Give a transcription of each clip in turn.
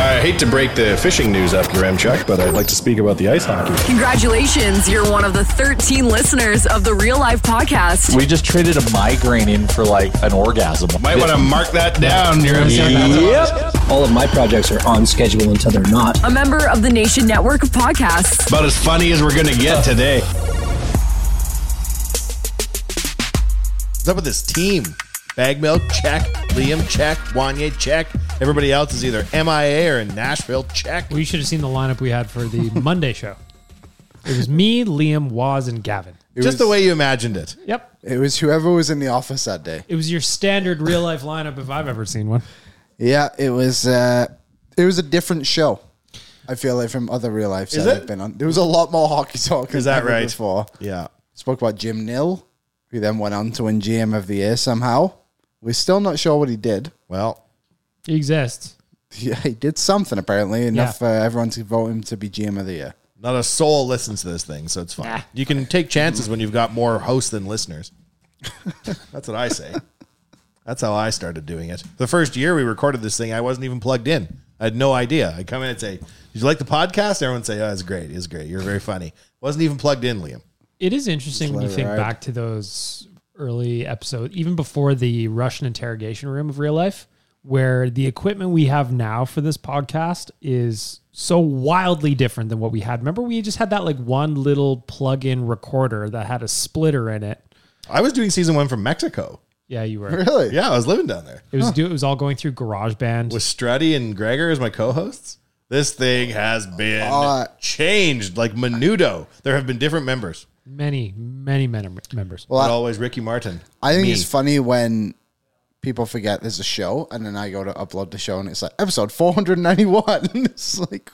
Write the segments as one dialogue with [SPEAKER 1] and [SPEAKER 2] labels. [SPEAKER 1] I hate to break the fishing news up, Chuck, but I'd like to speak about the ice hockey.
[SPEAKER 2] Congratulations, you're one of the 13 listeners of the Real Life Podcast.
[SPEAKER 3] We just traded a migraine in for like an orgasm.
[SPEAKER 1] Might want to mark that down, Durham Chuck.
[SPEAKER 4] All of my projects are on schedule until they're not.
[SPEAKER 2] A member of the Nation Network of Podcasts.
[SPEAKER 1] About as funny as we're going to get today.
[SPEAKER 5] What's up with this team? Bag milk check. Liam check. Wanye check. Everybody else is either MIA or in Nashville check.
[SPEAKER 6] We should have seen the lineup we had for the Monday show. It was me, Liam, Waz, and Gavin.
[SPEAKER 5] Just the way you imagined it.
[SPEAKER 6] Yep.
[SPEAKER 7] It was whoever was in the office that day.
[SPEAKER 6] It was your standard real life lineup if I've ever seen one.
[SPEAKER 7] Yeah, it was. Uh, it was a different show. I feel like from other real life
[SPEAKER 5] Is
[SPEAKER 7] that I've
[SPEAKER 5] it?
[SPEAKER 7] been on. There was a lot more hockey talk.
[SPEAKER 5] Is
[SPEAKER 7] than
[SPEAKER 5] that
[SPEAKER 7] ever
[SPEAKER 5] right?
[SPEAKER 7] Before
[SPEAKER 5] Yeah.
[SPEAKER 7] spoke about Jim Nill, who then went on to win GM of the year somehow. We're still not sure what he did.
[SPEAKER 5] Well,
[SPEAKER 6] He exists.
[SPEAKER 7] Yeah, he did something apparently enough for everyone to vote him to be GM of the year.
[SPEAKER 5] not a soul listens to this thing, so it's fine. You can take chances when you've got more hosts than listeners. That's what I say. That's how I started doing it. The first year we recorded this thing, I wasn't even plugged in. I had no idea. I'd come in and say, Did you like the podcast? Everyone would say, Oh, it's great. It's great. You're very funny. Wasn't even plugged in, Liam.
[SPEAKER 6] It is interesting when you
[SPEAKER 7] let it
[SPEAKER 6] think
[SPEAKER 7] ride.
[SPEAKER 6] back to those early episodes, even before the Russian interrogation room of real life, where the equipment we have now for this podcast is so wildly different than what we had. Remember, we just had that like one little plug in recorder that had a splitter in it.
[SPEAKER 5] I was doing season one from Mexico.
[SPEAKER 6] Yeah, you were.
[SPEAKER 7] Really?
[SPEAKER 5] Yeah, I was living down there.
[SPEAKER 6] It was do, it was all going through GarageBand.
[SPEAKER 5] with Strutty and Gregor as my co-hosts. This thing has been
[SPEAKER 7] lot.
[SPEAKER 5] changed like Menudo. There have been different members,
[SPEAKER 6] many, many mem- members.
[SPEAKER 5] but
[SPEAKER 7] Well, I-
[SPEAKER 5] always Ricky Martin.
[SPEAKER 7] I think
[SPEAKER 5] Me.
[SPEAKER 7] it's funny when people forget there's a show, and then I go to upload the show, and it's like episode 491. it's like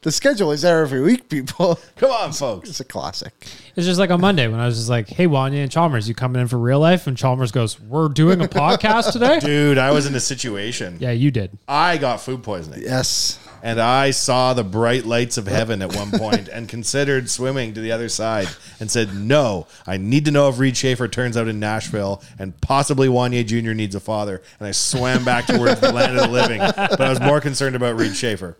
[SPEAKER 7] the schedule is there every week, people.
[SPEAKER 5] Come on, folks.
[SPEAKER 7] It's a classic.
[SPEAKER 6] It's just like on Monday when I was just like, "Hey, Wanya and Chalmers, you coming in for real life?" And Chalmers goes, "We're doing a podcast today."
[SPEAKER 5] Dude, I was in a situation.
[SPEAKER 6] Yeah, you did.
[SPEAKER 5] I got food poisoning
[SPEAKER 7] Yes.
[SPEAKER 5] and I saw the bright lights of heaven at one point and considered swimming to the other side and said, No, I need to know if Reed Schaefer turns out in Nashville and possibly Wanye Jr. needs a father. And I swam back towards the land of the living, but I was more concerned about Reed Schaefer.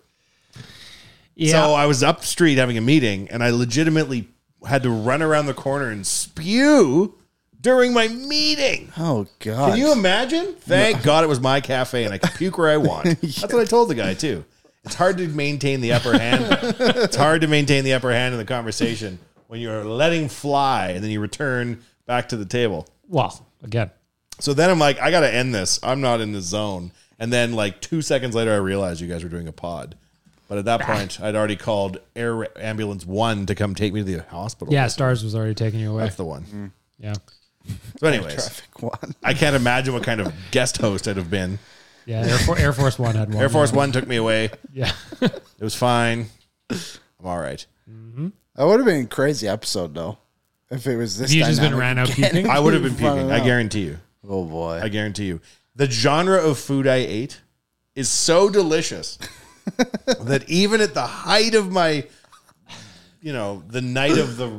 [SPEAKER 6] Yeah,
[SPEAKER 5] So I was up street having a meeting, and I legitimately had to run around the corner and spew during my meeting.
[SPEAKER 7] Oh, God.
[SPEAKER 5] Can you imagine? Thank God it was my cafe, and I could puke where I want. That's what I told the guy too. It's hard to maintain the upper hand. it's hard to maintain the upper hand in the conversation when you're letting fly, and then you return back to the table.
[SPEAKER 6] well, again,
[SPEAKER 5] So then I'm like, I got to end this. I'm not in the zone. And then like two seconds later, I realized you guys were doing a pod. But at that point, I'd already called Air Ambulance One to come take me to the hospital.
[SPEAKER 6] Yeah, Stars was already taking you away.
[SPEAKER 5] That's the one.
[SPEAKER 6] Yeah.
[SPEAKER 5] So, anyways, I can't imagine what kind of guest host I'd have been.
[SPEAKER 6] Yeah, Air, For- Air Force One had one.
[SPEAKER 5] Air Force One took me away.
[SPEAKER 6] Yeah.
[SPEAKER 5] it was fine. I'm all right.
[SPEAKER 7] That would have been a crazy episode though, if it was this.
[SPEAKER 6] Have you just been
[SPEAKER 7] dynamic
[SPEAKER 6] ran out
[SPEAKER 7] again.
[SPEAKER 6] puking?
[SPEAKER 5] I would have been
[SPEAKER 7] Fucking
[SPEAKER 5] puking. I
[SPEAKER 7] hell.
[SPEAKER 5] guarantee you.
[SPEAKER 7] Oh boy.
[SPEAKER 5] I guarantee you. The genre of food I ate is so delicious that even at the height of my, you know, the night of the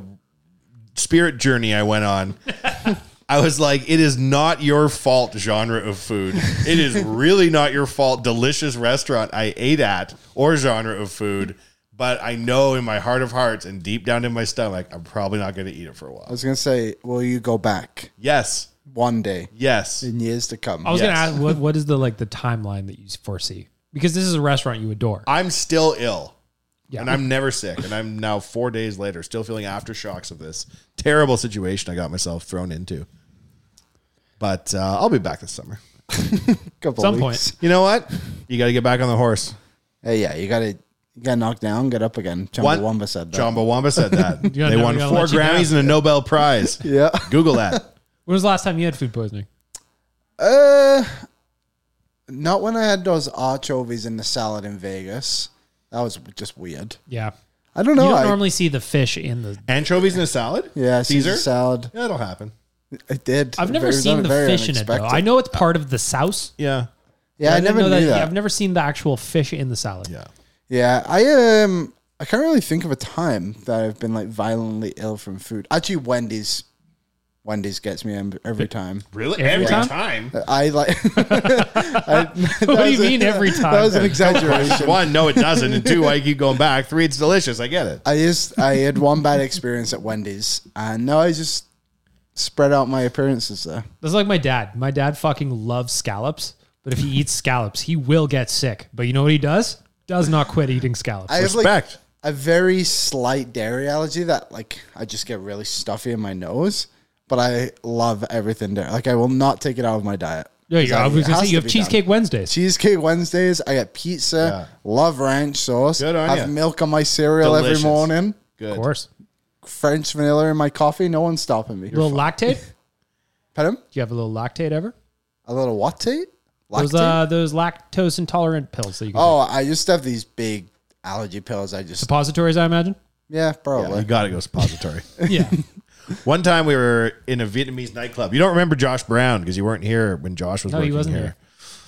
[SPEAKER 5] spirit journey I went on, I was like, it is not your fault, genre of food. It is really not your fault, delicious restaurant I ate at or genre of food. But I know in my heart of hearts and deep down in my stomach, I'm probably not going to eat it for a
[SPEAKER 7] I
[SPEAKER 5] while.
[SPEAKER 7] was gonna say, will you go back
[SPEAKER 5] Yes.
[SPEAKER 7] one day
[SPEAKER 5] Yes.
[SPEAKER 7] in years to come?
[SPEAKER 6] I was
[SPEAKER 5] Yes.
[SPEAKER 6] gonna ask what what is the like the timeline that you foresee because this is a restaurant you adore.
[SPEAKER 5] I'm still ill.
[SPEAKER 6] Yeah.
[SPEAKER 5] And I'm never sick. And I'm now four days later still feeling aftershocks of this terrible situation I got myself thrown into. But uh, I'll be back this summer.
[SPEAKER 7] Couple
[SPEAKER 6] some
[SPEAKER 7] weeks.
[SPEAKER 6] point.
[SPEAKER 5] You know what? You got to get back on the horse.
[SPEAKER 7] Hey, yeah, you gotta you gotta knock down, get up again.
[SPEAKER 5] One-
[SPEAKER 7] Chumbawamba said that.
[SPEAKER 5] Jumbo Wamba said that.
[SPEAKER 6] Yeah,
[SPEAKER 5] they
[SPEAKER 6] no,
[SPEAKER 5] won
[SPEAKER 6] we gotta
[SPEAKER 5] four
[SPEAKER 6] let you
[SPEAKER 5] Grammys and a Nobel Prize.
[SPEAKER 7] Yeah.
[SPEAKER 5] Google that.
[SPEAKER 6] When was the last time you had food poisoning?
[SPEAKER 7] Uh, not when I had those anchovies in the salad in Vegas. That was just weird.
[SPEAKER 6] Yeah,
[SPEAKER 7] I don't know.
[SPEAKER 6] you don't
[SPEAKER 7] I,
[SPEAKER 6] normally see the fish in the.
[SPEAKER 5] Anchovies in a salad?
[SPEAKER 7] yeah, Caesar,
[SPEAKER 5] Caesar?
[SPEAKER 7] salad.
[SPEAKER 5] Yeah, it'll happen.
[SPEAKER 7] I did.
[SPEAKER 6] I've never
[SPEAKER 7] Very-
[SPEAKER 6] seen the
[SPEAKER 7] very
[SPEAKER 6] fish in it though.
[SPEAKER 7] unexpected.
[SPEAKER 6] I know it's part of the sauce.
[SPEAKER 5] Yeah.
[SPEAKER 7] Yeah, I,
[SPEAKER 6] didn't
[SPEAKER 7] never knew
[SPEAKER 6] know
[SPEAKER 7] that.
[SPEAKER 6] I've never seen the actual fish in the salad.
[SPEAKER 5] Yeah.
[SPEAKER 7] Yeah, I um, I can't really think of a time that I've been like violently ill from food. Actually, Wendy's, Wendy's gets me um, em- every time.
[SPEAKER 5] Really?
[SPEAKER 6] Every time?
[SPEAKER 7] I like. I,
[SPEAKER 6] What do you mean every
[SPEAKER 7] That was
[SPEAKER 6] time?
[SPEAKER 7] an exaggeration.
[SPEAKER 5] One, no, it doesn't. And two, I keep going back. Three, it's delicious. I get it.
[SPEAKER 7] I just I had one bad experience at Wendy's, and now I just spread out my appearances there.
[SPEAKER 6] That's like my dad. My dad fucking loves scallops, but if he eats scallops, he will get sick. But you know what he does? Does not quit eating scallops.
[SPEAKER 7] I have like
[SPEAKER 5] Respect.
[SPEAKER 7] a very slight dairy allergy that like I just get really stuffy in my nose, but I love everything dairy. Like I will not take it out of my diet.
[SPEAKER 6] yeah, yeah, I
[SPEAKER 7] It
[SPEAKER 6] was gonna
[SPEAKER 7] has
[SPEAKER 6] say
[SPEAKER 7] to
[SPEAKER 6] you have
[SPEAKER 7] be
[SPEAKER 6] cheesecake Wednesdays.
[SPEAKER 7] Cheesecake Wednesdays. I get pizza. Love ranch sauce.
[SPEAKER 5] Good on
[SPEAKER 7] have
[SPEAKER 5] ya.
[SPEAKER 7] milk on my cereal
[SPEAKER 5] Delicious.
[SPEAKER 7] every morning.
[SPEAKER 5] Good.
[SPEAKER 6] Of course,
[SPEAKER 7] French vanilla in my coffee. No one's stopping me.
[SPEAKER 6] a little lactate. Do
[SPEAKER 7] Pardon?
[SPEAKER 6] you have a little lactate ever?
[SPEAKER 7] A little what? Lactate?
[SPEAKER 6] Those uh, those lactose intolerant pills that you can
[SPEAKER 7] oh, I used to have these big allergy pills. I just
[SPEAKER 6] suppositories, I imagine.
[SPEAKER 7] yeah,
[SPEAKER 5] Yeah,
[SPEAKER 7] probably.
[SPEAKER 5] you got to go suppository.
[SPEAKER 6] Yeah,
[SPEAKER 5] One time we were in a Vietnamese nightclub. You don't remember Josh Brown because you weren't here when Josh was
[SPEAKER 6] No, he
[SPEAKER 5] working
[SPEAKER 6] wasn't
[SPEAKER 5] here.
[SPEAKER 6] here.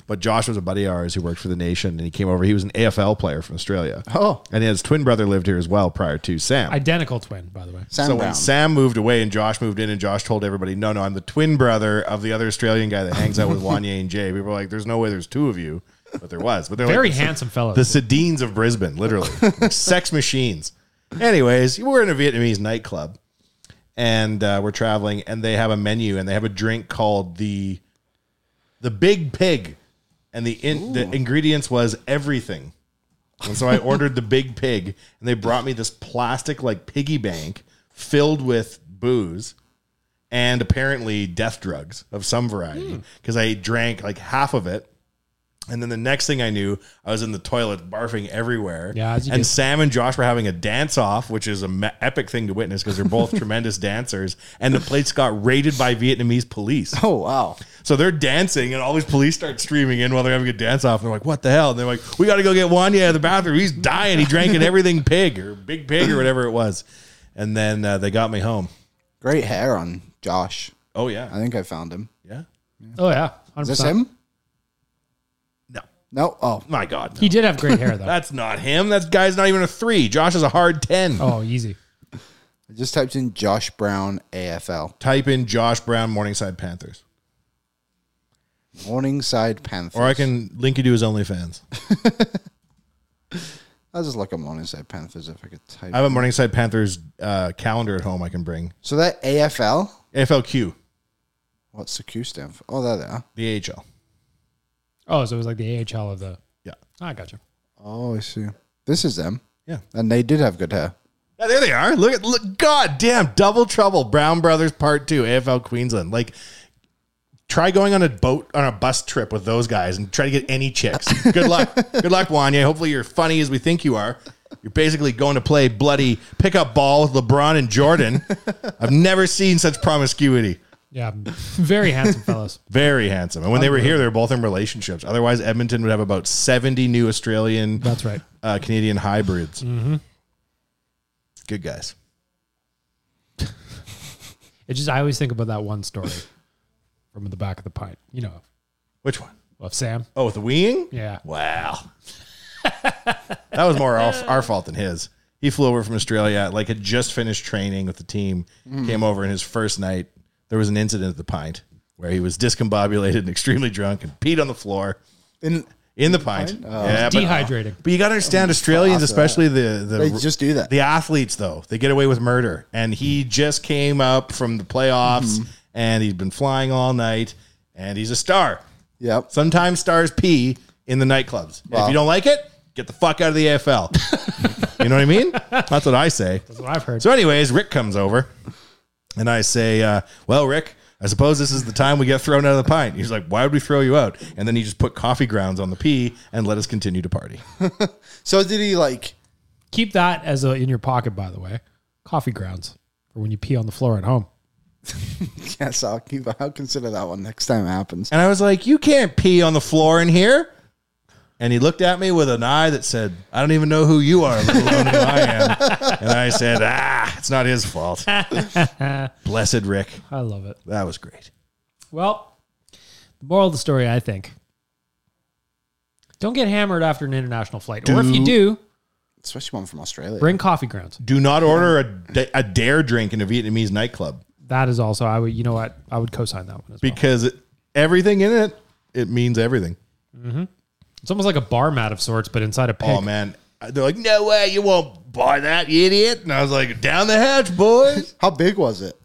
[SPEAKER 5] But Josh was a buddy of ours who worked for the Nation, and he came over. He was an AFL player from Australia.
[SPEAKER 7] Oh.
[SPEAKER 5] and his twin brother lived here as well prior to Sam.
[SPEAKER 6] identical twin, by the way.
[SPEAKER 7] Sam
[SPEAKER 5] so
[SPEAKER 7] Brown.
[SPEAKER 5] when Sam moved away and Josh moved in, and Josh told everybody, "No, no, I'm the twin brother of the other Australian guy that hangs out with Wanye and Jay." People were like, "There's no way there's two of you," but there was. But they're
[SPEAKER 6] Very
[SPEAKER 5] like,
[SPEAKER 6] handsome fellow.
[SPEAKER 5] the Sedines of Brisbane, literally. Like sex machines. Anyways, we're in a Vietnamese nightclub and uh, we're traveling and they have a menu and they have a drink called the the Big Pig. And the, in, the ingredients was everything. And so I ordered the Big Pig and they brought me this plastic like piggy bank filled with booze and apparently death drugs of some
[SPEAKER 6] Hmm.
[SPEAKER 5] variety because I drank like half of it. And then the next thing I knew, I was in the toilet barfing everywhere.
[SPEAKER 6] Yeah, as
[SPEAKER 5] and
[SPEAKER 6] you do.
[SPEAKER 5] Sam and Josh were having a dance off, which is an epic thing to witness because they're both tremendous dancers. And the place got raided by Vietnamese police.
[SPEAKER 7] oh wow.
[SPEAKER 5] So they're dancing, and all these police start streaming in while they're having a dance off. And they're like, "What the hell?" And they're like, "We got to go get Wanya out of the bathroom. He's dying. He drank an everything pig or big pig or whatever it was." And then uh, they got me home.
[SPEAKER 7] Great hair on Josh.
[SPEAKER 5] Oh
[SPEAKER 7] I
[SPEAKER 5] yeah,
[SPEAKER 7] think I found him.
[SPEAKER 5] yeah.
[SPEAKER 6] Oh yeah,
[SPEAKER 7] Is
[SPEAKER 6] 100%.
[SPEAKER 7] this him?
[SPEAKER 5] No,
[SPEAKER 7] No. Oh,
[SPEAKER 5] my God,
[SPEAKER 6] He did have great hair though.
[SPEAKER 5] that's not him. That guy's not even a three. Josh is a hard ten.
[SPEAKER 6] oh, easy.
[SPEAKER 7] I just typed in Josh Brown AFL
[SPEAKER 5] Type in Josh Brown Morningside Panthers,
[SPEAKER 7] Morningside Panthers.
[SPEAKER 5] or I can link you to his OnlyFans.
[SPEAKER 7] I'll just look at Morningside Panthers if I could type.
[SPEAKER 5] I have a Morningside Panthers uh, calendar at home. I can bring
[SPEAKER 7] so that AFL.
[SPEAKER 5] AFLQ,
[SPEAKER 7] What's the Q stand for? Oh, there they are.
[SPEAKER 5] the AHL.
[SPEAKER 6] Oh, so it was like the AHL of the. ah,
[SPEAKER 5] Yeah,
[SPEAKER 6] I got you.
[SPEAKER 7] Oh, I see. This is them.
[SPEAKER 5] yeah.
[SPEAKER 7] And they did have good hair.
[SPEAKER 5] Yeah, there they are. Look at look. God damn, double trouble. Brown Brothers Part Two, AFL Queensland. Like Try going on a boat on a bus trip with those guys and try to get any chicks. Good luck. Good luck, Wanya. Hopefully you're funny as we think you are. You're basically going to play bloody pickup ball with LeBron and Jordan. I've never seen such promiscuity.
[SPEAKER 6] Yeah, very handsome fellows.
[SPEAKER 5] Very handsome. And when they were here, they were both in relationships. Otherwise, Edmonton would have about 70 new Australian,
[SPEAKER 6] That's right.
[SPEAKER 5] uh, Canadian hybrids.
[SPEAKER 6] Mm-hmm.
[SPEAKER 5] Good guys.
[SPEAKER 6] It just I always think about that one story from the back of the pint. You know,
[SPEAKER 5] which one?
[SPEAKER 6] Of Sam.
[SPEAKER 5] Oh, with the weeing?
[SPEAKER 6] Yeah.
[SPEAKER 5] Wow. that was more our, our fault than his. He flew over from Australia, like had just finished training with the team,
[SPEAKER 7] Mm.
[SPEAKER 5] came over and his first night. There was an incident at the pint where he was discombobulated and extremely drunk and peed on the floor
[SPEAKER 7] in
[SPEAKER 5] in the pint.
[SPEAKER 7] Oh.
[SPEAKER 5] but-
[SPEAKER 6] Dehydrating.
[SPEAKER 5] But, you got to understand, Australians,
[SPEAKER 7] After that.
[SPEAKER 5] especially the, the
[SPEAKER 7] They just do that.
[SPEAKER 5] The athletes, though, they get away with murder. And he just came up from the playoffs,
[SPEAKER 7] Mm-hmm.
[SPEAKER 5] and he'd been flying all night, and he's a star.
[SPEAKER 7] Yep.
[SPEAKER 5] Sometimes stars pee in the nightclubs. If
[SPEAKER 7] Wow.
[SPEAKER 5] you don't like it, get the fuck out of the AFL. you know what I mean? That's what I say.
[SPEAKER 6] That's what I've heard.
[SPEAKER 5] So, anyways, Rick comes over, and I say, uh, "Well, Rick." I suppose this is the time we get thrown out of the pint. He's like, "Why would we throw you out?" And then he just put coffee grounds on the pee and let us continue to party.
[SPEAKER 7] So did he like
[SPEAKER 6] Keep that as a in your pocket, by the way. Coffee grounds for when you pee on the floor at home.
[SPEAKER 7] Yes, I'll keep. I'll consider that one next time it happens.
[SPEAKER 5] And I was like, "You can't pee on the floor in here." And he looked at me with an eye that said, "I don't even know who you are, let alone who I am." And I said, "Ah, it's not his fault." Blessed Rick.
[SPEAKER 6] I love it.
[SPEAKER 5] That was great.
[SPEAKER 6] Well, the moral of the story, I think. Don't get hammered after an international flight. or if you do,
[SPEAKER 7] especially one from Australia,
[SPEAKER 6] bring coffee grounds.
[SPEAKER 5] Do not order a, da- a dare drink in a Vietnamese nightclub
[SPEAKER 6] That is also I would you know what? I would co sign that one.
[SPEAKER 5] because it- everything in it it means everything.
[SPEAKER 6] Mm-hmm. It's almost like a bar mat of sorts, but inside a pig.
[SPEAKER 5] Oh man, they're like, "No way, you won't buy that, you idiot!" And I was like, "Down the hatch, boys."
[SPEAKER 7] How big was it?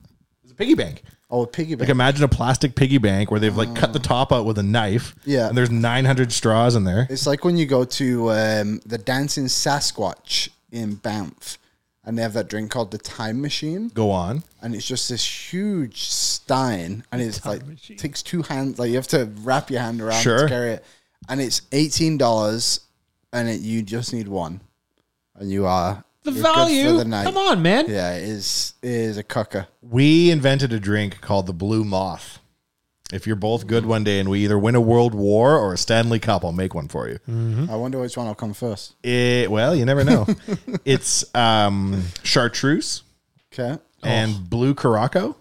[SPEAKER 5] It's a piggy bank.
[SPEAKER 7] Oh, a piggy
[SPEAKER 5] Like
[SPEAKER 7] bank.
[SPEAKER 5] imagine a plastic piggy bank where they've like cut the top out with a knife.
[SPEAKER 7] Yeah.
[SPEAKER 5] And there's 900 straws in there.
[SPEAKER 7] it's like when you go to um, the Dancing Sasquatch in Banff, and they have that drink called the Time Machine,
[SPEAKER 5] Go on.
[SPEAKER 7] and it's just this huge stein, and it's like takes two hands. Like you have to wrap your hand around
[SPEAKER 5] Sure.
[SPEAKER 7] to carry it, and it's eighteen dollars, and it, you just need one, and you are
[SPEAKER 6] The
[SPEAKER 7] you're good for
[SPEAKER 6] value? Come on, man.
[SPEAKER 7] Yeah, it is it is a cucker.
[SPEAKER 5] We invented a drink called the Blue Moth. If you're both good one day and we either win a world war or a Stanley Cup, I'll make one for you.
[SPEAKER 7] Mm-hmm. I wonder which one will come first.
[SPEAKER 5] It, well, you never know. it's um, chartreuse Oh.
[SPEAKER 7] Okay.
[SPEAKER 5] and blue caraco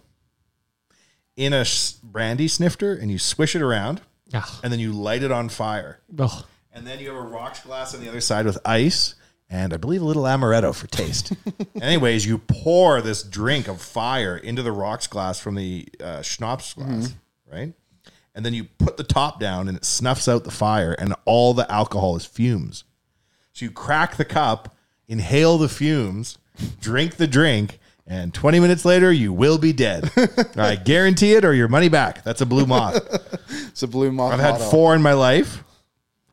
[SPEAKER 5] in a s- brandy snifter, and you swish it around,
[SPEAKER 6] Yeah.
[SPEAKER 5] and then you light it on fire.
[SPEAKER 6] Ugh.
[SPEAKER 5] And then you have a rocks glass on the other side with ice and I believe a little amaretto for taste. Anyways, you pour this drink of fire into the rocks glass from the uh, schnapps glass,
[SPEAKER 7] Mm-hmm.
[SPEAKER 5] right? And then you put the top down and it snuffs out the fire and all the alcohol is fumes. So you crack the cup, inhale the fumes, drink the drink, and 20 minutes later you will be dead. I guarantee it or your money back. That's a blue moth.
[SPEAKER 7] It's a blue moth.
[SPEAKER 5] I've had
[SPEAKER 7] motto.
[SPEAKER 5] four in my life.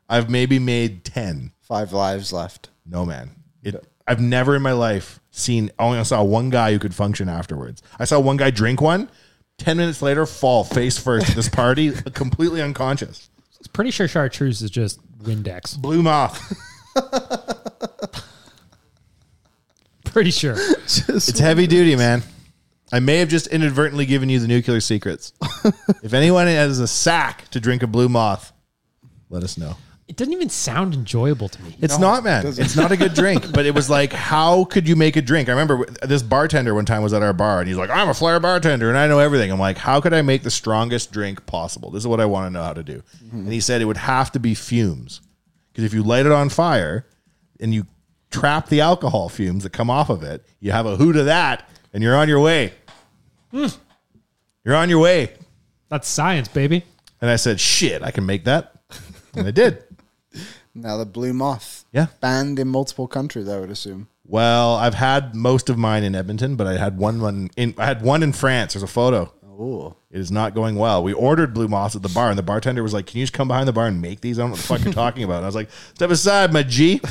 [SPEAKER 5] I've maybe made ten.
[SPEAKER 7] Five lives left.
[SPEAKER 5] No man, it. I've never in my life seen. I Only saw one guy who could function afterwards. I saw one guy drink one. Ten minutes later, fall face first at this party, completely unconscious.
[SPEAKER 6] It's pretty sure chartreuse is just Windex.
[SPEAKER 5] Blue moth.
[SPEAKER 6] Pretty sure.
[SPEAKER 5] It's heavy duty, man. I may have just inadvertently given you the nuclear secrets. if anyone has a sack to drink a blue moth, let us know.
[SPEAKER 6] It doesn't even sound enjoyable to me.
[SPEAKER 5] It's not, man. It's not a good drink. But it was like, how could you make a drink? I remember this bartender one time was at our bar, and he's like, "I'm a flair bartender, and I know everything." I'm like, "How could I make the strongest drink possible? This is what I want to know how to do." And he said it would have to be fumes, because if you light it on fire and you trap the alcohol fumes that come off of it, you have a hoot of that, and you're on your way. You're on your way.
[SPEAKER 6] That's science, baby.
[SPEAKER 5] And I said, "Shit, I can make that," and I did.
[SPEAKER 7] Now the blue moth.
[SPEAKER 5] Yeah.
[SPEAKER 7] Banned in multiple countries, I would assume.
[SPEAKER 5] Well, I've had most of mine in Edmonton, but I had one one in I had one in France. There's a photo.
[SPEAKER 7] Oh.
[SPEAKER 5] It is not going well. We ordered blue moths at the bar, and the bartender was like, "Can you just come behind the bar and make these?" I don't know what the fuck you're talking about. And I was like, "Step aside, my G."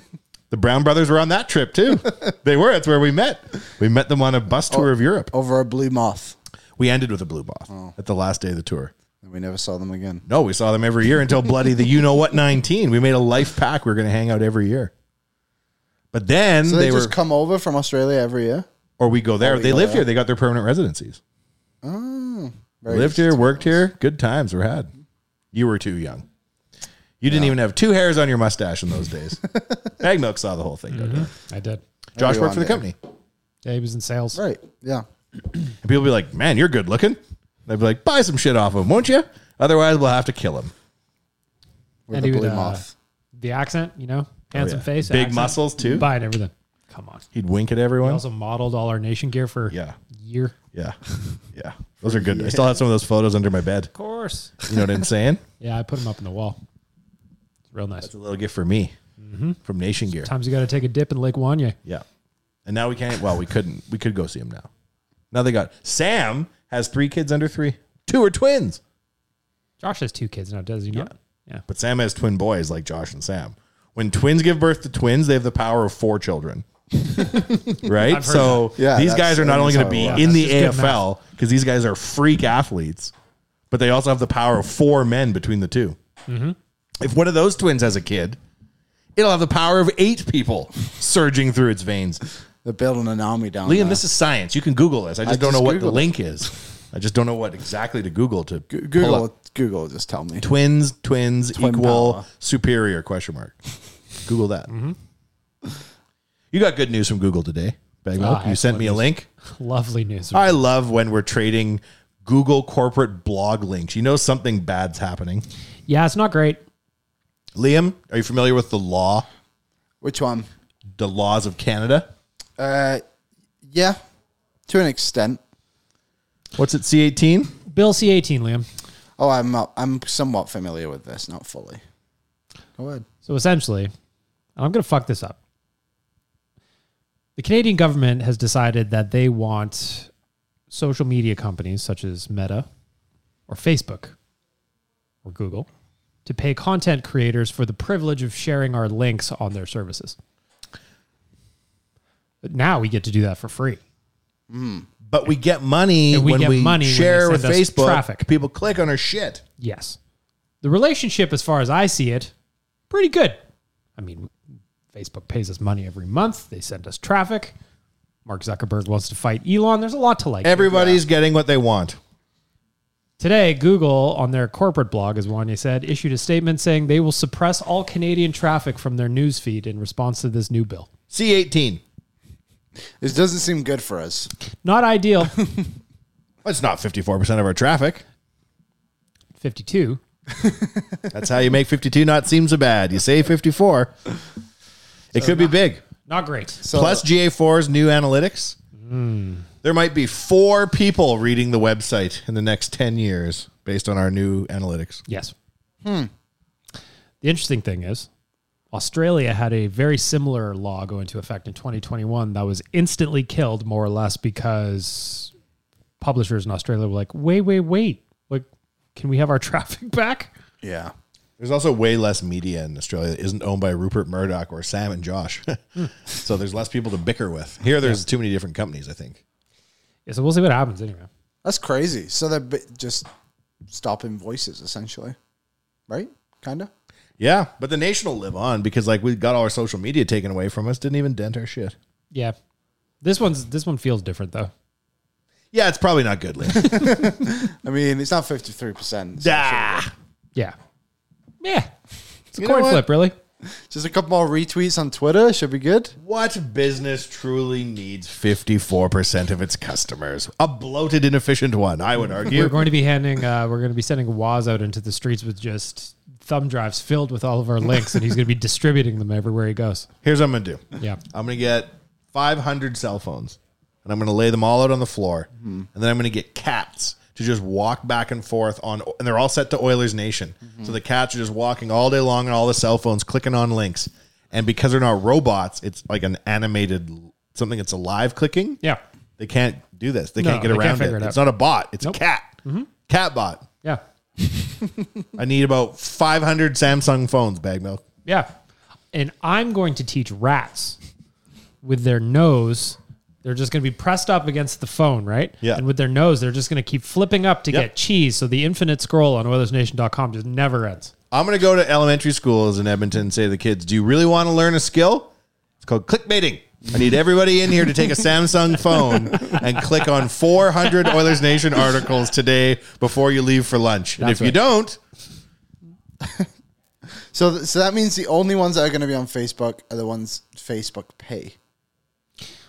[SPEAKER 5] the Brown brothers were on that trip too. they were. That's where we met. We met them on a bus tour of Europe.
[SPEAKER 7] Over a blue Oh. moth.
[SPEAKER 5] We ended with a blue moth at the last day of the tour.
[SPEAKER 7] And we never saw them again.
[SPEAKER 5] No, we saw them every year until bloody the you know what 19. We made a life pack. We were going to hang out every year. But then
[SPEAKER 7] So
[SPEAKER 5] they,
[SPEAKER 7] they, just
[SPEAKER 5] were,
[SPEAKER 7] come over from Australia every year.
[SPEAKER 5] or we go there.
[SPEAKER 7] Oh, we
[SPEAKER 5] they
[SPEAKER 7] go
[SPEAKER 5] lived
[SPEAKER 7] there.
[SPEAKER 5] here. They got their permanent residencies.
[SPEAKER 7] Oh,
[SPEAKER 5] lived here, worked here. Good times were had. You were too young. You didn't even have two hairs on your mustache in those days. Bag milk saw the whole thing go down.
[SPEAKER 6] I did.
[SPEAKER 5] Josh worked
[SPEAKER 7] Mm-hmm. Everyone
[SPEAKER 5] for the
[SPEAKER 7] did.
[SPEAKER 5] company.
[SPEAKER 6] Yeah, he was in sales.
[SPEAKER 7] right. Yeah,
[SPEAKER 5] And people be like, man, you're good looking. They'd be like, buy some shit off him, won't you? Otherwise, we'll have to kill him.
[SPEAKER 7] with
[SPEAKER 6] And
[SPEAKER 7] the
[SPEAKER 6] he would,
[SPEAKER 7] blue
[SPEAKER 6] uh,
[SPEAKER 7] moth.
[SPEAKER 6] The accent, you know, handsome
[SPEAKER 5] Oh, yeah.
[SPEAKER 6] face,
[SPEAKER 5] Big
[SPEAKER 6] accent.
[SPEAKER 5] muscles, too.
[SPEAKER 6] buying everything. Come on.
[SPEAKER 5] He'd wink at
[SPEAKER 6] He
[SPEAKER 5] everyone.
[SPEAKER 6] also modeled all our nation gear for
[SPEAKER 5] Yeah.
[SPEAKER 6] a year. Of
[SPEAKER 5] Yeah. Yeah. Those are good. I still have some of those photos under my bed.
[SPEAKER 6] course.
[SPEAKER 5] You know what I'm saying?
[SPEAKER 6] Yeah, I put him up in the wall. It's real nice.
[SPEAKER 5] It's a little gift for me
[SPEAKER 6] Mm-hmm.
[SPEAKER 5] from Nation Gear.
[SPEAKER 6] Times you got to take a dip in Lake Wanya.
[SPEAKER 5] Yeah. And now we can't. Well, we couldn't. We could go see him now. Now they got Sam has three kids under three. Two are twins,
[SPEAKER 6] Josh has two kids now, does he not? Yeah.
[SPEAKER 5] but Sam has twin boys like Josh and Sam. When twins give birth to twins, they have the power of four children. right? So
[SPEAKER 7] Yeah,
[SPEAKER 5] these
[SPEAKER 7] that's-
[SPEAKER 5] guys are
[SPEAKER 7] that
[SPEAKER 5] not only
[SPEAKER 7] is
[SPEAKER 5] going
[SPEAKER 7] how
[SPEAKER 5] to
[SPEAKER 7] it
[SPEAKER 5] be
[SPEAKER 7] works.
[SPEAKER 5] in the
[SPEAKER 6] That's just good
[SPEAKER 5] AFL because these guys are freak athletes, but they also have the power of four men between the 2
[SPEAKER 6] Mm-hmm.
[SPEAKER 5] If one of those twins has a kid, it'll have the power of eight people surging through its veins.
[SPEAKER 7] They're building an army down
[SPEAKER 5] Liam,
[SPEAKER 7] there.
[SPEAKER 5] this is science. You can Google this. I just
[SPEAKER 7] I
[SPEAKER 5] don't
[SPEAKER 7] just
[SPEAKER 5] know what the
[SPEAKER 7] Googled it.
[SPEAKER 5] link is. I just don't know what exactly to Google to
[SPEAKER 7] G-
[SPEAKER 5] pull
[SPEAKER 7] Google.
[SPEAKER 5] up.
[SPEAKER 7] Google. Just tell me.
[SPEAKER 5] twins twins
[SPEAKER 7] Twin
[SPEAKER 5] equal
[SPEAKER 7] power.
[SPEAKER 5] superior question mark. Google that. Mm-hmm. You got good news from Google today, Bagwell.
[SPEAKER 6] Ah,
[SPEAKER 5] you sent
[SPEAKER 6] excellent
[SPEAKER 5] me a
[SPEAKER 6] news.
[SPEAKER 5] link.
[SPEAKER 6] Lovely news.
[SPEAKER 5] I love when we're trading Google corporate blog links. You know something bad's happening.
[SPEAKER 6] Yeah, it's not great.
[SPEAKER 5] Liam, are you familiar with the law,
[SPEAKER 7] Which one?
[SPEAKER 5] the laws of Canada?
[SPEAKER 7] Uh, yeah, to an extent.
[SPEAKER 5] What's it? C eighteen.
[SPEAKER 6] Bill C18, Liam.
[SPEAKER 7] Oh, I'm not, I'm somewhat familiar with this, not fully. Go ahead.
[SPEAKER 6] So essentially, and I'm going to fuck this up. The Canadian government has decided that they want social media companies such as Meta or Facebook or Google to pay content creators for the privilege of sharing our links on their services. But now we get to do that for free.
[SPEAKER 5] But we get money
[SPEAKER 6] And we
[SPEAKER 5] when
[SPEAKER 6] get
[SPEAKER 5] we
[SPEAKER 6] money when they
[SPEAKER 5] share
[SPEAKER 6] send
[SPEAKER 5] with
[SPEAKER 6] us
[SPEAKER 5] Facebook.
[SPEAKER 6] traffic.
[SPEAKER 5] People click on our shit.
[SPEAKER 6] Yes. The relationship, as far as I see it, pretty good. I mean, Facebook pays us money every month. They send us traffic. Mark Zuckerberg wants to fight Elon. There's a lot to like.
[SPEAKER 5] Everybody's getting what they want.
[SPEAKER 6] Today, Google, on their corporate blog, as Wanya said, issued a statement saying they will suppress all Canadian traffic from their newsfeed in response to this new bill.
[SPEAKER 5] C18.
[SPEAKER 7] This doesn't seem good for us.
[SPEAKER 6] Not ideal.
[SPEAKER 5] That's not 54% of our traffic.
[SPEAKER 6] 52.
[SPEAKER 5] That's how you make 52 not seem so bad. You say 54. It could be big.
[SPEAKER 6] Not great.
[SPEAKER 5] Plus GA4's new analytics. There might be four people reading the website in the next 10 years based on our new analytics.
[SPEAKER 6] Yes. Hmm. The interesting thing is, Australia had a very similar law go into effect in 2021 that was instantly killed, more or less, because publishers in Australia were like, wait, wait, wait. Like, can we have our traffic back?
[SPEAKER 7] Yeah.
[SPEAKER 5] There's also way less media in Australia that isn't owned by Rupert Murdoch or Sam and Josh. so there's less people to bicker with. Here, there's too many different companies, I think.
[SPEAKER 6] Yeah, so we'll see what happens anyway.
[SPEAKER 7] That's crazy. So they're bi- just stopping voices, essentially. Right? Kind of.
[SPEAKER 5] Yeah, but the nation will live on because like we got all our social media taken away from us. Didn't even dent our shit.
[SPEAKER 6] Yeah. This one's this one feels different though.
[SPEAKER 5] Yeah, it's probably not good. Liam.
[SPEAKER 7] I mean, it's not 53%. so
[SPEAKER 5] Dah.
[SPEAKER 6] Yeah. Yeah. It's a
[SPEAKER 5] You know
[SPEAKER 6] coin
[SPEAKER 5] what?
[SPEAKER 6] flip, really.
[SPEAKER 7] Just a couple more retweets on Twitter should be good.
[SPEAKER 5] What business truly needs fifty four percent of its customers? A bloated, inefficient one, I would
[SPEAKER 6] We're
[SPEAKER 5] argue.
[SPEAKER 6] going to be handing uh, we're going to be sending Waz out into the streets with just thumb drives filled with all of our links and he's going to be distributing them everywhere he goes.
[SPEAKER 5] Here's what I'm gonna do.
[SPEAKER 6] Yeah.
[SPEAKER 5] I'm gonna get five hundred cell phones, and I'm gonna lay them all out on the floor, and then I'm gonna get cats to just walk back and forth on, and they're all set to Oilers Nation. So the cats are just walking all day long on all the cell phones, clicking on links, and because they're not robots, it's like an animated something that's alive clicking.
[SPEAKER 6] Yeah.
[SPEAKER 5] They can't do this. They
[SPEAKER 6] No,
[SPEAKER 5] can't get
[SPEAKER 6] they can't
[SPEAKER 5] around
[SPEAKER 6] figure
[SPEAKER 5] it.
[SPEAKER 6] it out.
[SPEAKER 5] It's not a bot. It's
[SPEAKER 6] Nope. Mm-hmm.
[SPEAKER 5] a cat. Cat bot.
[SPEAKER 6] Yeah.
[SPEAKER 5] I need about 500 Samsung phones, bag milk.
[SPEAKER 6] Yeah. And I'm going to teach rats with their nose They're just going to be pressed up against the phone, right?
[SPEAKER 5] Yeah.
[SPEAKER 6] And with their nose, they're just going to keep flipping up to
[SPEAKER 5] Yep.
[SPEAKER 6] get cheese. So the infinite scroll on oilersnation.com just never ends.
[SPEAKER 5] I'm going to go to elementary schools in Edmonton and say to the kids, do you really want to learn a skill? It's called clickbaiting. I need everybody in here to take a Samsung phone and click on 400 Oilers Nation articles today before you leave for lunch. and if
[SPEAKER 7] That's
[SPEAKER 5] you
[SPEAKER 7] right.
[SPEAKER 5] don't,
[SPEAKER 7] So, th- so that means the only ones that are going to be on Facebook are the ones Facebook pay.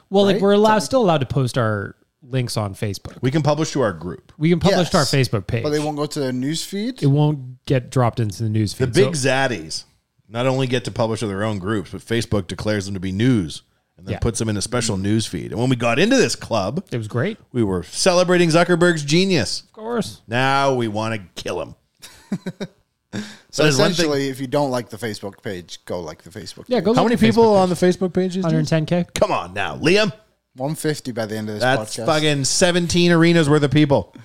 [SPEAKER 6] Well, like
[SPEAKER 7] Right?
[SPEAKER 6] we're allowed, still allowed to post our links on Facebook.
[SPEAKER 5] We can publish to our group.
[SPEAKER 6] We can publish to our
[SPEAKER 7] Yes.
[SPEAKER 6] Facebook page.
[SPEAKER 7] but they won't go to their news feed.
[SPEAKER 6] it won't get dropped into the news
[SPEAKER 5] the
[SPEAKER 6] feed.
[SPEAKER 5] big
[SPEAKER 6] So-
[SPEAKER 5] zaddies not only get to publish to their own groups, but Facebook declares them to be news and then
[SPEAKER 6] Yeah.
[SPEAKER 5] puts them in a special news feed. And when we got into this club,
[SPEAKER 6] it was great.
[SPEAKER 5] We were celebrating Zuckerberg's genius. Of
[SPEAKER 6] course.
[SPEAKER 5] Now we want to kill him.
[SPEAKER 7] So
[SPEAKER 5] there's one
[SPEAKER 7] essentially, if you don't like the Facebook page, go like the Facebook.
[SPEAKER 6] Yeah,
[SPEAKER 7] page.
[SPEAKER 6] go
[SPEAKER 5] How many people on the Facebook page? is this?
[SPEAKER 6] 110K.
[SPEAKER 5] Come on now, Liam.
[SPEAKER 7] 150 by the end of this
[SPEAKER 5] That's
[SPEAKER 7] podcast. Mm-hmm.
[SPEAKER 5] fucking 17 arenas worth of people.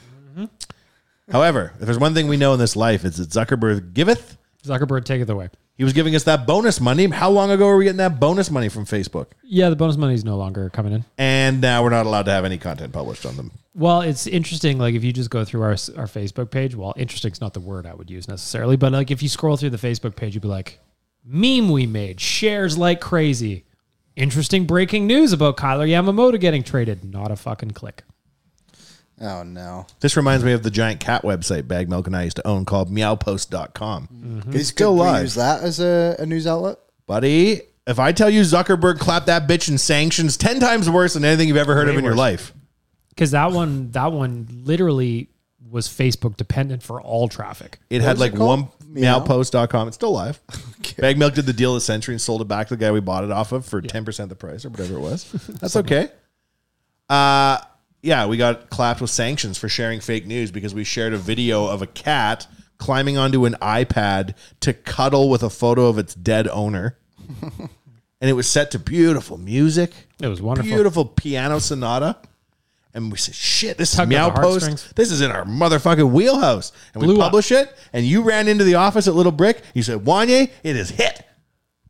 [SPEAKER 5] However, if there's one thing we know in this life, it's that Zuckerberg giveth.
[SPEAKER 6] Zuckerberg, take it away.
[SPEAKER 5] He was giving us that bonus money. How long ago were we getting that bonus money from Facebook?
[SPEAKER 6] Yeah, the bonus money is no longer coming in.
[SPEAKER 5] And now we're not allowed to have any content published on them.
[SPEAKER 6] Well, it's interesting. Like if you just go through our our Facebook page, well, interesting's not the word I would use necessarily, but like if you scroll through the Facebook page, you'd be like, meme we made shares like crazy. Interesting breaking news about Kyler Yamamoto getting traded. Not a fucking click.
[SPEAKER 7] Oh no,
[SPEAKER 5] This reminds me of the giant cat website Bag Milk and I used to own called meowpost.com. It's
[SPEAKER 7] Could-
[SPEAKER 5] still
[SPEAKER 7] Mm-hmm. could we
[SPEAKER 5] live.
[SPEAKER 7] Use that as a, a news outlet.
[SPEAKER 5] Buddy, if I tell you Zuckerberg clapped that bitch in sanctions 10 times worse than anything you've ever heard of
[SPEAKER 6] Way
[SPEAKER 5] in your
[SPEAKER 6] worse.
[SPEAKER 5] life.
[SPEAKER 6] Because that one that one literally was Facebook dependent for all traffic.
[SPEAKER 5] It had like one meowpost.com. It's still live. Bag Milk did the deal at Century and sold it back to the guy we bought it off of for 10% the price or whatever it was. That's okay. Uh, yeah, we got clapped with sanctions for sharing fake news because we shared a video of a cat climbing onto an iPad to cuddle with a photo of its dead owner. and it was set to beautiful music.
[SPEAKER 6] It was wonderful.
[SPEAKER 5] Beautiful piano sonata. And we said, shit, this
[SPEAKER 6] Tug
[SPEAKER 5] is Meow
[SPEAKER 6] on the heartstrings.
[SPEAKER 5] Post. This is in our motherfucking wheelhouse. And we
[SPEAKER 6] Blew up.
[SPEAKER 5] publish it. And you ran into the office at Little Brick. You said, Wanye, it is hit.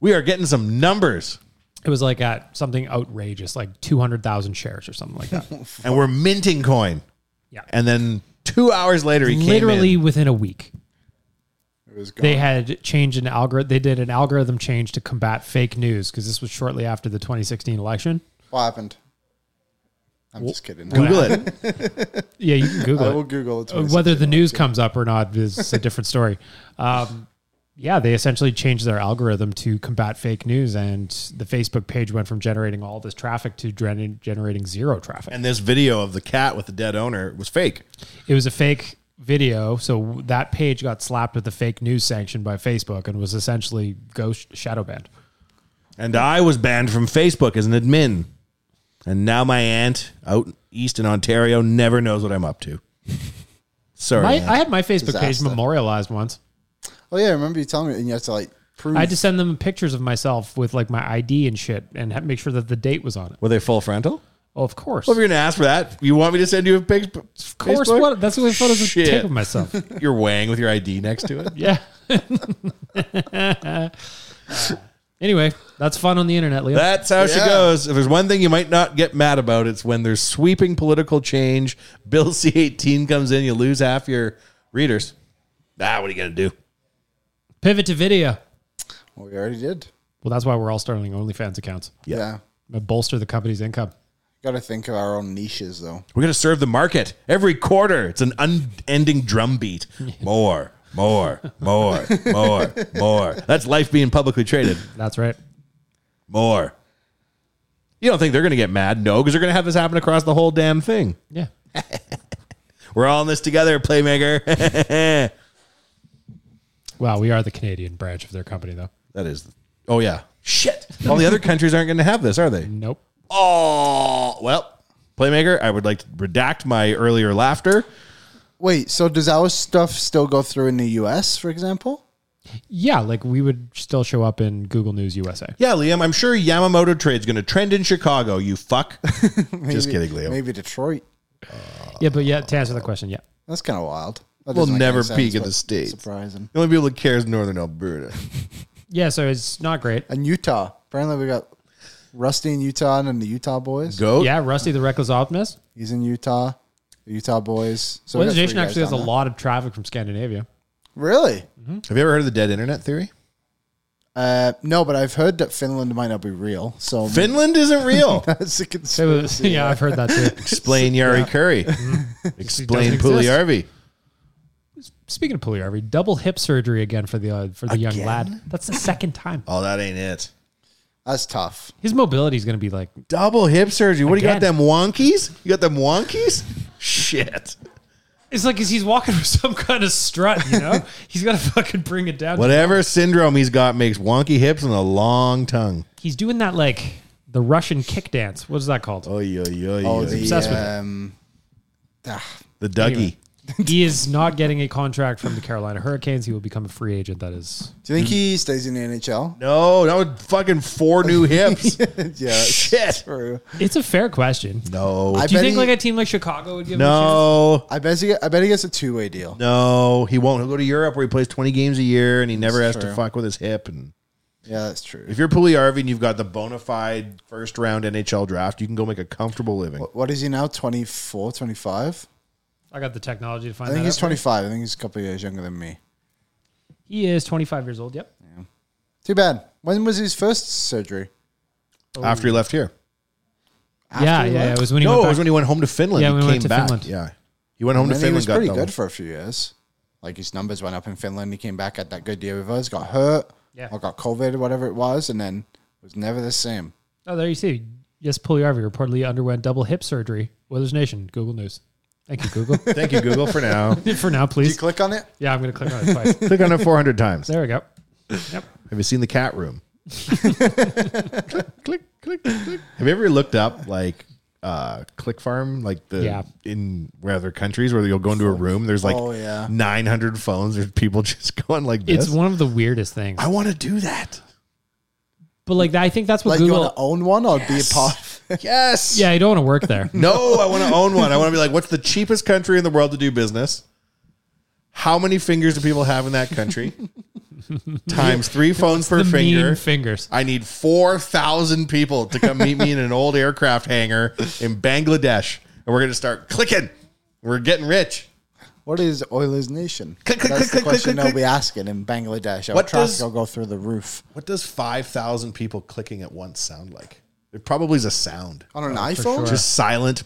[SPEAKER 5] We are getting some numbers.
[SPEAKER 6] It was like at something outrageous, like two hundred thousand shares or something like that.
[SPEAKER 5] And we're minting coin.
[SPEAKER 6] Yeah.
[SPEAKER 5] And then two hours later, he
[SPEAKER 6] literally
[SPEAKER 5] came in.
[SPEAKER 6] within a week.
[SPEAKER 7] It was gone.
[SPEAKER 6] They had changed an algorithm. They did an algorithm change to combat fake news because this was shortly after the 2016 election.
[SPEAKER 7] what happened? I'm just kidding.
[SPEAKER 5] Google it.
[SPEAKER 6] Yeah, you can Google
[SPEAKER 7] I
[SPEAKER 6] it.
[SPEAKER 7] will Google it.
[SPEAKER 6] Uh, Whether the news comes up or not is a different story. Um, yeah, they essentially changed their algorithm to combat fake news, and the Facebook page went from generating all this traffic to gener- generating zero traffic.
[SPEAKER 5] And this video of the cat with the dead owner was fake.
[SPEAKER 6] It was a fake video, so that page got slapped with the fake news sanction by Facebook and was essentially ghost shadow banned.
[SPEAKER 5] And I was banned from Facebook as an admin. And now my aunt out east in Ontario never knows what I'm up to. Sorry.
[SPEAKER 6] My,
[SPEAKER 5] aunt.
[SPEAKER 6] I had my Facebook page
[SPEAKER 7] Disaster.
[SPEAKER 6] memorialized once.
[SPEAKER 7] Oh yeah, I remember you telling me, and you had to like prove.
[SPEAKER 6] I had to send them pictures of myself with like my ID and shit, and ha- make sure that the date was on it.
[SPEAKER 5] Were they full frontal?
[SPEAKER 6] Oh, of course,
[SPEAKER 5] Well, if you're gonna ask for that, you want me to send you a pic? Of
[SPEAKER 6] of course. What? That's the only photos I
[SPEAKER 5] Shit.
[SPEAKER 6] take of myself.
[SPEAKER 5] You're weighing with your ID next to it.
[SPEAKER 6] Yeah. Uh, anyway, that's fun on the internet, Leo.
[SPEAKER 5] That's how she
[SPEAKER 7] Yeah.
[SPEAKER 5] goes. If there's one thing you might not get mad about, it's when there's sweeping political change. Bill C-18 comes in, you lose half your readers. Ah, what are you gonna do?
[SPEAKER 6] Pivot to video.
[SPEAKER 7] Well, we already did.
[SPEAKER 6] Well, that's why we're all starting OnlyFans accounts.
[SPEAKER 5] Yeah.
[SPEAKER 7] yeah.
[SPEAKER 6] To bolster the company's income.
[SPEAKER 7] Got to think of our own niches though.
[SPEAKER 5] We're gonna serve the market every quarter. It's an unending drumbeat. More, more, more, more, more. That's life being publicly traded.
[SPEAKER 6] That's right.
[SPEAKER 5] More. You don't think they're gonna get mad? No, because they're gonna have this happen across the whole damn thing.
[SPEAKER 6] Yeah.
[SPEAKER 5] We're all in this together, playmaker. that
[SPEAKER 6] Wow, we are the Canadian branch of their company, though.
[SPEAKER 5] is. Oh yeah. Shit. All the other countries aren't going to have this, are they?
[SPEAKER 6] Nope.
[SPEAKER 5] Oh well. Playmaker, I would like to redact my earlier laughter.
[SPEAKER 7] Wait, so does our stuff still go through in the U.S. for example?
[SPEAKER 6] Yeah, like we would still show up in Google News USA.
[SPEAKER 5] Yeah, Liam, I'm sure Yamamoto trade's going to trend in Chicago. You fuck. Just kidding, Liam.
[SPEAKER 7] Maybe Detroit.
[SPEAKER 6] Yeah, but yeah, to answer the question, yeah.
[SPEAKER 7] That's kind of wild. That
[SPEAKER 5] We'll
[SPEAKER 7] doesn't make any
[SPEAKER 5] never
[SPEAKER 7] sense,
[SPEAKER 5] peak at
[SPEAKER 7] but
[SPEAKER 5] the States.
[SPEAKER 7] Surprising.
[SPEAKER 5] The only people that care is Northern Alberta.
[SPEAKER 6] Yeah, so it's not great.
[SPEAKER 7] And Utah. Apparently, we got Rusty in Utah and then the Utah boys.
[SPEAKER 6] Goat. Yeah, Rusty the Reckless Optimist.
[SPEAKER 7] He's in Utah. The Utah boys. So we
[SPEAKER 6] Weather
[SPEAKER 7] got three
[SPEAKER 6] Station actually
[SPEAKER 7] guys
[SPEAKER 6] has a
[SPEAKER 7] down there.
[SPEAKER 6] lot of traffic from Scandinavia.
[SPEAKER 7] Really?
[SPEAKER 5] Have you ever heard of the dead internet theory?
[SPEAKER 7] Uh, no, but I've heard that Finland might not be real. So
[SPEAKER 5] Finland isn't real.
[SPEAKER 7] That's a conspiracy.
[SPEAKER 6] yeah, I've heard that too.
[SPEAKER 5] Explain Yari Curry. Explain
[SPEAKER 6] Doesn't exist.
[SPEAKER 5] Puliarvi.
[SPEAKER 6] Speaking of Pugliarvi, double hip surgery again for the uh, for the young lad. That's the second time.
[SPEAKER 5] Oh, that ain't it.
[SPEAKER 7] That's tough.
[SPEAKER 6] His mobility is going to be like
[SPEAKER 5] Double hip surgery. What do you got?
[SPEAKER 6] Again.
[SPEAKER 5] Them wonkies? You got them wonkies? Shit.
[SPEAKER 6] it's like 'cause he's walking with some kind of strut. You know, he's got to fucking bring it down.
[SPEAKER 5] Whatever syndrome he's got makes wonky hips and a long tongue.
[SPEAKER 6] He's doing that like the Russian kick dance. What is that called?
[SPEAKER 5] Oh, yo, yo,
[SPEAKER 7] Oh,
[SPEAKER 5] yo.
[SPEAKER 7] the,
[SPEAKER 6] obsessed with it.
[SPEAKER 7] um,
[SPEAKER 5] The Dougie.
[SPEAKER 6] Anyway. he is not getting a contract from the Carolina Hurricanes. He will become a free agent. That is
[SPEAKER 7] do you think he stays in the NHL?
[SPEAKER 5] No, that was fucking four new hips.
[SPEAKER 7] yeah.
[SPEAKER 5] Shit.
[SPEAKER 7] True.
[SPEAKER 6] It's a fair question.
[SPEAKER 5] No.
[SPEAKER 7] I
[SPEAKER 6] Do you
[SPEAKER 7] bet
[SPEAKER 6] think
[SPEAKER 7] he,
[SPEAKER 6] like a team like Chicago would give him
[SPEAKER 5] No.
[SPEAKER 7] I bet he, I bet he gets a two way deal.
[SPEAKER 5] No, he won't. He'll go to Europe where he plays 20 games a year and he never has to
[SPEAKER 7] true.
[SPEAKER 5] fuck with his hip. And
[SPEAKER 7] Yeah, that's true.
[SPEAKER 5] if you're Puliarvi and you've got the bona fide first round NHL draft, you can go make a comfortable living.
[SPEAKER 7] What- what is he now? 24, 25?
[SPEAKER 6] I got the technology to find
[SPEAKER 7] I think
[SPEAKER 6] that
[SPEAKER 7] he's
[SPEAKER 6] out for you.
[SPEAKER 7] 25. I think he's a couple years younger than me.
[SPEAKER 6] He is 25 years old. Yep.
[SPEAKER 7] Too bad. When was his first surgery?
[SPEAKER 5] After he left here.
[SPEAKER 6] yeah,
[SPEAKER 7] he
[SPEAKER 6] yeah,
[SPEAKER 7] left?
[SPEAKER 6] It was when he
[SPEAKER 5] no,
[SPEAKER 6] went
[SPEAKER 5] it
[SPEAKER 6] back.
[SPEAKER 5] was when he went home to Finland.
[SPEAKER 6] Yeah,
[SPEAKER 5] he
[SPEAKER 6] when he
[SPEAKER 5] came
[SPEAKER 6] went to
[SPEAKER 5] back.
[SPEAKER 6] Finland.
[SPEAKER 5] Yeah. He went home
[SPEAKER 7] And
[SPEAKER 5] to
[SPEAKER 7] then
[SPEAKER 5] Finland.
[SPEAKER 7] he was
[SPEAKER 5] got
[SPEAKER 7] pretty
[SPEAKER 5] double.
[SPEAKER 7] good for a few years. Like his numbers went up in Finland. He came back at that good year with us, got hurt,
[SPEAKER 6] Yeah.
[SPEAKER 7] or got COVID or whatever it was, and then was never the same.
[SPEAKER 6] oh, there you see. Yes, Pugliarvi reportedly underwent double hip surgery. Weathers Nation, Google News. Thank you, Google.
[SPEAKER 5] Thank you, Google, for now.
[SPEAKER 6] For now,
[SPEAKER 7] Did you
[SPEAKER 6] please.
[SPEAKER 7] click on it?
[SPEAKER 6] Yeah, I'm going to click on it twice.
[SPEAKER 5] Click on it 400 times.
[SPEAKER 6] There we go.
[SPEAKER 5] Have you seen the cat room? click, click, click, click. Have you ever looked up like uh click farm like the
[SPEAKER 6] Yeah.
[SPEAKER 5] in where other countries where you'll go into a room there's like
[SPEAKER 7] Oh, yeah.
[SPEAKER 5] 900 phones there's people just going like this
[SPEAKER 6] It's one of the weirdest things.
[SPEAKER 5] i want to do that
[SPEAKER 6] But like, I think that's what
[SPEAKER 7] Like you
[SPEAKER 6] Google.
[SPEAKER 7] want to own one or be a part? of it?
[SPEAKER 5] yes
[SPEAKER 6] yeah, you don't want to work there.
[SPEAKER 5] no i want to own one i want to be like what's the cheapest country in the world to do business how many fingers do people have in that country times three phones per
[SPEAKER 6] the
[SPEAKER 5] finger
[SPEAKER 6] mean fingers.
[SPEAKER 5] I need 4,000 people to come meet me in an old aircraft hangar in Bangladesh. And we're going to start clicking. We're getting rich.
[SPEAKER 7] What is Oilers Nation?
[SPEAKER 5] Click, click,
[SPEAKER 7] That's
[SPEAKER 5] click, click,
[SPEAKER 7] the question
[SPEAKER 5] click,
[SPEAKER 7] they'll
[SPEAKER 5] click.
[SPEAKER 7] be asking in Bangladesh. Our
[SPEAKER 5] What
[SPEAKER 7] traffic
[SPEAKER 5] does-
[SPEAKER 7] will go through the roof
[SPEAKER 5] What does 5,000 people clicking at once sound like? It probably is a sound.
[SPEAKER 7] on an iPhone.
[SPEAKER 5] Just silent.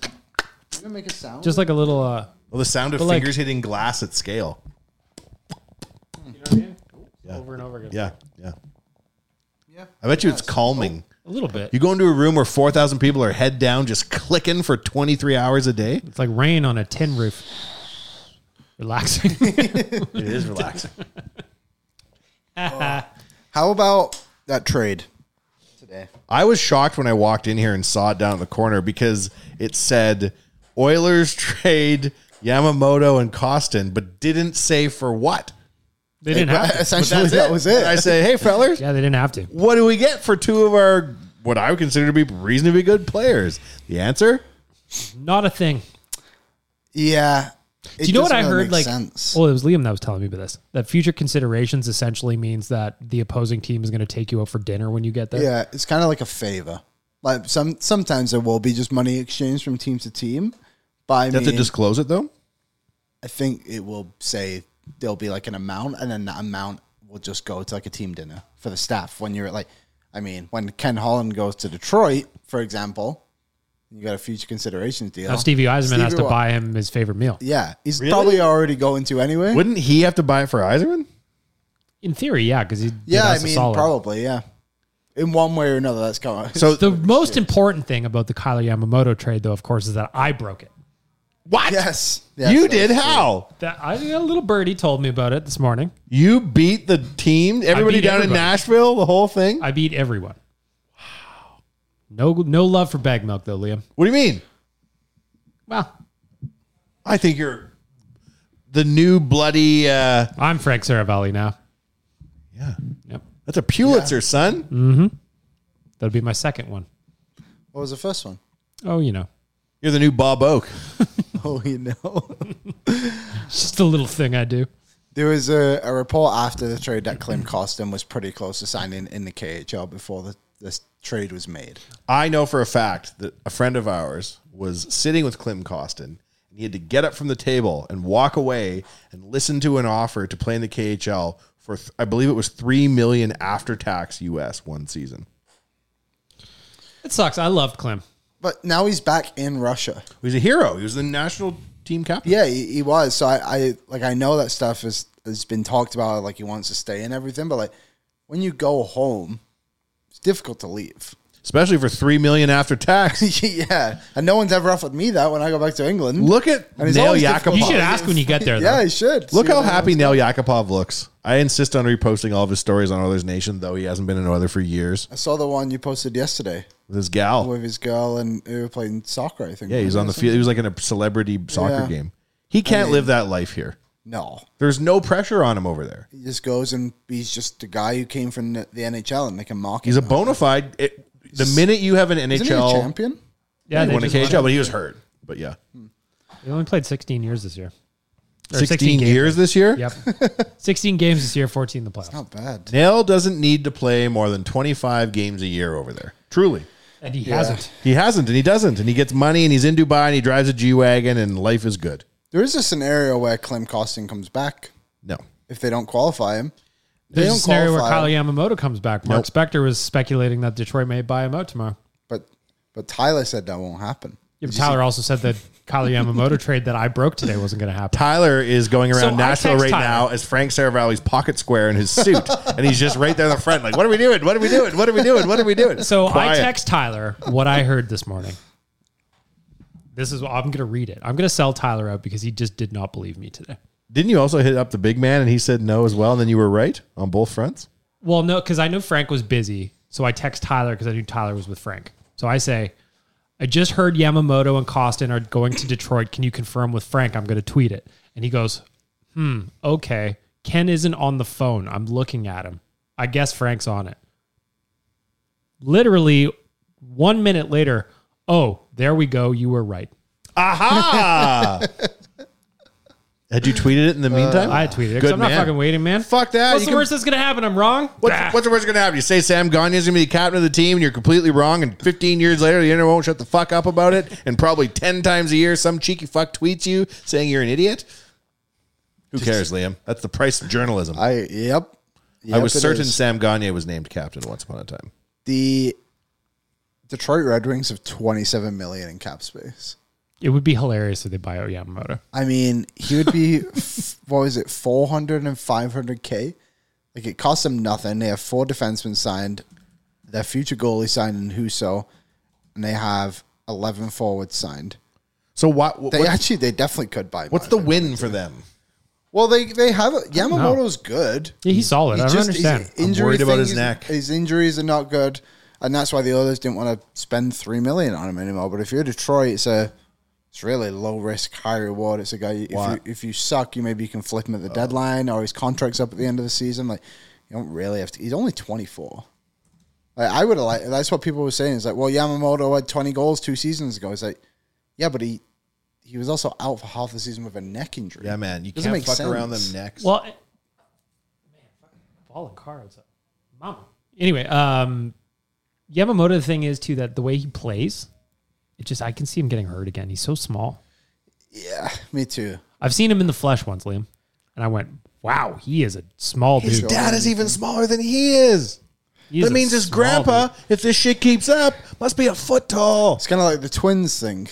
[SPEAKER 7] Does it make a sound?
[SPEAKER 6] Oh, Just like a little. uh
[SPEAKER 5] Well, the sound of
[SPEAKER 6] But like-
[SPEAKER 5] fingers hitting glass at scale.
[SPEAKER 6] Over and over again.
[SPEAKER 5] Yeah. Yeah. Yeah. I bet you it's calming.
[SPEAKER 6] A little bit.
[SPEAKER 5] You go into a room where 4,000 people are head down just clicking for 23 hours a day.
[SPEAKER 6] It's like rain on a tin roof. Relaxing.
[SPEAKER 5] It is relaxing.
[SPEAKER 7] How about that trade today?
[SPEAKER 5] I was shocked when I walked in here and saw it down in the corner because it said Oilers trade Yamamoto and Costin, but didn't say for what.
[SPEAKER 6] they didn't have. To.
[SPEAKER 7] Uh, Essentially, that was it.
[SPEAKER 5] And I say, hey, fellas,
[SPEAKER 6] Yeah, they didn't have to.
[SPEAKER 5] what do we get for two of our, what I would consider to be reasonably good players? The answer?
[SPEAKER 6] Not a thing.
[SPEAKER 7] Yeah.
[SPEAKER 6] Do you know what I heard? Like, well, it was Liam that was telling me about this. That future considerations essentially means that the opposing team is going to take you out for dinner when you get there.
[SPEAKER 7] yeah, it's kind of like a favor. Like some sometimes there will be just money exchanged from team to team. But I
[SPEAKER 5] You have
[SPEAKER 7] mean,
[SPEAKER 5] to disclose it, though?
[SPEAKER 7] I think it will say there'll be like an amount, and then that amount will just go to like a team dinner for the staff. When you're at like, I mean, when Ken Holland goes to Detroit, for example, you got a future considerations deal.
[SPEAKER 6] Now Stevie Eisman has
[SPEAKER 7] Stevie
[SPEAKER 6] to
[SPEAKER 7] Wa-
[SPEAKER 6] buy him his favorite meal.
[SPEAKER 7] Yeah, he's probably already going to anyway.
[SPEAKER 5] Wouldn't he have to buy it for Iserman?
[SPEAKER 6] In theory, yeah, because he
[SPEAKER 7] yeah, I
[SPEAKER 6] that's a
[SPEAKER 7] mean,
[SPEAKER 6] solid.
[SPEAKER 7] probably yeah. In one way or another, that's going.
[SPEAKER 5] So,
[SPEAKER 6] The most important thing about the Kyler Yamamoto trade, though, of course, is that I broke it.
[SPEAKER 5] what?
[SPEAKER 7] yes, yes,
[SPEAKER 5] you
[SPEAKER 7] that's
[SPEAKER 5] did?
[SPEAKER 7] true.
[SPEAKER 5] How?
[SPEAKER 6] That I a little birdie told me about it this morning.
[SPEAKER 5] You beat the team, everybody
[SPEAKER 6] beat
[SPEAKER 5] down in
[SPEAKER 6] everybody.
[SPEAKER 5] Nashville, the whole thing?
[SPEAKER 6] I beat everyone. No, no love for bag milk though, Liam.
[SPEAKER 5] what do you mean?
[SPEAKER 6] Well,
[SPEAKER 5] I think you're the new bloody. Uh,
[SPEAKER 6] I'm Frank Saravalli now.
[SPEAKER 5] yeah,
[SPEAKER 6] Yep,
[SPEAKER 5] that's a Pulitzer, son.
[SPEAKER 6] that'll be my second one.
[SPEAKER 7] What was the first one?
[SPEAKER 6] Oh, you know,
[SPEAKER 5] You're the new Bob Oak.
[SPEAKER 7] Oh, you know.
[SPEAKER 6] it's just a little thing I do.
[SPEAKER 7] There was a, a report after the trade that Clem Costin was pretty close to signing in the KHL before the this trade was made.
[SPEAKER 5] I know for a fact that a friend of ours was sitting with Clem Costin and he had to get up from the table and walk away and listen to an offer to play in the KHL for th- I believe it was 3 million after tax US one season.
[SPEAKER 6] It sucks. I loved Clem.
[SPEAKER 7] But now he's back in Russia.
[SPEAKER 5] He's a hero. He was the national team captain.
[SPEAKER 7] Yeah, he, he was. So I, I like I know that stuff is has been talked about like he wants to stay and everything, but like when you go home, it's difficult to leave.
[SPEAKER 5] Especially for 3 million after tax.
[SPEAKER 7] yeah. And no one's ever offered me that when I go back to England.
[SPEAKER 5] Look at
[SPEAKER 7] And it's
[SPEAKER 5] Nail
[SPEAKER 7] always
[SPEAKER 5] Yakupov.
[SPEAKER 7] difficult.
[SPEAKER 6] You should ask when you get there. Though.
[SPEAKER 7] yeah, I should.
[SPEAKER 5] Look
[SPEAKER 7] See
[SPEAKER 5] how
[SPEAKER 7] what
[SPEAKER 5] happy
[SPEAKER 7] happens.
[SPEAKER 5] Nail Yakupov looks. I insist on reposting all of his stories on Oilers Nation, though he hasn't been an Oiler for years.
[SPEAKER 7] I saw the one you posted yesterday
[SPEAKER 5] With his gal.
[SPEAKER 7] with his girl and they were playing soccer, I think.
[SPEAKER 5] Yeah, he's
[SPEAKER 7] right,
[SPEAKER 5] on
[SPEAKER 7] or
[SPEAKER 5] the field. He was like in a celebrity soccer
[SPEAKER 7] Yeah.
[SPEAKER 5] game. He can't live that life here.
[SPEAKER 7] No.
[SPEAKER 5] There's no pressure on him over there.
[SPEAKER 7] He just goes and he's just a guy who came from the the NHL and they can mock
[SPEAKER 5] He's a
[SPEAKER 7] him.
[SPEAKER 5] bona fide. It, the minute you have an
[SPEAKER 7] Isn't he a
[SPEAKER 5] NHL,
[SPEAKER 7] champion?
[SPEAKER 6] Yeah,
[SPEAKER 5] he
[SPEAKER 6] they
[SPEAKER 5] won a
[SPEAKER 6] just
[SPEAKER 5] KHL,
[SPEAKER 6] won.
[SPEAKER 5] but he was hurt. But yeah,
[SPEAKER 6] They only played 16 years this year. Or
[SPEAKER 5] 16,
[SPEAKER 6] games.
[SPEAKER 5] years this year.
[SPEAKER 6] Yep. 16 games this year, 14 in the playoffs.
[SPEAKER 7] Not bad.
[SPEAKER 5] Nail doesn't need to play more than 25 games a year over there. Truly,
[SPEAKER 6] And he hasn't.
[SPEAKER 5] he hasn't, and he doesn't, and he gets money, and he's in Dubai, and he drives a G wagon, and life is good.
[SPEAKER 7] There is a scenario where Clem Costin comes back
[SPEAKER 5] No,
[SPEAKER 7] if they don't qualify him. They
[SPEAKER 6] There's a
[SPEAKER 7] don't
[SPEAKER 6] scenario where
[SPEAKER 7] qualify
[SPEAKER 6] Kyle
[SPEAKER 7] him,
[SPEAKER 6] Yamamoto comes back. Mark Spector was speculating that Detroit may buy him out tomorrow.
[SPEAKER 7] but but Tyler said that won't happen.
[SPEAKER 6] Yeah, but Tyler also said that Kyle Yamamoto trade that I broke today wasn't going to happen.
[SPEAKER 5] Tyler is going around
[SPEAKER 6] So I
[SPEAKER 5] Nashville
[SPEAKER 6] text
[SPEAKER 5] right
[SPEAKER 6] Tyler.
[SPEAKER 5] now as Frank Saravalli's pocket square in his suit, and he's just right there in the front, like, "What are we doing? What are we doing? What are we doing? What are we doing?"
[SPEAKER 6] So
[SPEAKER 5] Quiet.
[SPEAKER 6] I text Tyler what I heard this morning. This is I'm going to read it. I'm going to sell Tyler out because he just did not believe me today.
[SPEAKER 5] Didn't you also hit up the big man, and he said no as well, and then you were right on both fronts.
[SPEAKER 6] Well, no, because I knew Frank was busy, so I text Tyler because I knew Tyler was with Frank. So I say, I just heard Yamamoto and Costin are going to Detroit. Can you confirm with Frank? I'm going to tweet it. And he goes, Hmm, okay. Ken isn't on the phone. I'm looking at him. I guess Frank's on it. Literally one minute later, oh, there we go. You were right.
[SPEAKER 5] Aha! Had you tweeted it in the meantime?
[SPEAKER 6] I tweeted it. 'cause
[SPEAKER 5] Good
[SPEAKER 6] I'm not
[SPEAKER 5] man.
[SPEAKER 6] fucking waiting, man.
[SPEAKER 5] Fuck that.
[SPEAKER 6] What's
[SPEAKER 5] You
[SPEAKER 6] the
[SPEAKER 5] can-
[SPEAKER 6] worst that's going to happen? I'm wrong.
[SPEAKER 5] What's,
[SPEAKER 7] Ah.
[SPEAKER 6] Bah.
[SPEAKER 5] what's the worst going to happen? You say Sam Gagne's going to be captain of the team, and you're completely wrong. And 15 years later, the internet won't shut the fuck up about it. And probably 10 times a year, some cheeky fuck tweets you saying you're an idiot. Who cares, Liam? That's the price of journalism. I,
[SPEAKER 7] I yep. Yep,
[SPEAKER 5] was
[SPEAKER 7] it
[SPEAKER 5] certain
[SPEAKER 7] is.
[SPEAKER 5] Sam Gagne was named captain once upon a time.
[SPEAKER 7] the Detroit Red Wings have 27 million in cap space.
[SPEAKER 6] It would be hilarious if they buy out Yamamoto.
[SPEAKER 7] I mean, he would be f- what was it, 400 and 500k? Like it costs them nothing. They have four defensemen signed, their future goalie signed in Huso, and they have 11 forwards signed.
[SPEAKER 5] So what? what
[SPEAKER 7] They actually, they definitely could buy. him
[SPEAKER 5] what's
[SPEAKER 7] out.
[SPEAKER 5] the win for them?
[SPEAKER 7] Well, they they have Yamamoto's good.
[SPEAKER 6] Yeah, he's solid. I don't understand.
[SPEAKER 7] his injury
[SPEAKER 5] I'm worried about
[SPEAKER 7] thing
[SPEAKER 5] his
[SPEAKER 7] is-
[SPEAKER 5] neck.
[SPEAKER 7] His injuries are not good, and that's why the others didn't want to spend three million on him anymore. But if you're Detroit, it's a it's really low risk, high reward. It's a guy. If you,
[SPEAKER 5] Why?
[SPEAKER 7] if you suck, you maybe you can flip him at the deadline, or his contract's up at the end of the season. Like you don't really have to. He's only twenty four. Like I would have like that's what people were saying. It's like, well, Yamamoto had twenty goals two seasons ago. It's like, yeah, but he he was also out for half the season with a neck injury.
[SPEAKER 5] Yeah, man. You
[SPEAKER 7] Doesn't
[SPEAKER 5] can't
[SPEAKER 7] make
[SPEAKER 5] fuck around them
[SPEAKER 7] sense.
[SPEAKER 5] next.
[SPEAKER 6] Well, it- man, fucking ball and cards, mama. Anyway, um, Yamamoto. The thing is too that the way he plays, it just I can see him getting hurt again. He's so small.
[SPEAKER 7] Yeah, me too.
[SPEAKER 6] I've seen him in the flesh once, Liam, and I went, "Wow, he is a small
[SPEAKER 5] his
[SPEAKER 6] dude."
[SPEAKER 5] dad is even smaller than he is.
[SPEAKER 6] He is
[SPEAKER 5] that
[SPEAKER 6] a
[SPEAKER 5] means his
[SPEAKER 6] small
[SPEAKER 5] grandpa,
[SPEAKER 6] dude.
[SPEAKER 5] if this shit keeps up, must be a foot tall.
[SPEAKER 7] It's kind of like the twins thing.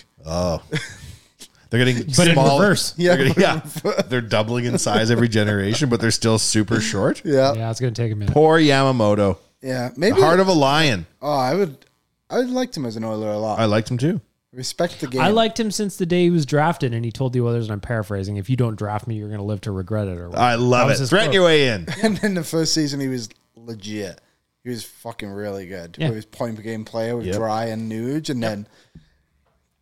[SPEAKER 5] They're getting
[SPEAKER 6] But in
[SPEAKER 5] smaller.
[SPEAKER 6] reverse.
[SPEAKER 5] Yeah, they're getting- yeah. They're doubling in size every generation, but they're still super short.
[SPEAKER 7] Yeah, yeah.
[SPEAKER 6] Yeah, it's gonna take a minute.
[SPEAKER 5] Poor Yamamoto, the
[SPEAKER 7] Maybe
[SPEAKER 5] heart of a lion.
[SPEAKER 7] Oh, I would. I would liked him as an Oiler a lot.
[SPEAKER 5] I liked him too.
[SPEAKER 7] Respect the game.
[SPEAKER 6] I liked him since the day he was drafted, and he told the others, and I'm paraphrasing, "If you don't draft me, you're gonna live to regret it." Or whatever.
[SPEAKER 5] I love it.
[SPEAKER 6] That was his
[SPEAKER 5] Threaten
[SPEAKER 6] quote.
[SPEAKER 5] your way in.
[SPEAKER 7] And then the first season, he was legit. He was fucking really good
[SPEAKER 6] Yeah.
[SPEAKER 7] with his point per game player with
[SPEAKER 5] Yep.
[SPEAKER 7] Dry and Nuge, and then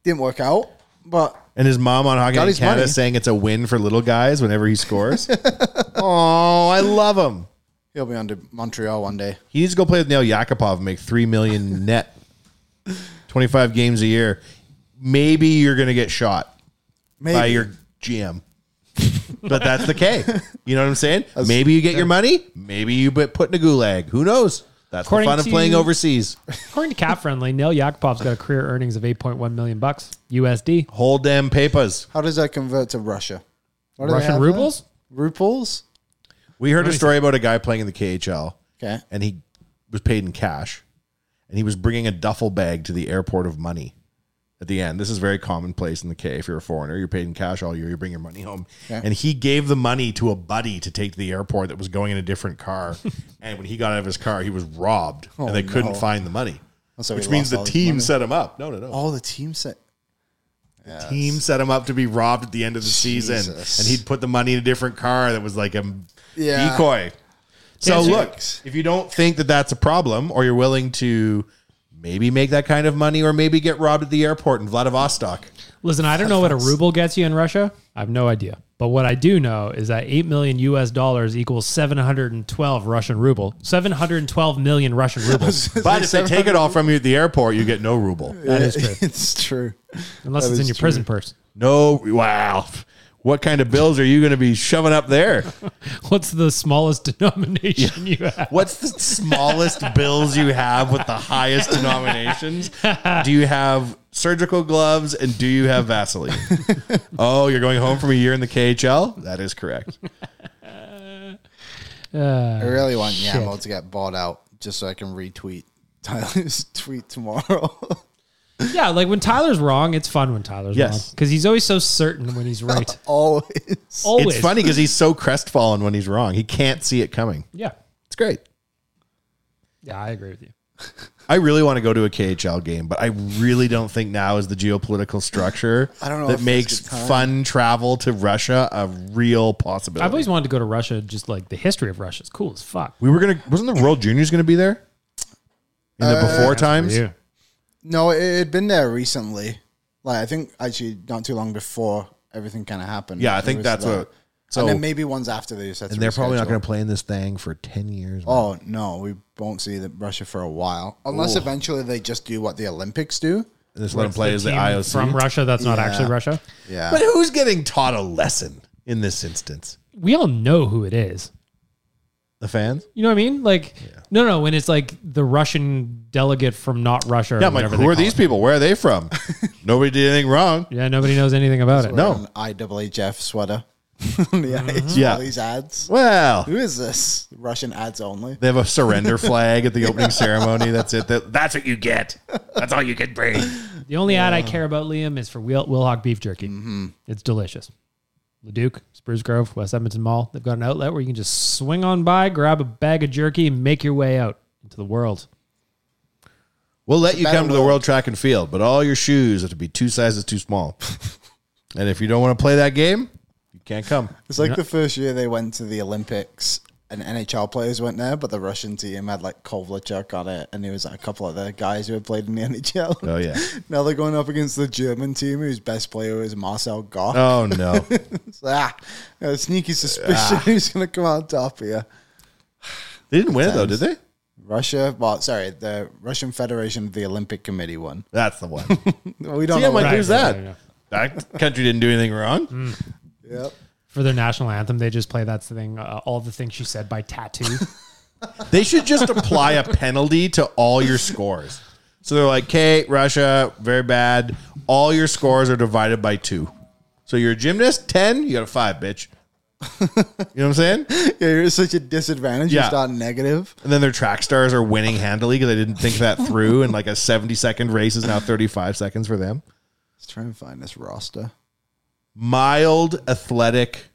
[SPEAKER 7] didn't work out. But
[SPEAKER 5] And his mom on Hockey
[SPEAKER 7] Got
[SPEAKER 5] Night in
[SPEAKER 7] his
[SPEAKER 5] Canada
[SPEAKER 7] money.
[SPEAKER 5] saying it's a win for little guys whenever he scores. oh, I love him.
[SPEAKER 7] he'll be on to Montreal one day.
[SPEAKER 5] He needs to go play with Neil Yakupov and make three million net, twenty five games a year. Maybe you're gonna get shot.
[SPEAKER 7] Maybe.
[SPEAKER 5] by your GM. but that's the K. You know what I'm saying? maybe you get your money. Maybe you get put in a gulag. Who knows? That's the fun of playing overseas.
[SPEAKER 6] According to Cat Friendly, Neil Yakupov's got a career earnings of 8.1 million bucks USD.
[SPEAKER 5] Whole damn papers.
[SPEAKER 7] How does that convert to Russia? What do they
[SPEAKER 6] Russian
[SPEAKER 7] have
[SPEAKER 6] rubles?
[SPEAKER 7] there? Ruples?
[SPEAKER 5] We heard
[SPEAKER 7] Let
[SPEAKER 5] a
[SPEAKER 7] me
[SPEAKER 5] story about a guy playing in the KHL.
[SPEAKER 7] Okay.
[SPEAKER 5] And he was paid in cash. And he was bringing a duffel bag to the airport of money at the end. This is very commonplace in the K. If you're a foreigner, you're paid in cash all year, you bring your money home.
[SPEAKER 7] Okay.
[SPEAKER 5] And he gave the money to a buddy to take to the airport that was going in a different car. and when he got out of his car, he was robbed
[SPEAKER 7] Oh,
[SPEAKER 5] and they
[SPEAKER 7] no.
[SPEAKER 5] couldn't find the money.
[SPEAKER 7] And so he
[SPEAKER 5] which means
[SPEAKER 7] lost
[SPEAKER 5] the
[SPEAKER 7] all his
[SPEAKER 5] team
[SPEAKER 7] money.
[SPEAKER 5] set him up. No, no, no.
[SPEAKER 7] Oh, the team set. Yes.
[SPEAKER 5] team set him up to be robbed at the end of the season,
[SPEAKER 7] Jesus.
[SPEAKER 5] and he'd put the money in a different car that was like a
[SPEAKER 7] Yeah.
[SPEAKER 5] decoy. So
[SPEAKER 7] That's
[SPEAKER 5] look,
[SPEAKER 7] right.
[SPEAKER 5] if you don't think that that's a problem, or you're willing to maybe make that kind of money, or maybe get robbed at the airport in Vladivostok,
[SPEAKER 6] Listen, I don't know what a ruble gets you in Russia. I have no idea. But what I do know is that 8 million US dollars equals 712 Russian ruble. 712 million Russian rubles.
[SPEAKER 5] but if they take it all from you at the airport, you get no ruble.
[SPEAKER 6] That is true.
[SPEAKER 7] It's true.
[SPEAKER 6] Unless
[SPEAKER 7] That
[SPEAKER 6] it's in
[SPEAKER 7] is
[SPEAKER 6] your
[SPEAKER 7] true.
[SPEAKER 6] prison purse.
[SPEAKER 5] No, wow. What kind of bills are you going to be shoving up there?
[SPEAKER 6] What's the smallest denomination you have?
[SPEAKER 5] What's the smallest bills you have with the highest denominations? Do you have surgical gloves and do you have Vaseline? oh, you're going home from a year in the KHL? That is correct.
[SPEAKER 6] Uh,
[SPEAKER 7] I really want Yamo to get bought out just so I can retweet Tyler's tweet tomorrow.
[SPEAKER 6] Yeah, like when Tyler's wrong, it's fun when Tyler's
[SPEAKER 5] Yes.
[SPEAKER 6] wrong. Because he's always so certain when he's right.
[SPEAKER 7] Always.
[SPEAKER 6] Always.
[SPEAKER 5] It's funny because he's so crestfallen when he's wrong. He can't see it coming.
[SPEAKER 6] Yeah.
[SPEAKER 5] It's great.
[SPEAKER 6] Yeah, I agree with you.
[SPEAKER 5] I really want to go to a KHL game, but I really don't think now is the geopolitical structure
[SPEAKER 7] I don't know if
[SPEAKER 5] that
[SPEAKER 7] it's
[SPEAKER 5] makes
[SPEAKER 7] the time.
[SPEAKER 5] fun travel to Russia a real possibility.
[SPEAKER 6] I've always wanted to go to Russia, just like the history of Russia is cool as fuck.
[SPEAKER 5] we were gonna wasn't the World Juniors gonna be there in
[SPEAKER 7] Uh,
[SPEAKER 5] the before times?
[SPEAKER 6] Yeah.
[SPEAKER 7] No, it it had been there recently. Like I think actually not too long before everything kind of happened.
[SPEAKER 5] Yeah, I
[SPEAKER 7] It
[SPEAKER 5] think
[SPEAKER 7] was
[SPEAKER 5] that's
[SPEAKER 7] that.
[SPEAKER 5] what. So
[SPEAKER 7] and then maybe ones after they just had
[SPEAKER 5] and
[SPEAKER 7] to
[SPEAKER 5] they're probably not
[SPEAKER 7] reschedule.
[SPEAKER 5] going to play in this thing for ten years. man.
[SPEAKER 7] Oh no, we won't see the Russia for a while, unless eventually they just do what the Olympics do.
[SPEAKER 5] And just let them play as the
[SPEAKER 6] Team
[SPEAKER 5] IOC
[SPEAKER 6] From Russia, that's not actually
[SPEAKER 7] Yeah.
[SPEAKER 6] Russia.
[SPEAKER 7] Yeah,
[SPEAKER 5] But who's getting taught a lesson in this instance?
[SPEAKER 6] We all know who it is.
[SPEAKER 5] The fans.
[SPEAKER 6] You know what I mean? Like, no, no, when it's like the Russian delegate from not Russia. Or
[SPEAKER 5] Yeah, I'm like,
[SPEAKER 6] whatever
[SPEAKER 5] who
[SPEAKER 6] they
[SPEAKER 5] are
[SPEAKER 6] call
[SPEAKER 5] these
[SPEAKER 6] it.
[SPEAKER 5] people? Where are they from? Nobody did anything wrong.
[SPEAKER 6] Yeah, nobody knows anything about it.
[SPEAKER 5] No.
[SPEAKER 7] an IWHF sweater on the ice.
[SPEAKER 5] Yeah.
[SPEAKER 7] all these ads.
[SPEAKER 5] Well,
[SPEAKER 7] Who is this? Russian ads only.
[SPEAKER 5] they have a surrender flag at the opening ceremony. That's it. That, that's what you get. That's all you can bring.
[SPEAKER 6] The only ad I care about, Liam, is for Wil- Wilhock beef jerky.
[SPEAKER 7] Mm-hmm.
[SPEAKER 6] It's delicious. Leduc, Spruce Grove, West Edmonton Mall. They've got an outlet where you can just swing on by, grab a bag of jerky, and make your way out into the world.
[SPEAKER 5] We'll let you come to the
[SPEAKER 7] world.
[SPEAKER 5] World Track and Field, but all your shoes have to be two sizes too small. and if you don't want to play that game, you can't come.
[SPEAKER 7] It's like the first year they went to the Olympics and NHL players went there, but the Russian team had like Kovlachuk on it, and there was a couple other guys who had played in the NHL.
[SPEAKER 5] Oh yeah.
[SPEAKER 7] Now they're going up against the German team whose best player is Marcel Goff.
[SPEAKER 5] Oh no.
[SPEAKER 7] It's, ah, a sneaky suspicion who's going to come out top here.
[SPEAKER 5] They didn't win it though, did they?
[SPEAKER 7] Russia, well, sorry, the Russian Federation of the Olympic Committee won.
[SPEAKER 5] That's the one.
[SPEAKER 7] We don't
[SPEAKER 5] See, I'm
[SPEAKER 7] know. what-
[SPEAKER 5] like, who's
[SPEAKER 6] right,
[SPEAKER 5] that?
[SPEAKER 6] right, right.
[SPEAKER 5] That country didn't do anything wrong.
[SPEAKER 7] Yep.
[SPEAKER 6] For their national anthem, they just play that thing, uh, all the things she said by tattoo.
[SPEAKER 5] They should just apply a penalty to all your scores. So they're like, okay, Russia, very bad. All your scores are divided by two. So you're a gymnast, 10, you got a five, bitch. You know what I'm saying?
[SPEAKER 7] Yeah, you're at such a disadvantage.
[SPEAKER 5] Yeah.
[SPEAKER 7] You start negative.
[SPEAKER 5] And then their track stars are winning handily because they didn't think that through. And like a 70 second race is now 35 seconds for them.
[SPEAKER 7] Let's try and find this roster.
[SPEAKER 5] mild athletic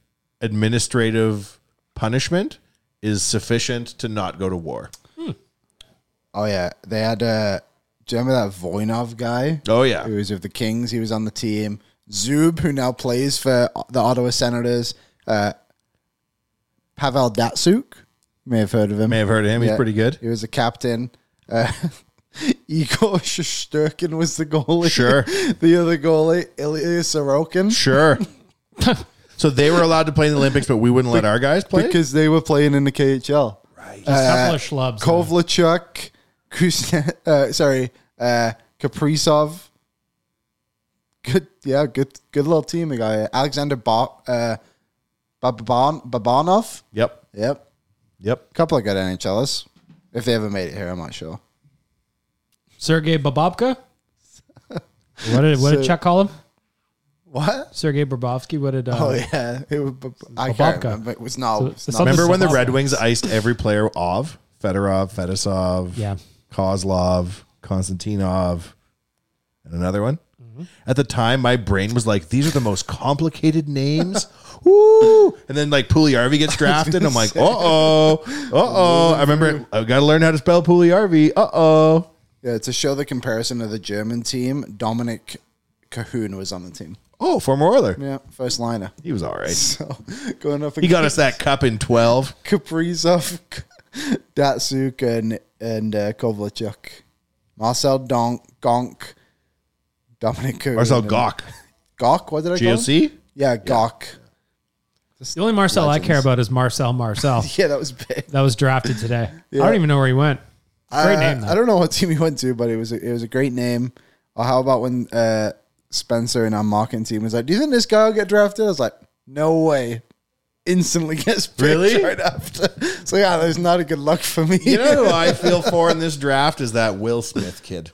[SPEAKER 5] administrative punishment is sufficient to not go to war.
[SPEAKER 7] Hmm. Oh yeah, they had. Uh, do you remember that Voinov guy?
[SPEAKER 5] Oh, yeah.
[SPEAKER 7] who was with the Kings. He was on the team. Zub, who now plays for the Ottawa Senators. Uh, Pavel Datsuk, may have heard of him.
[SPEAKER 5] May have heard of him. He's
[SPEAKER 7] Yeah.
[SPEAKER 5] pretty good.
[SPEAKER 7] He was a captain. Uh, Igor Shosturkin was the goalie.
[SPEAKER 5] Sure.
[SPEAKER 7] the other goalie, Ilya Sorokin.
[SPEAKER 5] Sure. so they were allowed to play in the Olympics, but we wouldn't let our guys play.
[SPEAKER 7] Because they were playing in the KHL.
[SPEAKER 6] Just a
[SPEAKER 7] Uh,
[SPEAKER 6] couple of schlubs.
[SPEAKER 7] Kovlachuk, Kuzne, uh, sorry, uh, Kaprizov. Good, yeah, good, good little team. We got uh, Alexander ba- uh, Baban Babanov.
[SPEAKER 5] yep.
[SPEAKER 7] Yep,
[SPEAKER 5] Yep.
[SPEAKER 7] couple of good NHLers. If they ever made it here, I'm not sure.
[SPEAKER 6] Sergey Bababka. What did what did
[SPEAKER 7] So-
[SPEAKER 6] Chuck call him?
[SPEAKER 7] What?
[SPEAKER 6] Sergey Babovsky? What did? Uh,
[SPEAKER 7] oh yeah, it was, I can't
[SPEAKER 6] Bababka.
[SPEAKER 7] remember. Uh, It was not.
[SPEAKER 6] So-
[SPEAKER 7] it's
[SPEAKER 6] so
[SPEAKER 7] not-
[SPEAKER 5] Remember when the
[SPEAKER 6] Slobodka.
[SPEAKER 5] Red Wings iced every player of Fedorov, Fedosov,
[SPEAKER 6] Yeah.
[SPEAKER 5] Kozlov, Konstantinov, and another one? At the time, my brain was like, these are the most complicated names. Woo! And then like Puliarvi gets drafted. and I'm like, uh oh, uh oh. I remember it, I've got to learn how to spell Puliarvi. Uh oh.
[SPEAKER 7] Yeah, to show the comparison of the German team, Dominic Cahoon was on the team.
[SPEAKER 5] Oh, former Oiler.
[SPEAKER 7] Yeah, first liner.
[SPEAKER 5] He was all right.
[SPEAKER 7] So going up.
[SPEAKER 5] He got us that cup in 12.
[SPEAKER 7] Kaprizov, Datsuk, and and uh, Kovalchuk, Marcel Donk, Gonk, Dominic Cahoon,
[SPEAKER 5] Marcel
[SPEAKER 7] and-
[SPEAKER 5] Gawk.
[SPEAKER 7] Gawk, what did I call him?
[SPEAKER 5] GOC?
[SPEAKER 7] Yeah, Gawk.
[SPEAKER 6] The only Marcel I care
[SPEAKER 7] Legends.
[SPEAKER 6] about is Marcel Marcel.
[SPEAKER 7] Yeah, that was big.
[SPEAKER 6] that was drafted today. I don't even know where he went. Great
[SPEAKER 7] Uh,
[SPEAKER 6] name though.
[SPEAKER 7] I don't know what team he went to, but it was a, it was a great name. Or how about when uh, Spencer in our marketing team was like, "Do you think this guy will get drafted?" I was like, "No way." Instantly gets picked
[SPEAKER 5] Really?
[SPEAKER 7] right after. So yeah, there's not a good luck for me.
[SPEAKER 5] You know who I feel for in this draft is that Will Smith kid.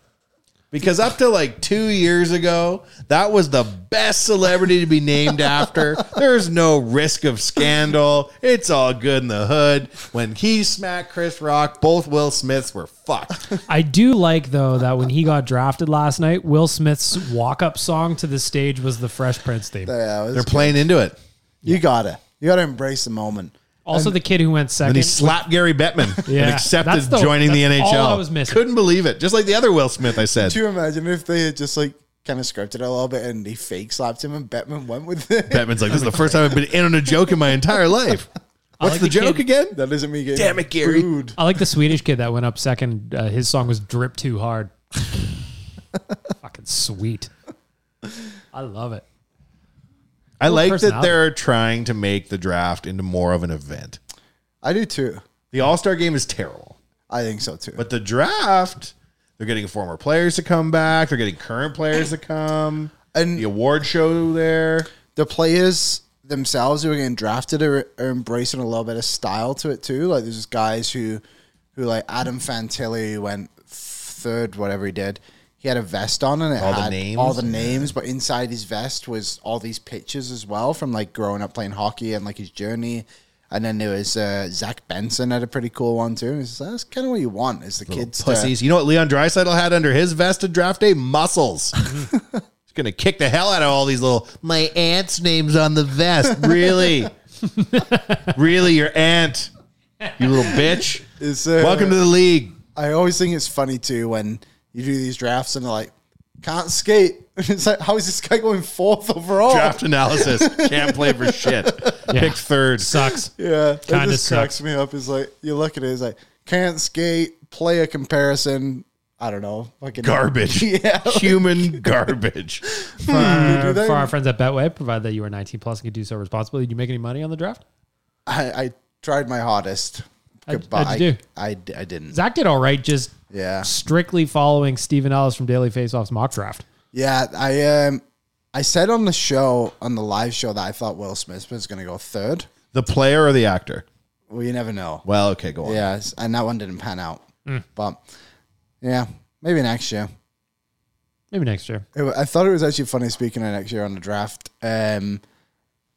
[SPEAKER 5] Because up to like two years ago, that was the best celebrity to be named after. There's no risk of scandal. It's all good in the hood. When he smacked Chris Rock, both Will Smiths were fucked.
[SPEAKER 6] I do like though that when he got drafted last night, Will Smith's walk-up song to the stage was the Fresh Prince theme.
[SPEAKER 7] Yeah, it was-
[SPEAKER 5] They're playing into it.
[SPEAKER 7] you gotta you gotta embrace the moment.
[SPEAKER 6] Also, the kid who went
[SPEAKER 5] And
[SPEAKER 6] second.
[SPEAKER 5] he slapped Gary Bettman
[SPEAKER 6] Yeah.
[SPEAKER 5] and accepted
[SPEAKER 6] That's the-
[SPEAKER 5] joining the
[SPEAKER 6] that's
[SPEAKER 5] NHL.
[SPEAKER 6] all I was missing.
[SPEAKER 5] Couldn't believe it. Just like the other Will Smith, I said.
[SPEAKER 7] Do you imagine if they had just like kind of scripted it a little bit and he fake slapped him and Bettman went with it?
[SPEAKER 5] Bettman's like, this is the first time I've been in on a joke in my entire life. What's
[SPEAKER 6] like
[SPEAKER 5] the,
[SPEAKER 6] the
[SPEAKER 5] joke
[SPEAKER 6] kid-
[SPEAKER 5] again?
[SPEAKER 7] That isn't me getting
[SPEAKER 5] Damn it, Gary.
[SPEAKER 7] booed.
[SPEAKER 6] I like the Swedish kid that went up second. Uh, his song was "Drip Too Hard." Fucking sweet. I love it.
[SPEAKER 5] I like that
[SPEAKER 6] personality.
[SPEAKER 5] they're trying to make the draft into more of an event.
[SPEAKER 7] I do too.
[SPEAKER 5] The All Star game is terrible,
[SPEAKER 7] I think so too.
[SPEAKER 5] but the draft, they're getting former players to come back, they're getting current players to come,
[SPEAKER 7] And-
[SPEAKER 5] the award show there.
[SPEAKER 7] the players themselves who are getting drafted are, are embracing a little bit of style to it too. Like there's just guys who, who like Adam Fantilli who went third, whatever he did. He had a vest on and it
[SPEAKER 5] All the
[SPEAKER 7] had
[SPEAKER 5] names?
[SPEAKER 7] all the names, but inside his vest was all these pictures as well from like growing up playing hockey and like his journey. And then there was uh, Zach Benson had a pretty cool one too. And it's like, that's kind of what you want is the kids. to-
[SPEAKER 5] Pussies. You know what Leon Dreisaitl had under his vest at draft day? Muscles. He's gonna kick the hell out of all these little. My aunt's name's on the vest. Really, really, your aunt. You little bitch.
[SPEAKER 7] Is, uh,
[SPEAKER 5] Welcome to the league.
[SPEAKER 7] I always think it's funny too when you do these drafts and they're like, can't skate. It's like, how is this guy going fourth overall?
[SPEAKER 5] draft analysis. Can't play for shit. Picked third.
[SPEAKER 6] Sucks.
[SPEAKER 7] Yeah, that
[SPEAKER 6] Kinda
[SPEAKER 7] just cracks
[SPEAKER 6] sucks.
[SPEAKER 7] me up. Is like you look at it, it's like can't skate, play a comparison. I don't know, fucking
[SPEAKER 5] Garbage.
[SPEAKER 7] Yeah,
[SPEAKER 5] Human garbage.
[SPEAKER 6] For,
[SPEAKER 7] that?
[SPEAKER 6] for our friends at Betway, provided that you were 19 plus and could do so responsibly, did you make any money on the draft?
[SPEAKER 7] I, I tried my hardest.
[SPEAKER 6] How'd-
[SPEAKER 7] Goodbye.
[SPEAKER 6] how'd you do?
[SPEAKER 7] I, d- I didn't.
[SPEAKER 6] Zach did all right, just
[SPEAKER 7] Yeah.
[SPEAKER 6] strictly following Stephen Ellis from Daily Faceoff's mock draft.
[SPEAKER 7] Yeah, I um, I said on the show on the live show that I thought Will Smith was going to go third.
[SPEAKER 5] The player or the actor?
[SPEAKER 7] Well, you never know.
[SPEAKER 5] Well, okay, go on.
[SPEAKER 7] Yeah, s- and that one didn't pan out. But yeah, maybe next year.
[SPEAKER 6] Maybe next year.
[SPEAKER 7] It wa- I thought it was actually funny speaking of next year on the draft. Um,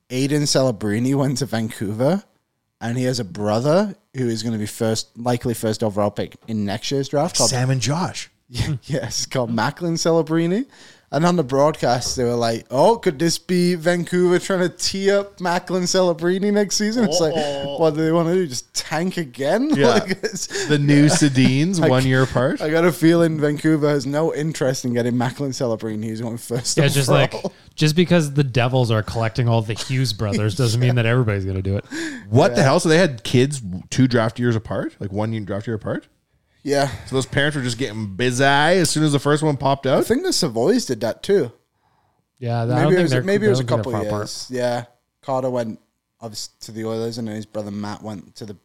[SPEAKER 7] Aiden Celebrini went to Vancouver, and he has a brother who is going to be first, likely first overall pick in next year's draft. Called,
[SPEAKER 5] Sam and Josh.
[SPEAKER 7] yes, called Macklin Celebrini. And on the broadcast, they were like, "Oh, could this be Vancouver trying to tee up Macklin Celebrini next season?" It's
[SPEAKER 5] Uh-oh.
[SPEAKER 7] like, what do they want to do? Just tank again?
[SPEAKER 5] Yeah.
[SPEAKER 7] Like, it's-
[SPEAKER 5] The new Sedines, one year apart.
[SPEAKER 7] I got a feeling Vancouver has no interest in getting Macklin Celebrini. He's going first.
[SPEAKER 6] Yeah, it's just like
[SPEAKER 7] overall.
[SPEAKER 6] just because the Devils are collecting all the Hughes brothers doesn't mean that everybody's going to do it.
[SPEAKER 5] What the hell? So they had kids two draft years apart? Like one year draft year apart?
[SPEAKER 7] yeah.
[SPEAKER 5] So those parents were just getting busy as soon as the first one popped out?
[SPEAKER 7] I think the Savoys did that too.
[SPEAKER 6] Yeah, I don't
[SPEAKER 7] Maybe it
[SPEAKER 6] think
[SPEAKER 7] was,
[SPEAKER 6] they're-
[SPEAKER 7] maybe it was
[SPEAKER 6] I
[SPEAKER 7] a
[SPEAKER 6] don't think
[SPEAKER 7] couple
[SPEAKER 6] they're
[SPEAKER 7] of
[SPEAKER 6] far apart.
[SPEAKER 7] years. Yeah, Carter went obviously to the Oilers, and then his brother Matt went to the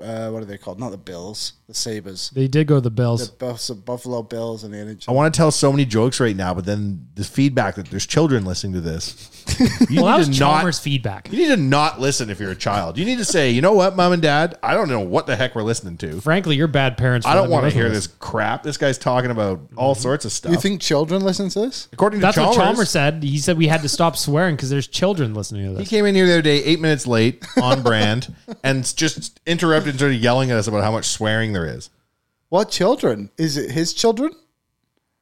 [SPEAKER 7] uh, what are they called? Not the Bills. the Sabres.
[SPEAKER 6] They did go to the Bills.
[SPEAKER 7] The Buffs- Buffalo Bills and the NHL.
[SPEAKER 5] I want to tell so many jokes right now, but then the feedback that there's children listening to this. You
[SPEAKER 6] well, that
[SPEAKER 5] need
[SPEAKER 6] was
[SPEAKER 5] to not-
[SPEAKER 6] Chalmers' feedback.
[SPEAKER 5] You need to not listen if you're a child. You need to say, you know what, mom and dad, I don't know what the heck we're listening to.
[SPEAKER 6] Frankly, you're bad parents. for
[SPEAKER 5] I don't
[SPEAKER 6] letting
[SPEAKER 5] want
[SPEAKER 6] me
[SPEAKER 5] to
[SPEAKER 6] listen
[SPEAKER 5] hear this crap. This guy's talking about all sorts of stuff.
[SPEAKER 7] You think children listen to this?
[SPEAKER 5] According to
[SPEAKER 6] Mm-hmm. That's
[SPEAKER 5] Chalmers,
[SPEAKER 6] what Chalmers said. He said we had to stop swearing because there's children listening to
[SPEAKER 5] he
[SPEAKER 6] this.
[SPEAKER 5] came in here the other day, eight minutes late, on brand, and just interrupted and started yelling at us about how much swearing there is.
[SPEAKER 7] What children? Is it his children?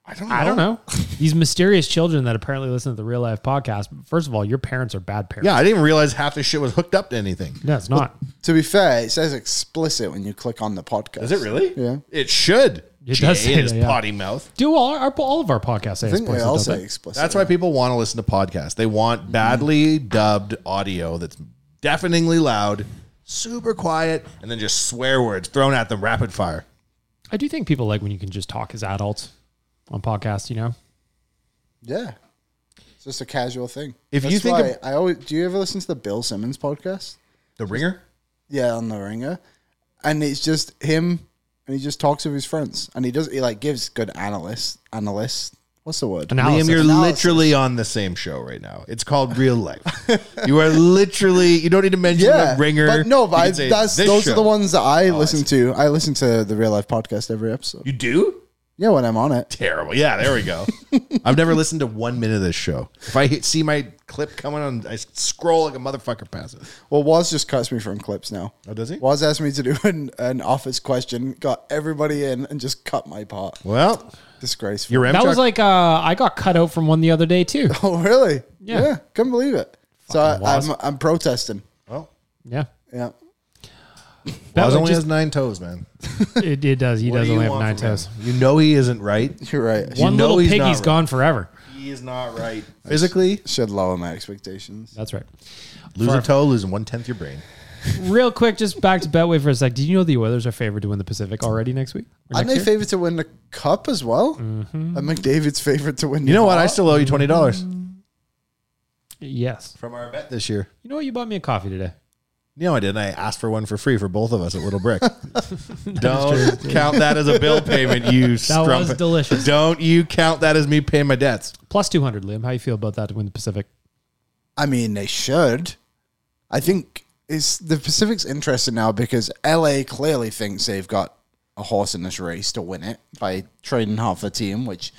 [SPEAKER 5] I don't know.
[SPEAKER 6] I don't know. These mysterious children that apparently listen to the real life podcast. First of all, your parents are bad parents.
[SPEAKER 5] Yeah, I didn't even realize half this shit was hooked up to anything.
[SPEAKER 6] No, it's not.
[SPEAKER 7] To be fair, it says explicit when you click on the podcast.
[SPEAKER 5] Is it really?
[SPEAKER 7] Yeah.
[SPEAKER 5] It should.
[SPEAKER 6] It does say
[SPEAKER 5] in his
[SPEAKER 6] that, yeah.
[SPEAKER 5] potty mouth.
[SPEAKER 6] Do all our all of our podcasts say
[SPEAKER 7] I think we
[SPEAKER 6] explicit,
[SPEAKER 7] all
[SPEAKER 6] don't
[SPEAKER 7] say
[SPEAKER 6] they?
[SPEAKER 7] explicit.
[SPEAKER 5] That's why people want to listen to podcasts. They
[SPEAKER 7] Mm-hmm.
[SPEAKER 5] want badly dubbed audio that's deafeningly loud, super quiet, and then just swear words thrown at them rapid fire.
[SPEAKER 6] I do think people like when you can just talk as adults on podcasts. You know,
[SPEAKER 7] Yeah. It's just a casual thing.
[SPEAKER 5] If you
[SPEAKER 7] That's
[SPEAKER 5] think
[SPEAKER 7] why
[SPEAKER 5] ab-
[SPEAKER 7] I always do you ever listen to the Bill Simmons podcast?
[SPEAKER 5] The ringer?
[SPEAKER 7] Yeah, on the ringer. And it's just him and he just talks with his friends. And he does he like gives good analyst analyst. What's the word?
[SPEAKER 6] analysis.
[SPEAKER 5] Liam, you're
[SPEAKER 7] Analysis.
[SPEAKER 5] literally on the same show right now. It's called Real Life. you are literally, you don't need to mention
[SPEAKER 7] yeah,
[SPEAKER 5] the ringer.
[SPEAKER 7] But no,
[SPEAKER 5] You
[SPEAKER 7] but
[SPEAKER 5] can
[SPEAKER 7] I,
[SPEAKER 5] say
[SPEAKER 7] that's
[SPEAKER 5] this
[SPEAKER 7] those are
[SPEAKER 5] show.
[SPEAKER 7] the ones that I
[SPEAKER 5] Oh, I
[SPEAKER 7] listen
[SPEAKER 5] see.
[SPEAKER 7] to. I listen to the real life podcast every episode.
[SPEAKER 5] You do?
[SPEAKER 7] Yeah, when I'm on it.
[SPEAKER 5] Terrible. Yeah, there we go. I've never listened to one minute of this show. If I hit- see my clip coming on, I scroll like a motherfucker past it.
[SPEAKER 7] Well, Waz just cuts me from clips now.
[SPEAKER 5] Oh, does he?
[SPEAKER 7] Waz asked me to do an, an office question, got everybody in, and just cut my part.
[SPEAKER 5] Well,
[SPEAKER 7] Disgraceful.
[SPEAKER 5] your
[SPEAKER 6] that was like uh, I got cut out from one the other day too.
[SPEAKER 7] Oh, really?
[SPEAKER 6] Yeah.
[SPEAKER 7] couldn't believe it. So I,
[SPEAKER 6] wasp.
[SPEAKER 7] I'm, I'm protesting.
[SPEAKER 5] well,
[SPEAKER 6] Yeah,
[SPEAKER 7] Yeah.
[SPEAKER 6] That
[SPEAKER 5] Waz
[SPEAKER 6] was
[SPEAKER 5] only
[SPEAKER 6] just-
[SPEAKER 5] has nine toes, man.
[SPEAKER 6] it, it does. He
[SPEAKER 5] What
[SPEAKER 6] does
[SPEAKER 5] do you
[SPEAKER 6] only have
[SPEAKER 5] want
[SPEAKER 6] nine
[SPEAKER 5] from him?
[SPEAKER 6] toes.
[SPEAKER 5] You know he isn't right.
[SPEAKER 7] You're right. I
[SPEAKER 6] One
[SPEAKER 5] know
[SPEAKER 6] little
[SPEAKER 5] he's
[SPEAKER 6] piggy's
[SPEAKER 5] not right.
[SPEAKER 6] gone forever.
[SPEAKER 5] He is not right. Physically,
[SPEAKER 7] should lower my expectations.
[SPEAKER 6] That's right.
[SPEAKER 5] lose a toe, losing one tenth your brain.
[SPEAKER 6] Real quick, just back to Betway for a sec. Did you know the Oilers are favored to win the Pacific already next week? Or
[SPEAKER 7] Aren't
[SPEAKER 6] next
[SPEAKER 7] they
[SPEAKER 6] year?
[SPEAKER 7] favored to win the cup as well? Mm-hmm. And McDavid's favorite to win.
[SPEAKER 5] You
[SPEAKER 7] the
[SPEAKER 5] know what? I
[SPEAKER 7] cup?
[SPEAKER 5] still owe you twenty dollars
[SPEAKER 6] Yes.
[SPEAKER 5] from our bet this year.
[SPEAKER 6] You know what? You bought me a coffee today.
[SPEAKER 5] No, I didn't. I asked for one for free for both of us at Little Brick. Don't count that as a bill payment, you
[SPEAKER 6] That was
[SPEAKER 5] strumpet.
[SPEAKER 6] delicious.
[SPEAKER 5] Don't you count that as me paying my debts.
[SPEAKER 6] Plus 200, Liam. How you feel about that to win the Pacific?
[SPEAKER 7] I mean, they should. I think it's the Pacific's interested now because LA clearly thinks they've got a horse in this race to win it by trading half the team, which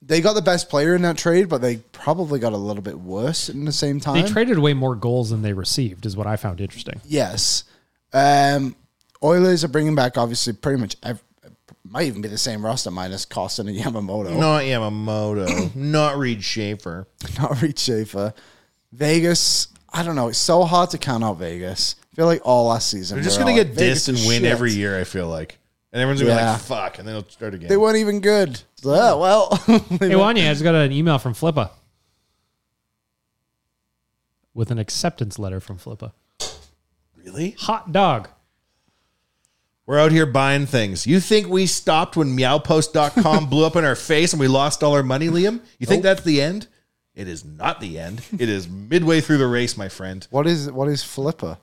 [SPEAKER 7] they got the best player in that trade, but they probably got a little bit worse in the same time.
[SPEAKER 6] They traded away more goals than they received, is what I found interesting.
[SPEAKER 7] Yes. Um, Oilers are bringing back obviously pretty much ev- might even be the same roster minus Costin and Yamamoto.
[SPEAKER 5] Not Yamamoto. not Reed Schaefer.
[SPEAKER 7] Not Reed Schaefer. Vegas. I don't know. It's so hard to count out Vegas. I feel like all last season
[SPEAKER 5] They're
[SPEAKER 7] we
[SPEAKER 5] just
[SPEAKER 7] were
[SPEAKER 5] going
[SPEAKER 7] all
[SPEAKER 5] to
[SPEAKER 7] like,
[SPEAKER 5] get dissed
[SPEAKER 7] Vegas
[SPEAKER 5] and
[SPEAKER 7] is
[SPEAKER 5] win
[SPEAKER 7] shit.
[SPEAKER 5] every year, I feel like. And everyone's going to
[SPEAKER 7] Yeah.
[SPEAKER 5] be like, fuck. And then they'll start again.
[SPEAKER 7] They weren't even good. Yeah, well,
[SPEAKER 6] Hey, Wanya, I just got an email from Flippa with an acceptance letter from Flippa.
[SPEAKER 5] really?
[SPEAKER 6] Hot dog.
[SPEAKER 5] We're out here buying things. You think we stopped when meowpost.com blew up in our face and we lost all our money, Liam? You think that's the end? It is not the end. It is midway through the race, my friend.
[SPEAKER 7] what is what is Flipper?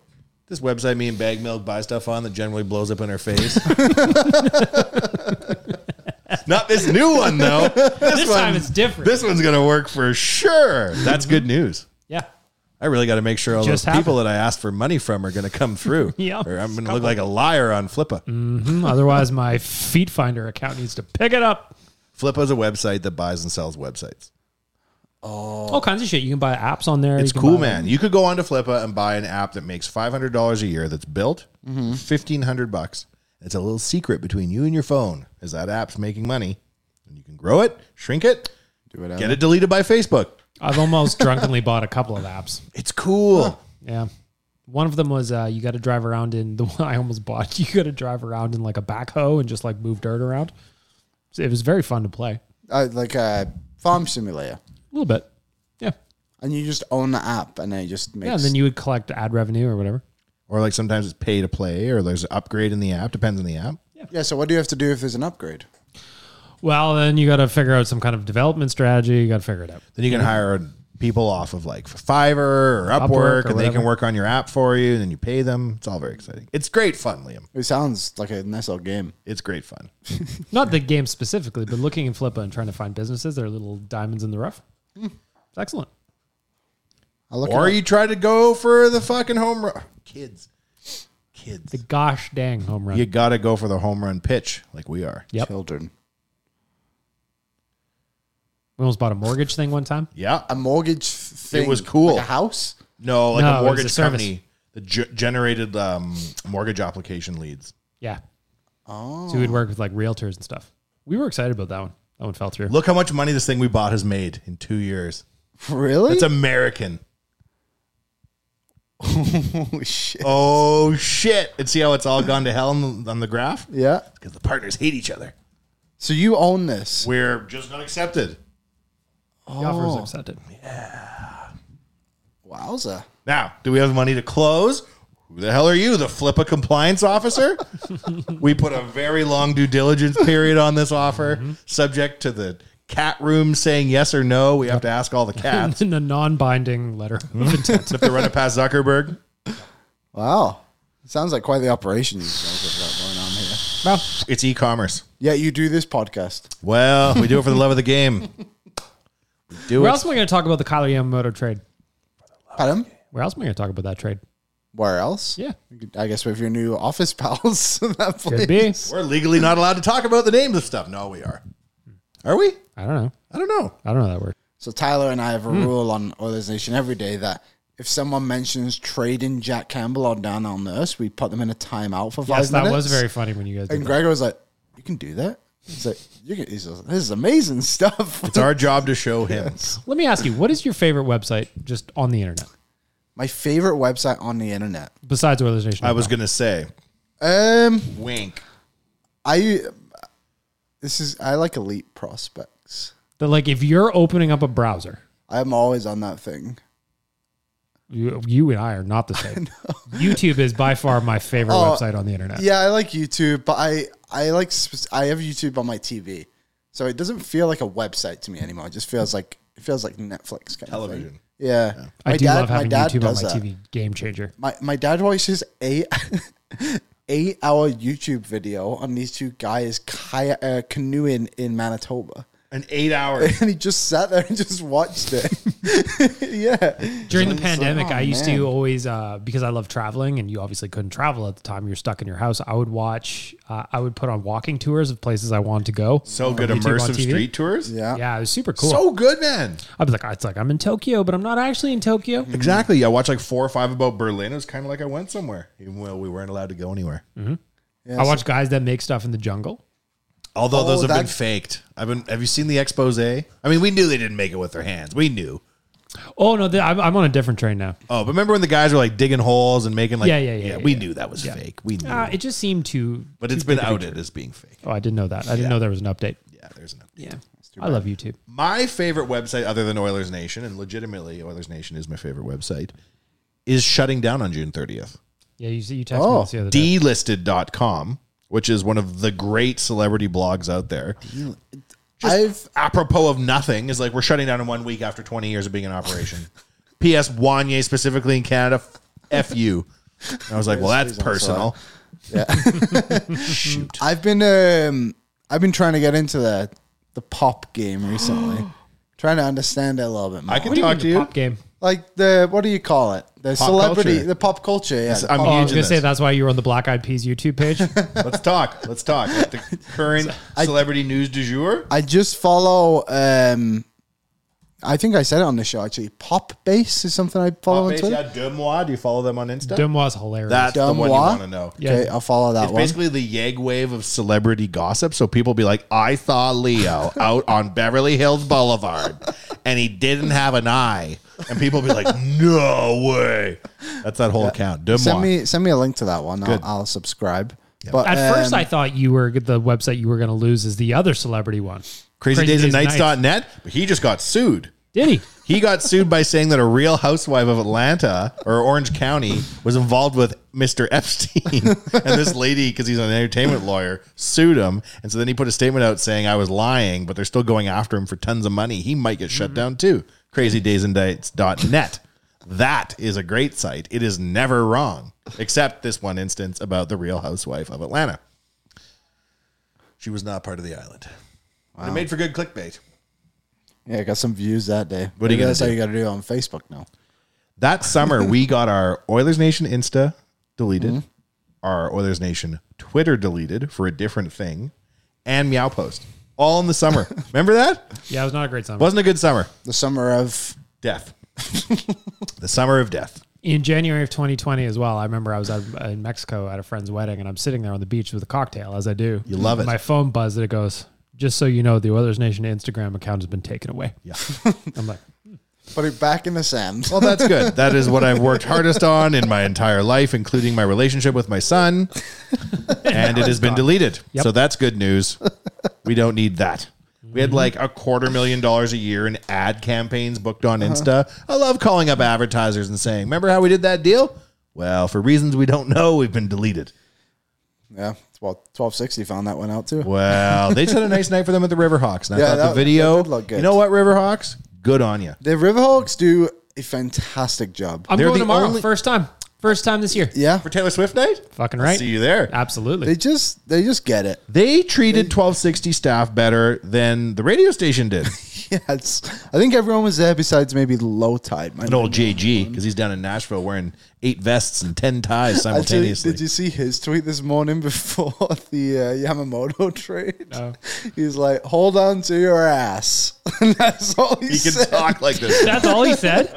[SPEAKER 5] This website me and Bag Milk buy stuff on that generally blows up in our face. not this new one, though. This,
[SPEAKER 6] This time it's different.
[SPEAKER 5] This one's going to work for sure. That's good news.
[SPEAKER 6] Yeah.
[SPEAKER 5] I really got to make sure all
[SPEAKER 6] Just
[SPEAKER 5] those people
[SPEAKER 6] happened.
[SPEAKER 5] that I asked for money from are going to come through.
[SPEAKER 6] Yeah.
[SPEAKER 5] Or I'm going to look like a liar on Flippa.
[SPEAKER 6] Hmm, Otherwise, my Feet Finder account needs to pick it up.
[SPEAKER 5] Flippa is a website that buys and sells websites.
[SPEAKER 6] All kinds of shit. You can buy apps on there.
[SPEAKER 5] Oh. It's
[SPEAKER 6] You can
[SPEAKER 5] cool,
[SPEAKER 6] buy-
[SPEAKER 5] man. You could go onto Flippa and buy an app that makes $500 a year that's built, 1500 bucks. It's a little secret between you and your phone is that app's making money. And you can grow it, shrink it,
[SPEAKER 7] Do whatever.
[SPEAKER 5] get it deleted by Facebook.
[SPEAKER 6] I've almost drunkenly bought a couple of apps.
[SPEAKER 5] It's cool.
[SPEAKER 6] Yeah. One of them was uh, you got to drive around in the one I almost bought. You got to drive around in like a backhoe and just like move dirt around. So it was very fun to play.
[SPEAKER 7] Uh, like a farm
[SPEAKER 6] A
[SPEAKER 7] simulator,
[SPEAKER 6] little bit. Yeah.
[SPEAKER 7] and you just own the app, and then it just makes.
[SPEAKER 6] Yeah. And then you would collect ad revenue or whatever.
[SPEAKER 5] Or like sometimes it's pay to play or there's an upgrade in the app, depends on the app.
[SPEAKER 7] yeah. So what do you have to do if there's an upgrade?
[SPEAKER 6] Well, then you got to figure out some kind of development strategy. You got to figure it out.
[SPEAKER 5] Then you can hire a people off of like Fiverr or Upwork,
[SPEAKER 7] Upwork or
[SPEAKER 5] and they
[SPEAKER 7] whatever.
[SPEAKER 5] can work on your app for you, and then you pay them. It's all very exciting. It's great fun, Liam.
[SPEAKER 7] It sounds like a nice little game.
[SPEAKER 5] It's great fun.
[SPEAKER 6] Not the game specifically, but looking in Flippa and trying to find businesses that are little diamonds in the rough.
[SPEAKER 7] Hmm.
[SPEAKER 6] It's excellent.
[SPEAKER 7] look
[SPEAKER 5] or
[SPEAKER 6] it up.
[SPEAKER 5] you try to go for the fucking home run. Kids. Kids.
[SPEAKER 6] The gosh dang home run.
[SPEAKER 5] You got to go for the home run pitch like we are.
[SPEAKER 6] Yep.
[SPEAKER 7] Children.
[SPEAKER 6] We almost bought a mortgage thing one time.
[SPEAKER 5] Yeah.
[SPEAKER 7] A mortgage thing.
[SPEAKER 5] It was cool.
[SPEAKER 7] Like a house?
[SPEAKER 5] No, like
[SPEAKER 6] No, it
[SPEAKER 5] a
[SPEAKER 6] was
[SPEAKER 5] mortgage
[SPEAKER 6] a service.
[SPEAKER 5] company that ge- generated um, mortgage application leads.
[SPEAKER 6] Yeah.
[SPEAKER 7] Oh.
[SPEAKER 6] So we'd work with like realtors and stuff. We were excited about that one. That one fell through.
[SPEAKER 5] Look how much money this thing we bought has made in two years.
[SPEAKER 7] Really?
[SPEAKER 5] That's American.
[SPEAKER 7] Holy shit.
[SPEAKER 5] Oh, shit. And see how it's all gone to hell on the, on the graph?
[SPEAKER 7] Yeah.
[SPEAKER 5] Because the partners hate each other.
[SPEAKER 7] So you own this.
[SPEAKER 5] We're just not accepted.
[SPEAKER 6] The offer was
[SPEAKER 7] Oh.
[SPEAKER 6] accepted.
[SPEAKER 7] Wowza.
[SPEAKER 5] Now, do we have money to close? Who the hell are you, the Flippa compliance officer? we put a very long due diligence period on this offer, subject to the cat room saying yes or no. We have to ask all the
[SPEAKER 6] And
[SPEAKER 5] cats.
[SPEAKER 6] then a non-binding letter of
[SPEAKER 7] Hmm.
[SPEAKER 6] intent.
[SPEAKER 5] Except to run it past Zuckerberg.
[SPEAKER 7] Wow. Sounds like quite the operation you guys have got going on here.
[SPEAKER 6] Well,
[SPEAKER 5] It's e-commerce.
[SPEAKER 7] Yeah, you do this podcast.
[SPEAKER 5] Well, we do it for the love of the game. We do
[SPEAKER 6] where
[SPEAKER 5] it.
[SPEAKER 6] else am I going to talk about the Kyler Yamamoto trade?
[SPEAKER 7] Pardon?
[SPEAKER 6] Where else am I going to talk about that trade?
[SPEAKER 7] Where else?
[SPEAKER 6] Yeah.
[SPEAKER 7] I guess with your new office pals. that
[SPEAKER 6] Could be.
[SPEAKER 7] place.
[SPEAKER 5] We're legally not allowed to talk about the names of stuff. No, we are. Are we?
[SPEAKER 6] I don't know.
[SPEAKER 5] I don't know.
[SPEAKER 6] I don't know that Hmm. word.
[SPEAKER 7] So Tyler and I have a rule on Oilers Nation every day that if someone mentions trading Jack Campbell or Darnell Nurse, we put them in a timeout for five
[SPEAKER 6] Yes, that
[SPEAKER 7] minutes.
[SPEAKER 6] was very funny when you guys did
[SPEAKER 7] And
[SPEAKER 6] that.
[SPEAKER 7] Gregor was like, "You can do that." He's like, "You can." He's like, "This is amazing stuff."
[SPEAKER 5] It's our job to show him.
[SPEAKER 6] Let me ask you, what is your favorite website just on the internet
[SPEAKER 7] My favorite website on the internet.
[SPEAKER 6] besides Oilers Nation?
[SPEAKER 5] I was going to say,
[SPEAKER 7] Um,
[SPEAKER 5] wink.
[SPEAKER 7] I this is I like elite prospects.
[SPEAKER 6] that like if you're opening up a browser,
[SPEAKER 7] I'm always on that thing.
[SPEAKER 6] you, you and I are not the same. YouTube is by far my favorite
[SPEAKER 7] Oh,
[SPEAKER 6] website on the internet.
[SPEAKER 7] Yeah, I like YouTube, but I I like sp- I have YouTube on my TV, so it doesn't feel like a website to me anymore. It just feels like it feels like Netflix kind of
[SPEAKER 5] Television.
[SPEAKER 7] thing. Yeah,
[SPEAKER 6] I
[SPEAKER 7] My
[SPEAKER 6] do love
[SPEAKER 7] my
[SPEAKER 6] having
[SPEAKER 7] dad
[SPEAKER 6] YouTube on my
[SPEAKER 7] does that.
[SPEAKER 6] TV. Game changer.
[SPEAKER 7] My my dad watches a eight hour YouTube video on these two guys kayak, uh, canoeing in Manitoba,
[SPEAKER 5] An eight hour.
[SPEAKER 7] and he just sat there and just watched it. yeah,
[SPEAKER 6] During the
[SPEAKER 7] It's like,
[SPEAKER 6] pandemic,
[SPEAKER 7] oh,
[SPEAKER 6] I used
[SPEAKER 7] man.
[SPEAKER 6] to always uh, because I love traveling, and you obviously couldn't travel at the time. You're stuck in your house. I would watch. Uh, I would put on walking tours of places I wanted to go.
[SPEAKER 5] So
[SPEAKER 6] on
[SPEAKER 5] good
[SPEAKER 6] YouTube, on
[SPEAKER 5] immersive
[SPEAKER 6] TV.
[SPEAKER 5] street tours.
[SPEAKER 7] Yeah.
[SPEAKER 6] Yeah, it was super cool.
[SPEAKER 5] So good, man.
[SPEAKER 6] I'd be like, it's like I'm in Tokyo, but I'm not actually in Tokyo.
[SPEAKER 5] Exactly. Yeah, I watched like four or five about Berlin. It was kind of like I went somewhere, even though we weren't allowed to go anywhere.
[SPEAKER 6] I watch guys that make stuff in the jungle.
[SPEAKER 5] Although
[SPEAKER 7] Oh,
[SPEAKER 5] those have been
[SPEAKER 7] that-
[SPEAKER 5] faked. I've been. Have you seen the expose? I mean, we knew they didn't make it with their hands. We knew.
[SPEAKER 6] Oh no, th- I'm, I'm on a different train now.
[SPEAKER 5] Oh, but remember when the guys were like digging holes and making like
[SPEAKER 6] Yeah, yeah, yeah, yeah,
[SPEAKER 5] we
[SPEAKER 6] yeah.
[SPEAKER 5] knew that was fake. We knew.
[SPEAKER 6] Uh, it just seemed too.
[SPEAKER 5] but
[SPEAKER 6] too
[SPEAKER 5] it's been
[SPEAKER 6] big of a
[SPEAKER 5] outed as being fake.
[SPEAKER 6] Oh, I didn't know that. I didn't know there was an update.
[SPEAKER 5] Yeah, there's enough.
[SPEAKER 6] Yeah, I love YouTube.
[SPEAKER 5] My favorite website, other than Oilers Nation, and legitimately Oilers Nation is my favorite website, is shutting down on June 30th.
[SPEAKER 6] Yeah, you see, you text me
[SPEAKER 7] Oh,
[SPEAKER 6] this the other day.
[SPEAKER 5] Delisted.com, which is one of the great celebrity blogs out there.
[SPEAKER 7] I've
[SPEAKER 5] apropos of nothing is like we're shutting down in one week after 20 years of being in operation. P.S. Wanye specifically in Canada, f you. And I was like, well, that's personal.
[SPEAKER 7] I've been um I've been trying to get into the the pop game recently. trying to understand it a little bit more.
[SPEAKER 5] I can talk to you.
[SPEAKER 6] Pop game.
[SPEAKER 7] like the what do you call it? The celebrity,
[SPEAKER 5] culture.
[SPEAKER 7] the pop culture. Yeah, the
[SPEAKER 5] I'm
[SPEAKER 7] pop-
[SPEAKER 6] Oh, I
[SPEAKER 5] huge
[SPEAKER 6] was
[SPEAKER 5] in
[SPEAKER 6] gonna say
[SPEAKER 5] this.
[SPEAKER 6] that's why you were on the Black Eyed Peas YouTube page.
[SPEAKER 5] Let's talk. Let's talk. Like the current celebrity news du jour.
[SPEAKER 7] I just follow. um I think I said it on the show actually. Pop base is something I follow on
[SPEAKER 5] Base,
[SPEAKER 7] Twitter.
[SPEAKER 5] yeah, Demois. Do you follow them on Insta?
[SPEAKER 6] Dumois hilarious.
[SPEAKER 5] that's the one you
[SPEAKER 7] Demois?
[SPEAKER 5] want to know.
[SPEAKER 7] Okay,
[SPEAKER 6] Yeah.
[SPEAKER 7] I'll follow that
[SPEAKER 5] It's
[SPEAKER 7] one.
[SPEAKER 5] basically the Yeg wave of celebrity gossip. So people be like, I saw Leo out on Beverly Hills Boulevard and he didn't have an eye. And people be like, no way. That's that whole account. Demois.
[SPEAKER 7] Send me send me a link to that one. I'll, I'll subscribe. But
[SPEAKER 6] At first,
[SPEAKER 7] um,
[SPEAKER 6] I thought you were the website you were going to lose is the other celebrity one.
[SPEAKER 5] Crazy, Days and Nights dot net. But he just got sued.
[SPEAKER 6] Did he?
[SPEAKER 5] He got sued by saying that a real housewife of Atlanta or Orange County was involved with Mr. Epstein. and this lady, because he's an entertainment lawyer, sued him. And so then he put a statement out saying, I was lying, but they're still going after him for tons of money. He might get shut down too. crazydaysanddights.net. That is a great site. It is never wrong, except this one instance about the real housewife of Atlanta. She was not part of the island. And it made for good clickbait.
[SPEAKER 7] Yeah, I got some views that day.
[SPEAKER 5] What are you
[SPEAKER 7] Maybe
[SPEAKER 5] gonna
[SPEAKER 7] That's how
[SPEAKER 5] do?
[SPEAKER 7] you got to do it on Facebook now.
[SPEAKER 5] That summer, we got our Oilers Nation Insta deleted, our Oilers Nation Twitter deleted for a different thing, and Meow Post. All in the summer. Remember that?
[SPEAKER 6] Yeah, it was not a great summer.
[SPEAKER 5] Wasn't a good summer.
[SPEAKER 7] The summer of
[SPEAKER 5] death. the summer of death.
[SPEAKER 6] in January of 2020 as well. I remember I was out in Mexico at a friend's wedding, and I'm sitting there on the beach with a cocktail, as I do. You
[SPEAKER 5] love it.
[SPEAKER 6] My phone buzzed, and it goes, "Just so you know, the Oilers Nation Instagram account has been taken away."
[SPEAKER 5] Yeah,
[SPEAKER 6] I'm like,
[SPEAKER 7] Put it back in the sand.
[SPEAKER 5] Well, that's good. That is what I've worked hardest on in my entire life, including my relationship with my son. And it has been deleted.
[SPEAKER 6] Yep.
[SPEAKER 5] So that's good news. We don't need that. We had like a quarter million dollars a year in ad campaigns booked on Insta. I love calling up advertisers and saying, Remember how we did that deal? Well, for reasons we don't know, we've been deleted.
[SPEAKER 7] Yeah, well, 1260 found that one out too.
[SPEAKER 5] Well, they just had a nice night for them at the Riverhawks. And I
[SPEAKER 7] Yeah,
[SPEAKER 5] thought
[SPEAKER 7] that-
[SPEAKER 5] the
[SPEAKER 7] that
[SPEAKER 5] video,
[SPEAKER 7] did look good.
[SPEAKER 5] you know what, Riverhawks? Good on you.
[SPEAKER 7] The Riverhawks do a fantastic job.
[SPEAKER 6] "I'm
[SPEAKER 5] They're
[SPEAKER 6] going
[SPEAKER 5] the
[SPEAKER 6] tomorrow,
[SPEAKER 5] only-
[SPEAKER 6] first time, first time this year."
[SPEAKER 7] yeah,
[SPEAKER 5] For Taylor Swift night?
[SPEAKER 6] Fucking right.
[SPEAKER 5] See you there.
[SPEAKER 6] Absolutely.
[SPEAKER 7] they just they just get it.
[SPEAKER 5] They treated 1260 staff better than the radio station did.
[SPEAKER 7] Yeah, it's, I think everyone was there besides maybe low tide. My
[SPEAKER 5] An old JG, because he's down in Nashville wearing eight vests and 10 ties
[SPEAKER 7] Actually,
[SPEAKER 5] simultaneously.
[SPEAKER 7] did you see his tweet this morning before the uh, Yamamoto trade?
[SPEAKER 6] No.
[SPEAKER 7] He's like, "Hold on to your ass," and that's all he,
[SPEAKER 5] he can
[SPEAKER 7] said.
[SPEAKER 5] talk like this.
[SPEAKER 6] That's all he said.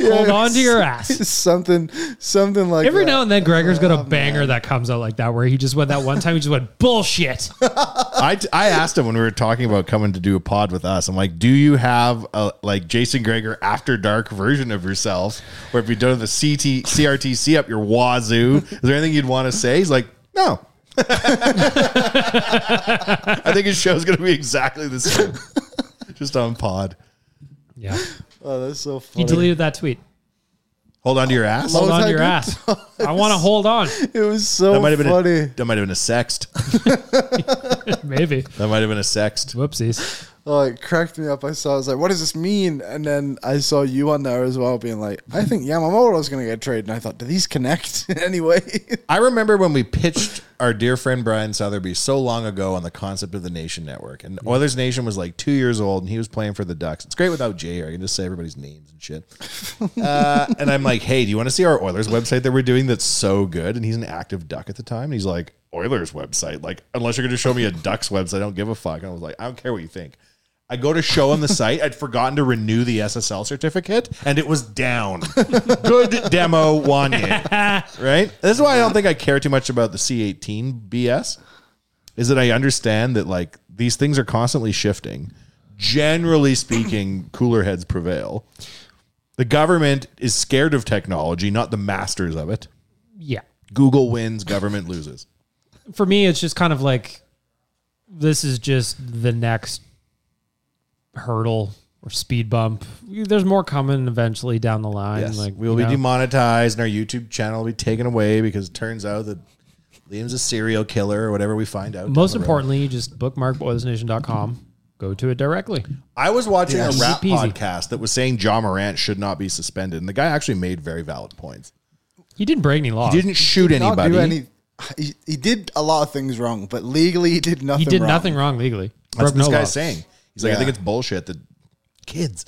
[SPEAKER 6] Hold on to your ass.
[SPEAKER 7] something, something like
[SPEAKER 6] Every
[SPEAKER 7] that. Oh,
[SPEAKER 6] now and then, Gregor's got a banger that comes out like that, where he just went that one time. He just went bullshit.
[SPEAKER 5] I, I asked him when we were talking about coming to do a pod with us. I'm like, do you have a like Jason Greger after dark version of yourself? Or if you don't have the CT, CRTC up your wazoo, is there anything you'd want to say? He's like, no. I think his show's going to be exactly the same, just on pod.
[SPEAKER 6] yeah,
[SPEAKER 7] Oh, that's so
[SPEAKER 6] he
[SPEAKER 7] funny.
[SPEAKER 6] deleted that tweet.
[SPEAKER 5] Hold on to your ass.
[SPEAKER 6] Hold on to
[SPEAKER 7] that
[SPEAKER 6] your
[SPEAKER 7] good?
[SPEAKER 6] ass. I want to hold on.
[SPEAKER 7] it was so
[SPEAKER 5] That might have been
[SPEAKER 7] funny.
[SPEAKER 5] A, that might have been a sext.
[SPEAKER 6] Maybe.
[SPEAKER 5] That might have been a sext.
[SPEAKER 6] Whoopsies.
[SPEAKER 7] Oh, it cracked me up. I saw. I was like, "What does this mean?" And then I saw you on there as well, being like, "I think Yamamoto's going to get traded." And I thought, "Do these connect in any way?"
[SPEAKER 5] I remember when we pitched our dear friend Brian Southerby so long ago on the concept of the Nation Network, and Oilers Nation was like two years old, and he was playing for the Ducks. It's great without Jay here; I can just say everybody's names and shit. Uh, and I'm like, "Hey, do you want to see our Oilers website that we're doing? That's so good." And he's an active Duck at the time, and he's like, "Oilers website? Like, unless you're going to show me a Ducks website, I don't give a fuck." And I was like, "I don't care what you think." I go to show him the site. I'd forgotten to renew the SSL certificate, and it was down. Good demo, Wanye right? This is why I don't think I care too much about the C18 BS. Is that I understand that like these things are constantly shifting. Generally speaking, cooler heads prevail. The government is scared of technology, not the masters of it.
[SPEAKER 6] Yeah.
[SPEAKER 5] Google wins, government loses.
[SPEAKER 6] For me, it's just kind of like this is just the next hurdle or speed bump. There's more coming eventually down the line.
[SPEAKER 5] Yes,
[SPEAKER 6] Like
[SPEAKER 5] we will be
[SPEAKER 6] you know,
[SPEAKER 5] demonetized, and our YouTube channel will be taken away because it turns out that Liam's a serial killer or whatever we find out. down
[SPEAKER 6] Most
[SPEAKER 5] the road.
[SPEAKER 6] importantly, just bookmark boilersnation.com. Go to it directly.
[SPEAKER 5] I was watching
[SPEAKER 6] Yes.
[SPEAKER 5] a rap
[SPEAKER 6] Easy peasy.
[SPEAKER 5] podcast that was saying John Morant should not be suspended, and the guy actually made very valid points.
[SPEAKER 6] He didn't break any laws.
[SPEAKER 5] He didn't shoot
[SPEAKER 7] Not do
[SPEAKER 5] anybody.
[SPEAKER 7] any- He, he did a lot of things wrong, but legally he did nothing.
[SPEAKER 6] He did
[SPEAKER 7] wrong.
[SPEAKER 6] nothing wrong legally.
[SPEAKER 5] That's
[SPEAKER 6] Broke
[SPEAKER 5] what this
[SPEAKER 6] no
[SPEAKER 5] guy's
[SPEAKER 6] laws.
[SPEAKER 5] saying. He's like, I
[SPEAKER 7] Yeah.
[SPEAKER 5] think it's bullshit that kids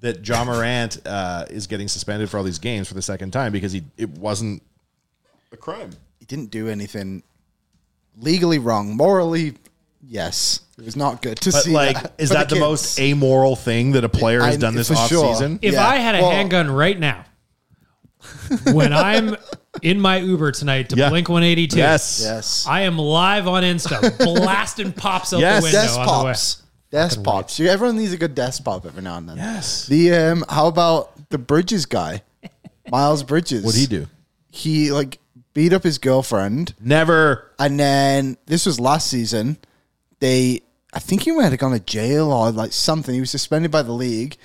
[SPEAKER 5] that John Morant uh, is getting suspended for all these games for the second time because he it wasn't a crime.
[SPEAKER 7] He didn't do anything legally wrong. Morally, yes, it was not good to
[SPEAKER 5] But
[SPEAKER 7] see.
[SPEAKER 5] like,
[SPEAKER 7] that
[SPEAKER 5] is
[SPEAKER 7] for
[SPEAKER 5] that the,
[SPEAKER 7] kids.
[SPEAKER 5] most amoral thing that a player has
[SPEAKER 7] I-
[SPEAKER 5] done this
[SPEAKER 7] for sure.
[SPEAKER 5] offseason?
[SPEAKER 6] If
[SPEAKER 7] Yeah.
[SPEAKER 6] I had a
[SPEAKER 7] Well-
[SPEAKER 6] handgun right now, when I'm in my Uber tonight to
[SPEAKER 5] Yeah.
[SPEAKER 6] Blink 182,
[SPEAKER 5] Yes.
[SPEAKER 7] Yes,
[SPEAKER 6] I am live on Insta, blasting pops out
[SPEAKER 5] Yes.
[SPEAKER 6] the window
[SPEAKER 7] desk
[SPEAKER 6] on
[SPEAKER 7] pops. Desk
[SPEAKER 6] Fucking
[SPEAKER 7] pops. You, everyone needs a good desk pop every now and then.
[SPEAKER 5] Yes.
[SPEAKER 7] The um, how about the Bridges guy, Miles Bridges?
[SPEAKER 5] What'd he do?
[SPEAKER 7] He like beat up his girlfriend,
[SPEAKER 5] Never.
[SPEAKER 7] and then this was last season. They, I think he might have gone to jail or like something. He was suspended by the league,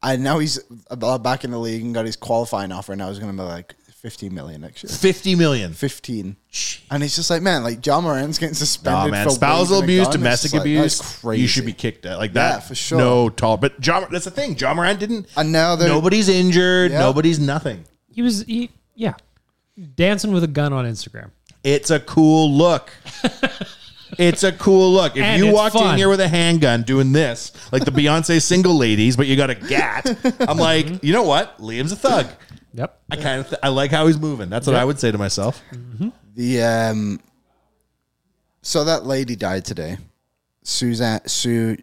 [SPEAKER 7] and now he's about back in the league and got his qualifying offer. And I was going to be like, fifteen million next year.
[SPEAKER 5] 50 million.
[SPEAKER 7] 15. And it's just like, man, like John Moran's getting suspended.
[SPEAKER 5] Nah, man.
[SPEAKER 7] for
[SPEAKER 5] Spousal
[SPEAKER 7] waving a
[SPEAKER 5] abuse,
[SPEAKER 7] gun. It's
[SPEAKER 5] domestic
[SPEAKER 7] just like,
[SPEAKER 5] abuse.
[SPEAKER 7] That's crazy.
[SPEAKER 5] You should be kicked out like
[SPEAKER 7] Yeah,
[SPEAKER 5] that.
[SPEAKER 7] for sure.
[SPEAKER 5] No tall. But John, that's the thing. John Moran didn't.
[SPEAKER 7] And now they're-
[SPEAKER 5] nobody's injured.
[SPEAKER 7] Yeah.
[SPEAKER 5] Nobody's nothing.
[SPEAKER 6] He was, he, yeah, dancing with a gun on Instagram.
[SPEAKER 5] It's a cool look. it's a cool look. If
[SPEAKER 6] And
[SPEAKER 5] you
[SPEAKER 6] it's
[SPEAKER 5] walked in
[SPEAKER 6] fun.
[SPEAKER 5] here with a handgun doing this, like the Beyonce single ladies, but you got a gat, I'm like, you know what? Liam's a thug.
[SPEAKER 6] Yep.
[SPEAKER 5] I kind of th- I like how he's moving. That's what
[SPEAKER 6] Yep.
[SPEAKER 5] I would say to myself.
[SPEAKER 7] The um, so that lady died today, Suzanne Sue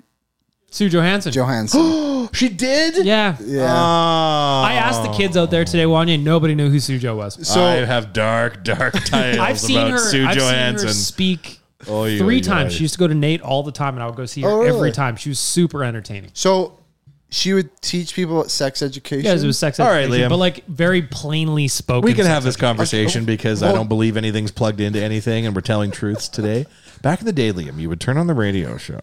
[SPEAKER 6] Sue Johansson.
[SPEAKER 7] Johansson.
[SPEAKER 5] she did.
[SPEAKER 6] yeah.
[SPEAKER 7] yeah,
[SPEAKER 5] Ah.
[SPEAKER 6] I asked the kids out there today, Wanya, and nobody knew who Sue Jo was.
[SPEAKER 7] so
[SPEAKER 5] I have dark, dark tales
[SPEAKER 6] I've seen
[SPEAKER 5] about
[SPEAKER 6] her.
[SPEAKER 5] Sue
[SPEAKER 6] I've seen
[SPEAKER 5] Johansson.
[SPEAKER 6] her speak
[SPEAKER 5] Oh,
[SPEAKER 6] three
[SPEAKER 5] you- you-
[SPEAKER 6] times. She used to go to Nate all the time, and I would go see her
[SPEAKER 7] Oh, really?
[SPEAKER 6] every time. She was super entertaining.
[SPEAKER 7] so she would teach people about sex education.
[SPEAKER 6] Yeah, it was sex
[SPEAKER 5] All right,
[SPEAKER 6] education,
[SPEAKER 5] Liam.
[SPEAKER 6] but like very plainly spoken.
[SPEAKER 5] we can have this
[SPEAKER 6] sex
[SPEAKER 5] conversation because I don't believe anything's plugged into anything and we're telling truths today. Back in the day, Liam, you would turn on the radio show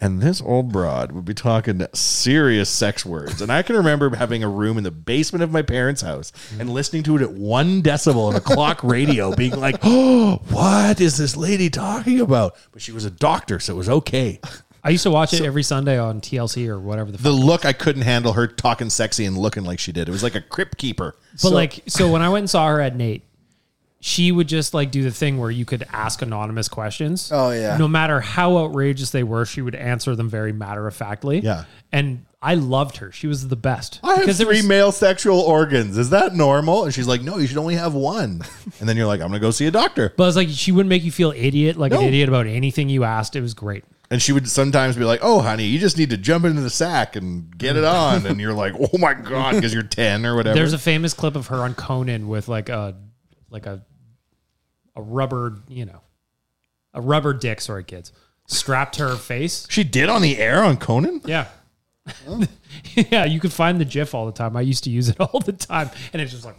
[SPEAKER 5] and this old broad would be talking serious sex words. And I can remember having a room in the basement of my parents' house and listening to it at one decibel on a clock radio, being like, oh, what is this lady talking about? But she was a doctor, so it was okay.
[SPEAKER 6] education. I used to watch it every Sunday on TLC or whatever the. fuck.
[SPEAKER 5] The look, I couldn't handle her talking sexy and looking like she did. It was like a crypt keeper.
[SPEAKER 6] But like, so when I went and saw her at Nate, she would just like do the thing where you could ask anonymous questions.
[SPEAKER 7] Oh, yeah.
[SPEAKER 6] No matter how outrageous they were, she would answer them very matter of factly.
[SPEAKER 5] Yeah.
[SPEAKER 6] And I loved her. She was the best.
[SPEAKER 5] I have
[SPEAKER 6] there
[SPEAKER 5] three
[SPEAKER 6] was-
[SPEAKER 5] male sexual organs. Is that normal? And she's like, no, you should only have one. And then you're like, I'm going to go see a doctor.
[SPEAKER 6] But it's like she wouldn't make you feel idiot like
[SPEAKER 5] No.
[SPEAKER 6] an idiot about anything you asked. It was great.
[SPEAKER 5] And she would sometimes be like, oh, honey, you just need to jump into the sack and get it on. And you're like, oh my God, because you're 10 or whatever.
[SPEAKER 6] There's a famous clip of her on Conan with like a like a a rubber, you know, a rubber dick, sorry kids, strapped to her face.
[SPEAKER 5] she did on the air on Conan?
[SPEAKER 6] Yeah. yeah, you could find the GIF all the time. I used to use it all the time, and it's just like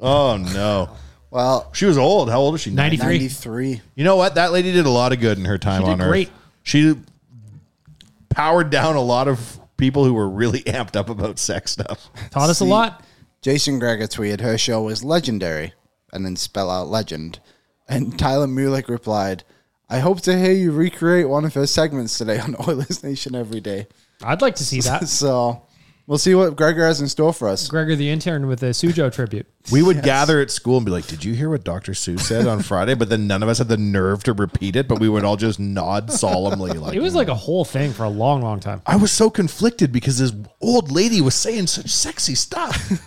[SPEAKER 5] Oh, no.
[SPEAKER 7] well
[SPEAKER 5] She was old. How old is she?
[SPEAKER 6] 93.
[SPEAKER 7] ninety three.
[SPEAKER 5] You know what? That lady did a lot of good in her time
[SPEAKER 6] She did
[SPEAKER 5] on Earth.
[SPEAKER 6] great.
[SPEAKER 5] She powered down a lot of people who were really amped up about sex stuff.
[SPEAKER 6] taught us a lot.
[SPEAKER 7] Jason Greger tweeted her show was legendary, and then spell out legend. And Tyler Mulek replied, "I hope to hear you recreate one of her segments today on Oilers Nation every day."
[SPEAKER 6] I'd like to see that.
[SPEAKER 7] So we'll see what Gregor has in store for us.
[SPEAKER 6] Gregor the intern with a Sujo tribute.
[SPEAKER 5] We would gather at school and be like, "Did you hear what Dr. Sue said on Friday?" But then none of us had the nerve to repeat it, but we would all just nod solemnly like
[SPEAKER 6] It was like a whole thing for a long, long time.
[SPEAKER 5] I was so conflicted because this old lady was saying such sexy stuff.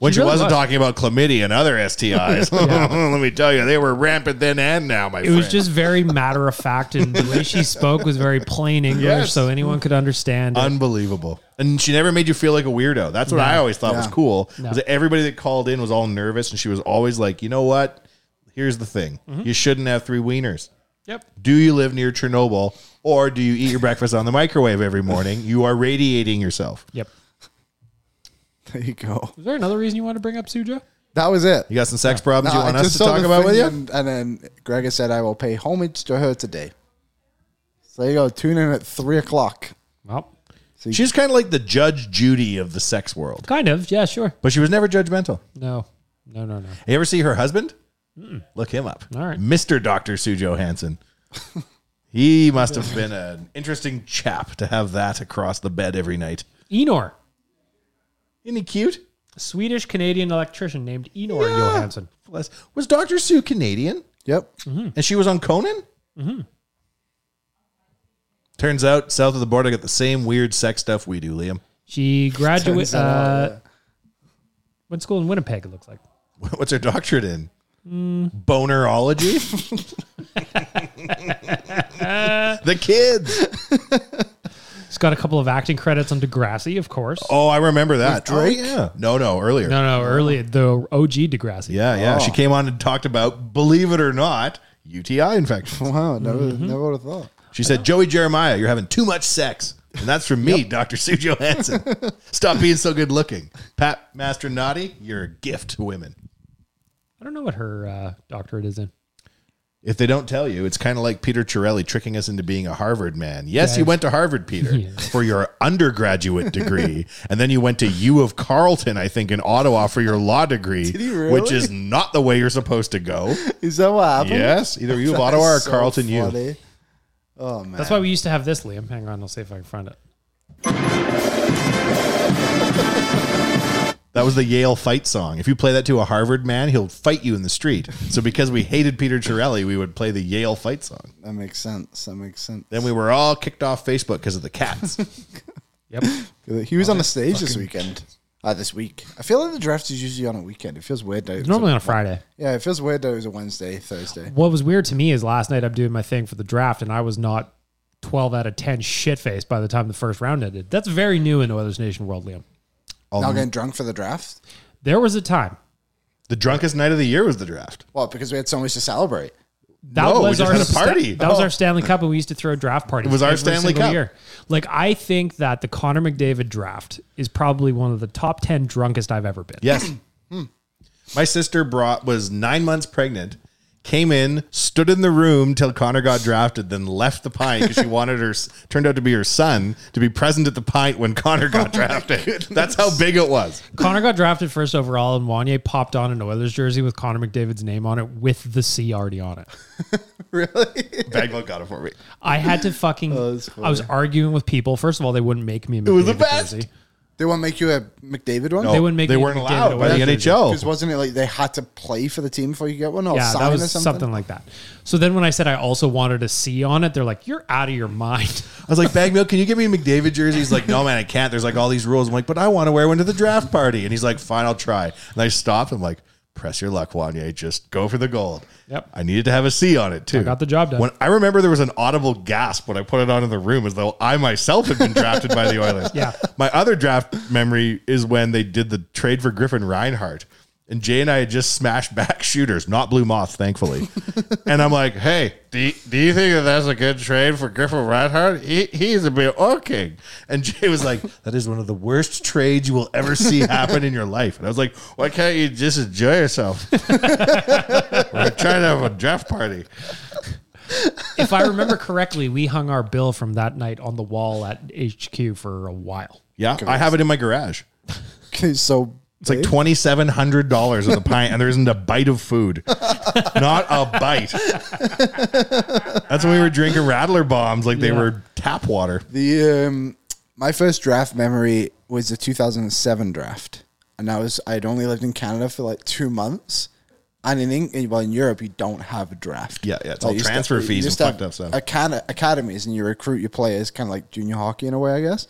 [SPEAKER 5] when she,
[SPEAKER 6] really
[SPEAKER 5] wasn't
[SPEAKER 6] was.
[SPEAKER 5] talking about chlamydia and other STIs. Let me tell you, they were rampant then and now, my
[SPEAKER 6] It
[SPEAKER 5] friend.
[SPEAKER 6] was just very matter of fact, and the way she spoke was very plain English,
[SPEAKER 5] Yes.
[SPEAKER 6] so anyone could understand. it.
[SPEAKER 5] unbelievable. And she never made you feel like a weirdo. That's what I always thought was cool.
[SPEAKER 6] No.
[SPEAKER 5] Was that everybody that called in was all nervous and she was always like, "You know what? Here's the thing.
[SPEAKER 7] Mm-hmm.
[SPEAKER 5] You shouldn't have three wieners."
[SPEAKER 6] yep.
[SPEAKER 5] Do you live near Chernobyl or do you eat your breakfast on the microwave every morning? You are radiating yourself.
[SPEAKER 6] Yep.
[SPEAKER 7] There you go.
[SPEAKER 6] Was there another reason you wanted to bring up Sujo?
[SPEAKER 7] That was it.
[SPEAKER 5] You got some sex problems
[SPEAKER 7] No,
[SPEAKER 5] you want
[SPEAKER 7] I
[SPEAKER 5] us
[SPEAKER 7] just
[SPEAKER 5] to
[SPEAKER 7] saw
[SPEAKER 5] talk
[SPEAKER 7] the
[SPEAKER 5] about with
[SPEAKER 7] thing
[SPEAKER 5] you?
[SPEAKER 7] And, and then Gregor said, I will pay homage to her today. So there you go. Tune in at three o'clock.
[SPEAKER 6] Well,
[SPEAKER 5] She's kind of like the Judge Judy of the sex world,
[SPEAKER 6] kind of. Yeah, sure.
[SPEAKER 5] but she was never judgmental.
[SPEAKER 6] No, no, no, no.
[SPEAKER 5] You ever see her husband? Look him up.
[SPEAKER 6] Hmm. All right.
[SPEAKER 5] Mr. Dr. Sujo Hansen. he must have been an interesting chap to have that across the bed every night.
[SPEAKER 6] Enor,
[SPEAKER 5] Isn't he cute?
[SPEAKER 6] a Swedish Canadian electrician named Enor
[SPEAKER 5] Yeah.
[SPEAKER 6] Johansson.
[SPEAKER 5] Bless- Was Dr. Sue Canadian?
[SPEAKER 7] Yep.
[SPEAKER 6] Mm-hmm.
[SPEAKER 5] and she was on Conan. Turns out, south of the border, got the same weird sex stuff we do, Liam.
[SPEAKER 6] She graduated.
[SPEAKER 7] Turns out,
[SPEAKER 6] Uh,
[SPEAKER 7] uh,
[SPEAKER 6] went to school in Winnipeg. It looks like.
[SPEAKER 5] What's her doctorate in?
[SPEAKER 6] Mm.
[SPEAKER 5] Bonerology. the kids.
[SPEAKER 6] She's got a couple of acting credits on Degrassi, of course.
[SPEAKER 5] Oh, I remember that.
[SPEAKER 7] With Drake?
[SPEAKER 5] Oh, yeah. No, no, earlier.
[SPEAKER 6] No, no, early the OG Degrassi.
[SPEAKER 5] Yeah, yeah.
[SPEAKER 7] Oh.
[SPEAKER 5] She came on and talked about, believe it or not, UTI infection.
[SPEAKER 7] Wow. Never,
[SPEAKER 6] Mm-hmm.
[SPEAKER 7] never would have thought.
[SPEAKER 5] She said, Joey Jeremiah, you're having too much sex. And that's from me, Dr. Sue Johansson. Stop being so good looking. Pat Masternauty, you're a gift to women.
[SPEAKER 6] I don't know what her uh, doctorate is in.
[SPEAKER 5] If they don't tell you, it's kind of like Peter Chirelli tricking us into being a Harvard man. Yes,
[SPEAKER 6] Yeah.
[SPEAKER 5] you went to Harvard, Peter, for your undergraduate degree, and then you went to U of Carleton, I think, in Ottawa for your law degree,
[SPEAKER 7] he really?
[SPEAKER 5] which is not the way you're supposed to go.
[SPEAKER 7] Is that what happened?
[SPEAKER 5] Yes, either U of
[SPEAKER 7] That
[SPEAKER 5] Ottawa
[SPEAKER 7] is
[SPEAKER 5] or
[SPEAKER 7] so
[SPEAKER 5] Carleton U.
[SPEAKER 7] funny. Oh man,
[SPEAKER 6] That's why we used to have this, Liam. Hang on, I'll see if I can find it.
[SPEAKER 5] That was the Yale fight song. If you play that to a Harvard man, he'll fight you in the street. So because we hated Peter Chirelli, we would play the Yale fight song.
[SPEAKER 7] that makes sense. That makes sense.
[SPEAKER 5] Then we were all kicked off Facebook because of the cats.
[SPEAKER 6] Yep.
[SPEAKER 7] He was on the stage this weekend. Uh, this week, I feel like the draft is usually on a weekend. It feels weird. That it was
[SPEAKER 6] Normally on
[SPEAKER 7] a-
[SPEAKER 6] a Friday.
[SPEAKER 7] Yeah, it feels weird that it was a Wednesday, Thursday.
[SPEAKER 6] What was weird to me is last night I'm doing my thing for the draft and I was not 12 out of 10 shit faced by the time the first round ended. That's very new in Oilers Nation world, Liam.
[SPEAKER 7] Now getting drunk for the draft.
[SPEAKER 6] There was a time.
[SPEAKER 5] the drunkest night of the year was the draft.
[SPEAKER 7] Well, because we had so much to celebrate.
[SPEAKER 6] That
[SPEAKER 5] No, we
[SPEAKER 6] was
[SPEAKER 5] just
[SPEAKER 6] our
[SPEAKER 5] had a
[SPEAKER 6] sta-
[SPEAKER 5] party.
[SPEAKER 6] that was
[SPEAKER 5] Oh.
[SPEAKER 6] our Stanley Cup, and we used to throw draft parties.
[SPEAKER 5] It was our
[SPEAKER 6] every
[SPEAKER 5] Stanley
[SPEAKER 6] single
[SPEAKER 5] Cup.
[SPEAKER 6] Like I think that the Connor McDavid draft is probably one of the top ten drunkest I've ever been.
[SPEAKER 5] Yes. My sister brought was nine months pregnant, came in, stood in the room till Connor got drafted, then left the pint because she wanted her s- turned out to be her son to be present at the pint when Connor got drafted. That's how big it was.
[SPEAKER 6] Connor got drafted first overall, and Wanye popped on an Oilers jersey with Connor McDavid's name on it, with the C already on it.
[SPEAKER 7] Really?
[SPEAKER 5] Bagwell got it for me.
[SPEAKER 6] I had to fucking.
[SPEAKER 7] Oh, that's
[SPEAKER 6] I was arguing with people. First of all, they wouldn't make me. A McDavid it
[SPEAKER 5] was the best.
[SPEAKER 6] Jersey.
[SPEAKER 7] They won't make you a McDavid one.
[SPEAKER 6] They wouldn't make
[SPEAKER 5] They
[SPEAKER 6] me
[SPEAKER 5] weren't
[SPEAKER 6] McDavid
[SPEAKER 5] allowed by the
[SPEAKER 6] away.
[SPEAKER 7] Because
[SPEAKER 5] NHL.
[SPEAKER 7] wasn't it like they had to play for the team before you get one or
[SPEAKER 6] Yeah,
[SPEAKER 7] sign
[SPEAKER 6] that was
[SPEAKER 7] or
[SPEAKER 6] something?
[SPEAKER 7] something?
[SPEAKER 6] like that. So then when I said I also wanted a C on it, they're like, "You're out of your mind."
[SPEAKER 5] I was like, Bagmill, can you give me a McDavid jersey? He's like, no, man, I can't. There's like all these rules. I'm like, but I want to wear one to the draft party. And he's like, fine, I'll try. And I stopped. I'm like, press your luck, Wanye. Just go for the gold.
[SPEAKER 6] Yep.
[SPEAKER 5] I needed to have a C on it, too.
[SPEAKER 6] I got the job done.
[SPEAKER 5] When I remember there was an audible gasp when I put it on in the room as though I myself had been drafted by the Oilers.
[SPEAKER 6] Yeah.
[SPEAKER 5] My other draft memory is when they did the trade for Griffin Reinhardt. And Jay and I had just smashed back shooters, not Blue Moth, thankfully. and I'm like, hey, do, you- do you think that that's a good trade for Griffin Reinhardt? He, he's a bit okay. And Jay was like, that is one of the worst trades you will ever see happen in your life. And I was like, why can't you just enjoy yourself? We're trying to have a draft party.
[SPEAKER 6] if I remember correctly, we hung our bill from that night on the wall at HQ for a while.
[SPEAKER 5] Yeah, I have it in my garage.
[SPEAKER 7] 'Kay, so
[SPEAKER 5] It's like twenty seven hundred dollars of the pint, and there isn't a bite of food. Not a bite. That's when we were drinking rattler bombs, like they were tap water.
[SPEAKER 7] the um, my first draft memory was the 2007 draft, and I was I'd only lived in Canada for like two months, and in England, well in Europe you don't have a draft.
[SPEAKER 5] Yeah, yeah, it's
[SPEAKER 7] Like,
[SPEAKER 5] all
[SPEAKER 7] Oh, you just-
[SPEAKER 5] transfer
[SPEAKER 7] you
[SPEAKER 5] fees
[SPEAKER 7] just
[SPEAKER 5] and
[SPEAKER 7] have
[SPEAKER 5] fucked up stuff.
[SPEAKER 7] acad- academies, and you recruit your players, kind of like junior hockey in a way, I guess.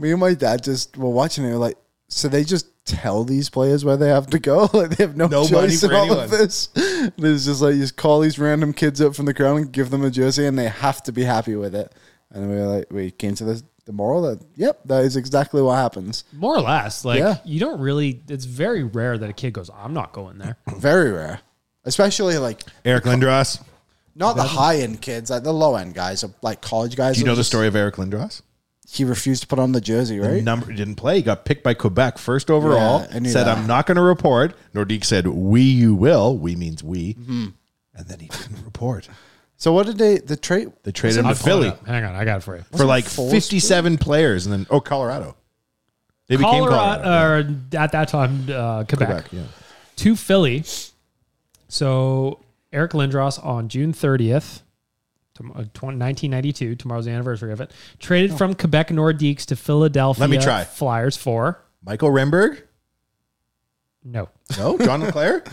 [SPEAKER 7] Me and my dad just were watching it, like. So they just tell these players where they have to go. Like they have no,
[SPEAKER 5] No money
[SPEAKER 7] choice in
[SPEAKER 5] for
[SPEAKER 7] all
[SPEAKER 5] anyone.
[SPEAKER 7] of this. And it's just like you just call these random kids up from the ground and give them a jersey, and they have to be happy with it. And we were like, we came to the, the moral that yep, that is exactly what happens.
[SPEAKER 6] More or less. Like
[SPEAKER 7] Yeah.
[SPEAKER 6] you don't really it's very rare that a kid goes, I'm not going there.
[SPEAKER 7] Very rare, especially like
[SPEAKER 5] Eric Lindros.
[SPEAKER 7] not the high end kids, like the low end guys, or like college guys.
[SPEAKER 5] Do you
[SPEAKER 7] It
[SPEAKER 5] know
[SPEAKER 7] was
[SPEAKER 5] the
[SPEAKER 7] just-
[SPEAKER 5] story of Eric Lindros?
[SPEAKER 7] He refused to put on the jersey, right?
[SPEAKER 5] Number he didn't play. He got picked by Quebec first overall.
[SPEAKER 7] Yeah, I knew
[SPEAKER 5] said,
[SPEAKER 7] that.
[SPEAKER 5] "I'm not going to report." Nordique said, "We, you will." We means we. And then he didn't report.
[SPEAKER 7] Mm-hmm. So what did they? The trade?
[SPEAKER 5] They traded him
[SPEAKER 6] I'll
[SPEAKER 5] to
[SPEAKER 6] pull it
[SPEAKER 5] Philly
[SPEAKER 6] up. Hang on, I got it for you.
[SPEAKER 5] for like
[SPEAKER 7] Forest?
[SPEAKER 5] 57 players, and then oh, Colorado. They became
[SPEAKER 6] Colorado,
[SPEAKER 5] Colorado.
[SPEAKER 6] or at that time uh, Quebec,
[SPEAKER 5] Quebec, yeah.
[SPEAKER 6] to Philly. So Eric Lindros on June 30th, tom- uh, tw- 1992, tomorrow's the anniversary of it, traded from Quebec Nordiques to Philadelphia
[SPEAKER 5] Let me try.
[SPEAKER 6] Flyers for
[SPEAKER 5] Michael Remberg.
[SPEAKER 6] no,
[SPEAKER 5] No, John LeClaire.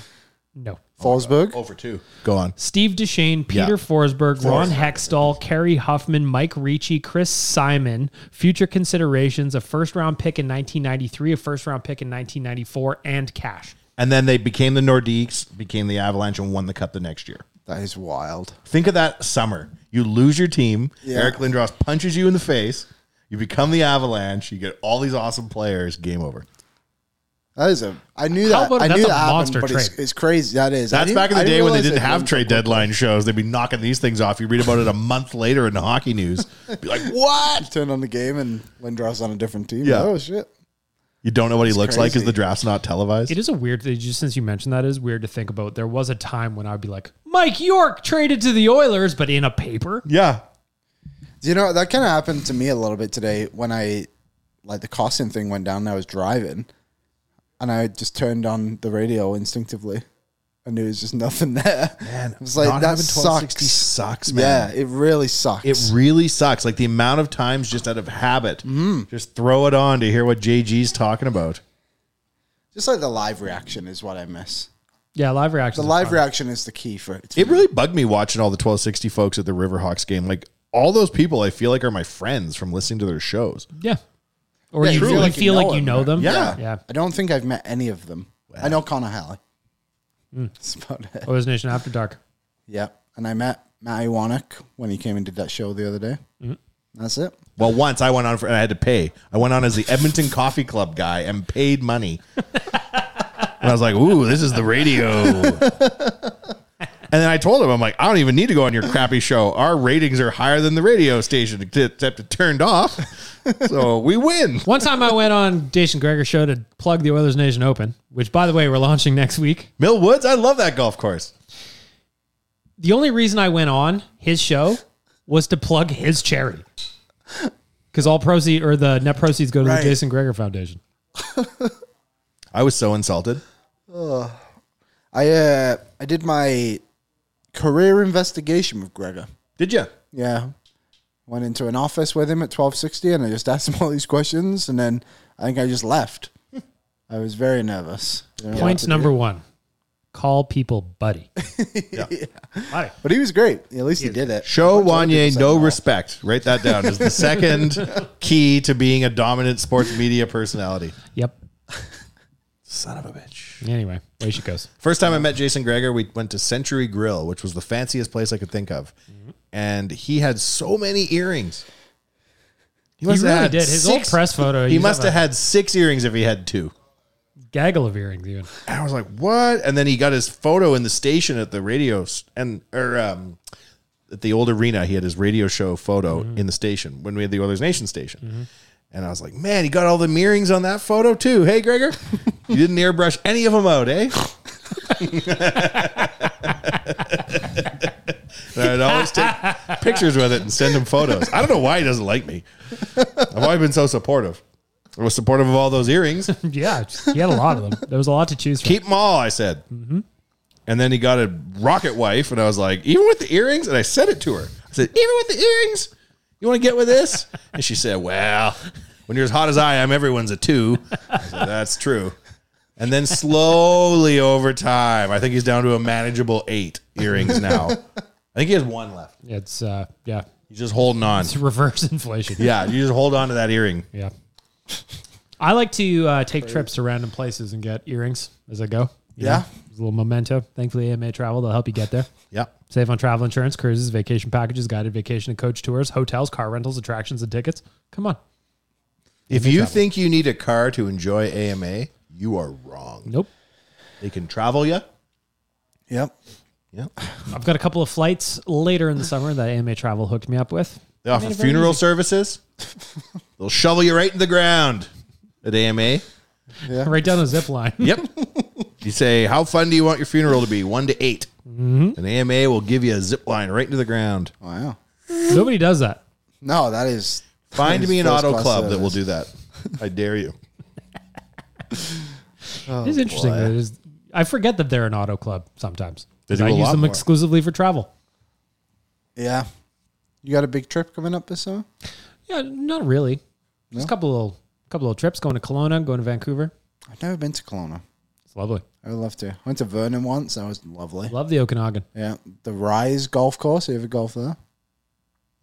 [SPEAKER 6] no.
[SPEAKER 5] Oh
[SPEAKER 7] Forsberg.
[SPEAKER 5] Over two. Go on.
[SPEAKER 6] Steve Deshane, Peter
[SPEAKER 5] Yeah.
[SPEAKER 6] Forsberg, Ron Hextall, Kerry Huffman, Mike Ricci, Chris Simon. Future considerations: a first-round pick in 1993, a first-round pick in 1994, and cash.
[SPEAKER 5] And then they became the Nordiques, became the Avalanche, and won the cup the next year.
[SPEAKER 7] That is wild.
[SPEAKER 5] Think of that summer. You lose your team.
[SPEAKER 7] Yeah.
[SPEAKER 5] Eric Lindros punches you in the face. You become the Avalanche. You get all these awesome players. Game over.
[SPEAKER 7] That is a. I knew
[SPEAKER 6] How
[SPEAKER 7] that.
[SPEAKER 6] about-
[SPEAKER 7] I
[SPEAKER 6] that's
[SPEAKER 7] knew
[SPEAKER 6] a
[SPEAKER 7] that happened,
[SPEAKER 6] monster
[SPEAKER 7] but it's,
[SPEAKER 6] trade.
[SPEAKER 7] it's crazy. That is. I
[SPEAKER 5] That's
[SPEAKER 7] didn't-
[SPEAKER 5] back in
[SPEAKER 7] I
[SPEAKER 5] the day when they
[SPEAKER 7] realize
[SPEAKER 5] didn't
[SPEAKER 7] it
[SPEAKER 5] have
[SPEAKER 7] went
[SPEAKER 5] trade
[SPEAKER 7] so quickly.
[SPEAKER 5] deadline shows. They'd be knocking these things off. You read about it a month later in the hockey news. Be like, what?
[SPEAKER 7] Turn on the game and Lindros on a different team.
[SPEAKER 5] Yeah.
[SPEAKER 7] Oh shit.
[SPEAKER 5] You don't know what he
[SPEAKER 6] It's
[SPEAKER 5] looks like because
[SPEAKER 6] crazy.
[SPEAKER 5] the draft's not televised.
[SPEAKER 6] It is a weird thing. Just since you mentioned that, it is weird to think about. There was a time when I'd be like, Mike York traded to the Oilers, but in a paper.
[SPEAKER 5] Yeah.
[SPEAKER 7] You know, that kind of happened to me a little bit today when I, like, the costing thing went down and I was driving and I just turned on the radio instinctively. and there was just nothing there. Man, I was like,
[SPEAKER 5] not
[SPEAKER 7] that
[SPEAKER 5] having
[SPEAKER 7] sucks.
[SPEAKER 5] 1260 sucks, man.
[SPEAKER 7] Yeah, it really sucks.
[SPEAKER 5] It really sucks. Like the amount of times just out of habit,
[SPEAKER 7] Mm-hmm.
[SPEAKER 5] just throw it on to hear what JG's talking about.
[SPEAKER 7] Just like the live reaction is what I miss.
[SPEAKER 6] Yeah, live reaction.
[SPEAKER 7] The live reaction is the key for it.
[SPEAKER 5] It really bugged me watching all the 1260 folks at the Riverhawks game. Like all those people I feel like are my friends from listening to their shows.
[SPEAKER 6] Yeah. Or you, you feel like you know them.
[SPEAKER 5] Yeah.
[SPEAKER 6] Yeah.
[SPEAKER 7] I don't think I've met any of them. I know Connor Halley.
[SPEAKER 6] Mm.
[SPEAKER 7] That's about it.
[SPEAKER 6] Oilers Nation After Dark.
[SPEAKER 7] Yeah. And I met Matt Iwanek when he came and did that show the other day.
[SPEAKER 6] Mhm.
[SPEAKER 7] That's it.
[SPEAKER 5] Well, once I went on for, and I had to pay. I went on as the Edmonton Coffee Club guy and paid money. and I was like, ooh, this is the radio. and then I told him, I'm like, I don't even need to go on your crappy show. Our ratings are higher than the radio station, except it turned off. So we win.
[SPEAKER 6] One time I went on Jason Greger's show to plug the Oilers Nation Open, which, by the way, we're launching next week.
[SPEAKER 5] Mill Woods, I love that golf course.
[SPEAKER 6] The only reason I went on his show was to plug his charity. Because all proceeds or the net proceeds go to
[SPEAKER 5] Right.
[SPEAKER 6] the Jason Greger Foundation.
[SPEAKER 5] I was so insulted.
[SPEAKER 7] Ugh. I uh, I did my career investigation with Gregor.
[SPEAKER 5] Did you?
[SPEAKER 7] Yeah. Went into an office with him at twelve sixty, and I just asked him all these questions, and then I think I just left. I was very nervous. Didn't know what
[SPEAKER 6] Points
[SPEAKER 7] to
[SPEAKER 6] number
[SPEAKER 7] do.
[SPEAKER 6] one call people buddy. Buddy.
[SPEAKER 7] But he was great. At least he, did it.
[SPEAKER 5] Show Wanye
[SPEAKER 7] say
[SPEAKER 5] no
[SPEAKER 7] no.
[SPEAKER 5] respect. Write that down is the second key to being a dominant sports media personality.
[SPEAKER 6] Yep.
[SPEAKER 5] Son of a bitch.
[SPEAKER 6] Anyway, way she goes.
[SPEAKER 5] First time I met Jason Greger, we went to Century Grill, which was the fanciest place I could think of. And he had so many earrings.
[SPEAKER 6] He really did. His old press photo,
[SPEAKER 5] He
[SPEAKER 6] he's
[SPEAKER 5] must
[SPEAKER 6] have
[SPEAKER 5] have
[SPEAKER 6] a-
[SPEAKER 5] had six earrings if he had two.
[SPEAKER 6] Gaggle of earrings, even.
[SPEAKER 5] And I was like, "What?" And then he got his photo in the station at the radio s- and or um, at the old arena. He had his radio show photo in the station when we had the Oilers Nation station. And I was like, "Man, he got all the earrings on that photo too." Hey, Gregor, you didn't airbrush any of them out, eh? And I'd always take pictures with it and send him photos. I don't know why he doesn't like me. I've always been so supportive. I was supportive of all those earrings.
[SPEAKER 6] yeah, just- he had a lot of them. There was a lot to choose from.
[SPEAKER 5] Keep them all, I said. And then he got a rocket wife, and I was like, even with the earrings? And I said it to her. I said, even with the earrings, you want to get with this? and she said, well, when you're as hot as I am, everyone's a two. I said, that's true. And then slowly over time, I think he's down to a manageable eight earrings now. I think he has one left.
[SPEAKER 6] It's uh, yeah,
[SPEAKER 5] He's just holding on.
[SPEAKER 6] it's reverse inflation.
[SPEAKER 5] Yeah, you just hold on to that earring.
[SPEAKER 6] yeah. I like to uh, take trips to random places and get earrings as I go. you
[SPEAKER 7] Yeah.
[SPEAKER 6] know? It's a little memento. Thankfully, AMA Travel they'll help you get there.
[SPEAKER 5] Yeah.
[SPEAKER 6] Save on travel insurance, cruises, vacation packages, guided vacation and coach tours, hotels, car rentals, attractions, and tickets. Come on.
[SPEAKER 5] If you think you need a car to enjoy AMA, you are wrong.
[SPEAKER 6] Nope.
[SPEAKER 5] They can travel you.
[SPEAKER 7] Yep.
[SPEAKER 6] I've got a couple of flights later in the summer that AMA Travel hooked me up with.
[SPEAKER 5] They offer funeral services. They'll shovel you right in the ground at AMA.
[SPEAKER 6] Right down a zip line.
[SPEAKER 5] Yep. you say, How fun do you want your funeral to be? One to 8
[SPEAKER 6] Mm-hmm.
[SPEAKER 5] And AMA will give you a zip line right into the ground.
[SPEAKER 7] Wow.
[SPEAKER 6] Nobody does that.
[SPEAKER 7] No, that is.
[SPEAKER 5] Find
[SPEAKER 7] that
[SPEAKER 5] me
[SPEAKER 7] is
[SPEAKER 5] an auto
[SPEAKER 7] first-class
[SPEAKER 5] club that will
[SPEAKER 7] service.
[SPEAKER 5] do that. I dare you.
[SPEAKER 7] Oh,
[SPEAKER 6] It is interesting. that it is- I forget that they're an auto club sometimes.
[SPEAKER 5] They do
[SPEAKER 6] I
[SPEAKER 5] a
[SPEAKER 6] use
[SPEAKER 5] lot
[SPEAKER 6] them
[SPEAKER 5] more.
[SPEAKER 6] exclusively for travel.
[SPEAKER 7] Yeah. You got a big trip coming up this summer?
[SPEAKER 6] Yeah, not really. Just a couple little couple little trips. Going to Kelowna, going to Vancouver.
[SPEAKER 7] I've never been to Kelowna.
[SPEAKER 6] It's lovely.
[SPEAKER 7] I would love to. I went to Vernon once. That was lovely.
[SPEAKER 6] Love the Okanagan.
[SPEAKER 7] Yeah. The Rise Golf Course. You ever golf there?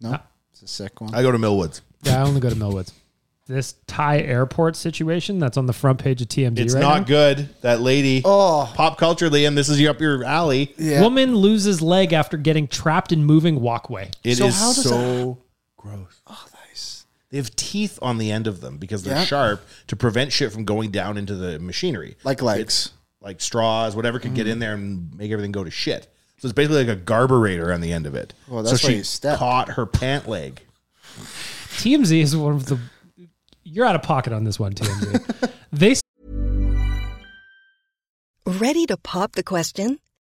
[SPEAKER 7] No.
[SPEAKER 6] Ah.
[SPEAKER 7] It's a sick one.
[SPEAKER 5] I go to Millwoods.
[SPEAKER 6] Yeah, I only go to Millwoods. This Thai airport situation that's on the front page of TMZ
[SPEAKER 5] It's
[SPEAKER 6] right
[SPEAKER 5] not
[SPEAKER 6] now.
[SPEAKER 5] good. That lady,
[SPEAKER 7] Oh.
[SPEAKER 5] pop culture, Liam, this is up your alley.
[SPEAKER 7] yeah.
[SPEAKER 6] Woman loses leg after getting trapped in moving walkway.
[SPEAKER 5] It is
[SPEAKER 7] So how does
[SPEAKER 5] so gross. Oh, nice. They have teeth on the end of them because they're
[SPEAKER 7] Yeah.
[SPEAKER 5] sharp to prevent shit from going down into the machinery.
[SPEAKER 7] like legs.
[SPEAKER 5] like straws, whatever could
[SPEAKER 7] Mm.
[SPEAKER 5] get in there and make everything go to shit. So it's basically like a garburator on the end of it.
[SPEAKER 7] Well,
[SPEAKER 5] so
[SPEAKER 7] that's why
[SPEAKER 5] she
[SPEAKER 7] you step.
[SPEAKER 5] caught her pant leg.
[SPEAKER 6] TMZ is one of the. You're out of pocket on this one, TMZ. They
[SPEAKER 8] Ready to pop the question?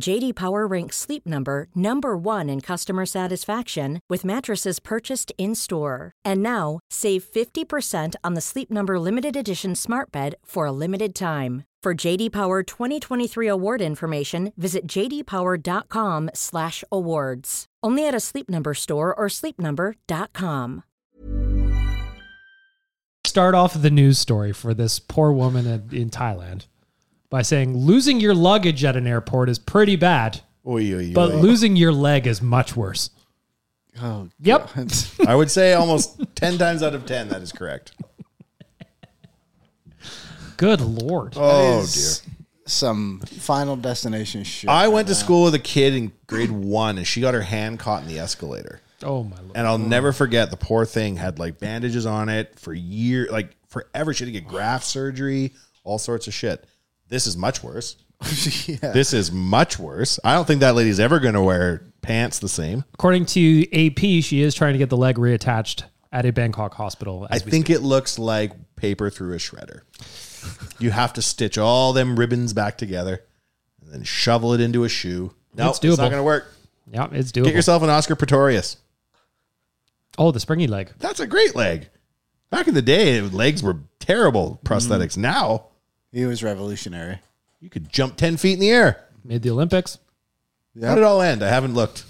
[SPEAKER 9] JD Power ranks Sleep Number number 1 in customer satisfaction with mattresses purchased in-store. And now, save 50% on the Sleep Number limited edition Smart Bed for a limited time. For JD Power 2023 award information, visit jdpower.com/awards. Only at a Sleep Number store or sleepnumber.com.
[SPEAKER 6] start off the news story for this poor woman in, in Thailand by saying losing your luggage at an airport is pretty bad, but losing your leg is much worse.
[SPEAKER 7] Oh,
[SPEAKER 6] yep.
[SPEAKER 5] I would say almost 10 times out of 10 that is correct.
[SPEAKER 6] Good lord.
[SPEAKER 5] Oh,
[SPEAKER 7] dear. Some final destination shit.
[SPEAKER 5] I went to school with a kid in grade one and she got her hand caught in the escalator.
[SPEAKER 6] Oh my lord.
[SPEAKER 5] And I'll never forget the poor thing had like bandages on it for year, like forever. She had to get graft surgery, all sorts of shit. This is much worse.
[SPEAKER 7] yeah.
[SPEAKER 5] This is much worse. I don't think that lady's ever going to wear pants the same.
[SPEAKER 6] According to AP, she is trying to get the leg reattached at a Bangkok hospital.
[SPEAKER 5] I
[SPEAKER 6] as we
[SPEAKER 5] think it looks like paper through a shredder. you have to stitch all them ribbons back together and then shovel it into a shoe. No,
[SPEAKER 6] It's
[SPEAKER 5] it's not
[SPEAKER 6] doable.
[SPEAKER 5] going to work.
[SPEAKER 6] Yeah, it's doable.
[SPEAKER 5] Get yourself an Oscar Pretorius.
[SPEAKER 6] Oh, the springy leg.
[SPEAKER 5] That's a great leg. Back in the day, legs were terrible prosthetics. Now
[SPEAKER 7] he was revolutionary.
[SPEAKER 5] You could jump ten feet in the air.
[SPEAKER 6] Made the Olympics.
[SPEAKER 5] How did it all end? I haven't looked.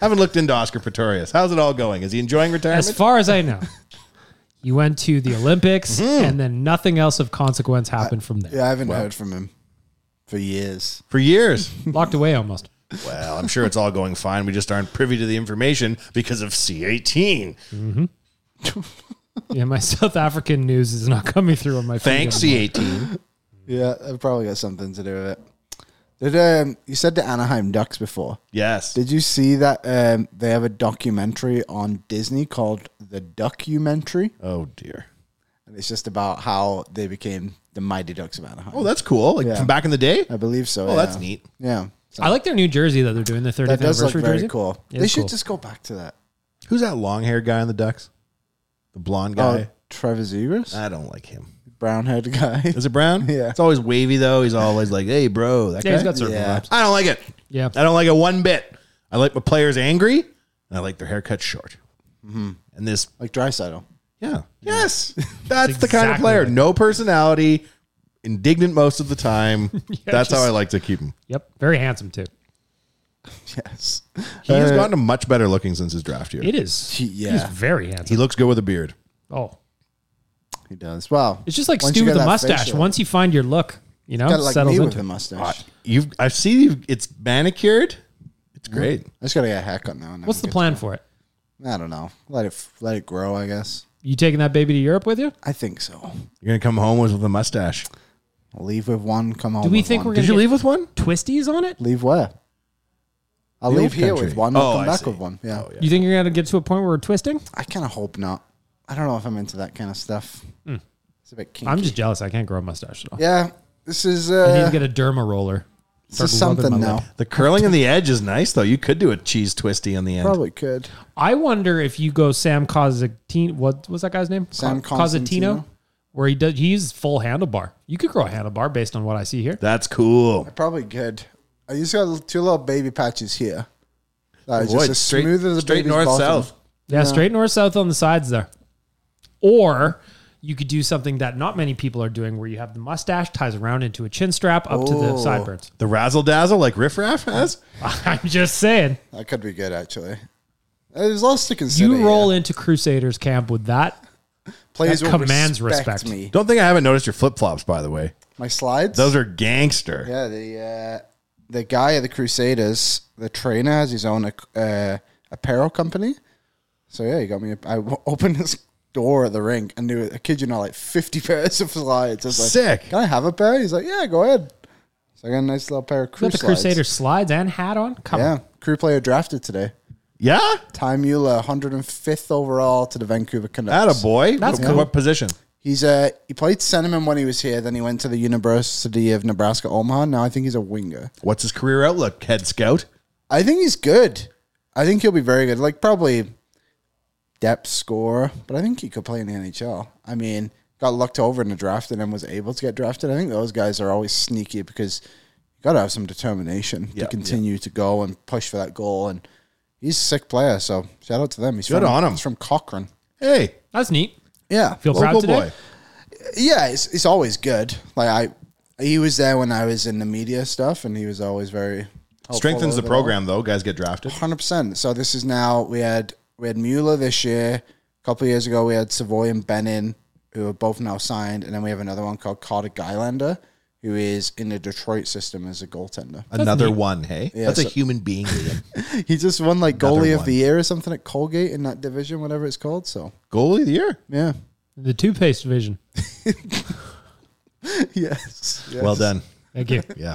[SPEAKER 5] haven't looked into Oscar Pretorius. How's it all going? Is he enjoying retirement?
[SPEAKER 6] As far as I know, you went to the Olympics and then nothing else of consequence happened from there.
[SPEAKER 7] Mm-hmm. Yeah, I haven't heard from him for years.
[SPEAKER 5] For years.
[SPEAKER 6] Locked away almost.
[SPEAKER 5] Well, I'm sure it's all going fine. We just aren't privy to the information because of C18.
[SPEAKER 6] Yeah, my South African news is not coming through on my phone
[SPEAKER 5] Thanks,
[SPEAKER 6] anymore.
[SPEAKER 5] C18.
[SPEAKER 7] Yeah, I've probably got something to do with it. Did um you said the Anaheim Ducks before?
[SPEAKER 5] Yes.
[SPEAKER 7] Did you see that um they have a documentary on Disney called The Duckumentary?
[SPEAKER 5] Oh dear.
[SPEAKER 7] And it's just about how they became the Mighty Ducks of Anaheim.
[SPEAKER 5] Oh, that's cool. Like
[SPEAKER 7] Yeah.
[SPEAKER 5] from back in the day.
[SPEAKER 7] I believe so.
[SPEAKER 5] Oh,
[SPEAKER 7] yeah.
[SPEAKER 5] that's neat.
[SPEAKER 7] Yeah.
[SPEAKER 6] I like their new jersey that they're doing, the 30th
[SPEAKER 7] That does look
[SPEAKER 6] anniversary
[SPEAKER 7] very
[SPEAKER 6] jersey.
[SPEAKER 7] cool.
[SPEAKER 6] It
[SPEAKER 7] they
[SPEAKER 6] is
[SPEAKER 7] should
[SPEAKER 6] cool.
[SPEAKER 7] just go back to that.
[SPEAKER 5] Who's that long haired guy in the Ducks? The blonde
[SPEAKER 7] Oh,
[SPEAKER 5] guy.
[SPEAKER 7] Trevor Zegers?
[SPEAKER 5] I don't like him.
[SPEAKER 7] Brown haired guy.
[SPEAKER 5] Is it Brown?
[SPEAKER 7] Oh. Yeah.
[SPEAKER 5] It's always wavy though. He's always like, "Hey, bro, that
[SPEAKER 6] Yeah,
[SPEAKER 5] guy."
[SPEAKER 6] he's got certain
[SPEAKER 7] Yeah.
[SPEAKER 6] vibes.
[SPEAKER 5] I don't like it.
[SPEAKER 6] Yeah.
[SPEAKER 5] I don't like it one bit. I like my players angry, and I like their haircuts short. And this,
[SPEAKER 7] Mm-hmm. Like Drysaddle.
[SPEAKER 5] yeah, yes, that's the kind of
[SPEAKER 6] exactly
[SPEAKER 5] player.
[SPEAKER 6] like-
[SPEAKER 5] No personality, indignant most of the time. that's how I like to keep him.
[SPEAKER 6] Yep. Very handsome, too.
[SPEAKER 7] Yes. Uh,
[SPEAKER 5] He has gotten much better looking since his draft year.
[SPEAKER 6] It is.
[SPEAKER 7] He- yeah.
[SPEAKER 6] He's very handsome.
[SPEAKER 5] He looks good with a beard.
[SPEAKER 6] oh.
[SPEAKER 7] He does. Well,
[SPEAKER 6] It's just like
[SPEAKER 7] once
[SPEAKER 6] Stu
[SPEAKER 7] you
[SPEAKER 6] with
[SPEAKER 7] get
[SPEAKER 6] the
[SPEAKER 7] that
[SPEAKER 6] mustache.
[SPEAKER 7] facial-
[SPEAKER 6] Once you find your look, you know,
[SPEAKER 7] Kinda like
[SPEAKER 6] settles
[SPEAKER 7] me with
[SPEAKER 6] into
[SPEAKER 7] the
[SPEAKER 6] it.
[SPEAKER 7] mustache.
[SPEAKER 5] You've, I see. You've, it's manicured. It's great.
[SPEAKER 7] I just gotta get a haircut now. and
[SPEAKER 6] What's the
[SPEAKER 7] then
[SPEAKER 6] plan for it?
[SPEAKER 7] get- I don't know. Let it f- let it grow. I guess.
[SPEAKER 6] You taking that baby to Europe with you?
[SPEAKER 7] I think so.
[SPEAKER 5] You're gonna come home with, with a mustache.
[SPEAKER 7] I'll leave with one. Come home.
[SPEAKER 6] Do we
[SPEAKER 7] with
[SPEAKER 6] think
[SPEAKER 7] one.
[SPEAKER 6] we're going
[SPEAKER 5] Did you
[SPEAKER 6] to
[SPEAKER 5] leave with one?
[SPEAKER 6] twisties on it?
[SPEAKER 7] leave where? I'll
[SPEAKER 5] The
[SPEAKER 7] leave
[SPEAKER 5] old
[SPEAKER 7] here
[SPEAKER 5] country.
[SPEAKER 7] with one. I'll
[SPEAKER 5] Oh,
[SPEAKER 7] come
[SPEAKER 5] I
[SPEAKER 7] back
[SPEAKER 5] see.
[SPEAKER 7] with one. Yeah.
[SPEAKER 5] Oh, yeah.
[SPEAKER 6] You think you're going to get to a point where we're twisting?
[SPEAKER 7] I kind of hope not. I don't know if I'm into that kind of stuff. It's a bit kinky.
[SPEAKER 6] Hmm. I'm just jealous. I can't grow a mustache at all.
[SPEAKER 7] yeah. This is
[SPEAKER 6] I need
[SPEAKER 7] uh,
[SPEAKER 6] to get a derma roller.
[SPEAKER 7] this is
[SPEAKER 6] Start rubbing
[SPEAKER 7] something
[SPEAKER 6] my
[SPEAKER 7] now.
[SPEAKER 6] lip.
[SPEAKER 5] The curling on the edge is nice though. You could do a cheese twisty on the end.
[SPEAKER 7] Probably could.
[SPEAKER 6] I wonder if you go Sam Cosentino. What was that guy's name?
[SPEAKER 7] Sam
[SPEAKER 6] Co- Cosentino.
[SPEAKER 7] Cosentino?
[SPEAKER 6] where he does he uses full handlebar. You could grow a handlebar based on what I see here.
[SPEAKER 5] That's cool.
[SPEAKER 7] I probably could. I just got two little baby patches here. That is
[SPEAKER 5] Avoid
[SPEAKER 7] just as
[SPEAKER 5] Oh, straight-
[SPEAKER 7] smooth as a
[SPEAKER 5] straight
[SPEAKER 7] baby's
[SPEAKER 5] north,
[SPEAKER 7] bottom.
[SPEAKER 5] south.
[SPEAKER 6] Yeah, straight north south on the sides there. Or you could do something that not many people are doing where you have the mustache ties around into a chin strap up to the
[SPEAKER 5] Oh.
[SPEAKER 6] sideburns.
[SPEAKER 5] The razzle dazzle like Riff Raff has?
[SPEAKER 6] I'm just saying.
[SPEAKER 7] That could be good actually. Uh, There's lots to consider.
[SPEAKER 6] You roll into Crusaders camp with that.
[SPEAKER 7] Players
[SPEAKER 6] that
[SPEAKER 7] will
[SPEAKER 6] commands
[SPEAKER 7] respect
[SPEAKER 6] respect.
[SPEAKER 7] me.
[SPEAKER 5] Don't think I haven't noticed your flip flops, by the way.
[SPEAKER 7] My slides.
[SPEAKER 5] Those are gangster.
[SPEAKER 7] Yeah, the uh, the guy at the Crusaders, the trainer, has his own uh, apparel company. So yeah, he got me. A, I w- opened his door at the rink and there were, I kid you not, like fifty pairs of slides. I was like,
[SPEAKER 5] Sick.
[SPEAKER 7] Can I have a pair? He's like, Yeah, go ahead. So I got a nice little pair of crew
[SPEAKER 6] Got the
[SPEAKER 7] slides.
[SPEAKER 6] Crusader slides and hat on. Come
[SPEAKER 7] yeah,
[SPEAKER 6] on.
[SPEAKER 7] crew player drafted today.
[SPEAKER 5] Yeah,
[SPEAKER 7] Ty Mueller, 105th overall to the Vancouver Canucks.
[SPEAKER 5] That a boy.
[SPEAKER 7] That's
[SPEAKER 5] what,
[SPEAKER 7] cool.
[SPEAKER 5] what position?
[SPEAKER 7] He's uh he played centerman when he was here. Then he went to the University of Nebraska Omaha. Now I think he's a winger.
[SPEAKER 5] What's his career outlook, head scout?
[SPEAKER 7] I think he's good. I think he'll be very good. Like probably depth scorer, but I think he could play in the NHL. I mean, got lucked over in the draft and then was able to get drafted. I think those guys are always sneaky because you got to have some determination
[SPEAKER 5] Yeah,
[SPEAKER 7] to continue to go and push for that goal. And he's a sick player, so shout out to them. He's
[SPEAKER 5] Good
[SPEAKER 7] from,
[SPEAKER 5] on 'em.
[SPEAKER 7] He's from Cochrane.
[SPEAKER 5] Hey,
[SPEAKER 6] That's neat.
[SPEAKER 7] Yeah,
[SPEAKER 6] Feel proud today?
[SPEAKER 7] yeah, it's, it's always good. Like I, he was there when I was in the media stuff, and he was always very helpful
[SPEAKER 5] Strengthens the
[SPEAKER 7] overall.
[SPEAKER 5] program though. Guys get drafted.
[SPEAKER 7] Hundred percent. So this is now we had we had Mueller this year. A couple of years ago we had Savoy and Benin, who are both now signed, and then we have another one called Carter Guylander, who is in the Detroit system as a goaltender.
[SPEAKER 5] Another one. Hey,
[SPEAKER 7] Yeah,
[SPEAKER 5] that's a
[SPEAKER 7] so-
[SPEAKER 5] human being. Liam.
[SPEAKER 7] He just won like
[SPEAKER 5] Another
[SPEAKER 7] goalie of
[SPEAKER 5] one.
[SPEAKER 7] the year or something at Colgate in that division, whatever it's called. So
[SPEAKER 5] Goalie of the year.
[SPEAKER 7] yeah,
[SPEAKER 6] The toothpaste division.
[SPEAKER 7] yes, yes.
[SPEAKER 5] Well done.
[SPEAKER 6] Thank you.
[SPEAKER 5] Yeah.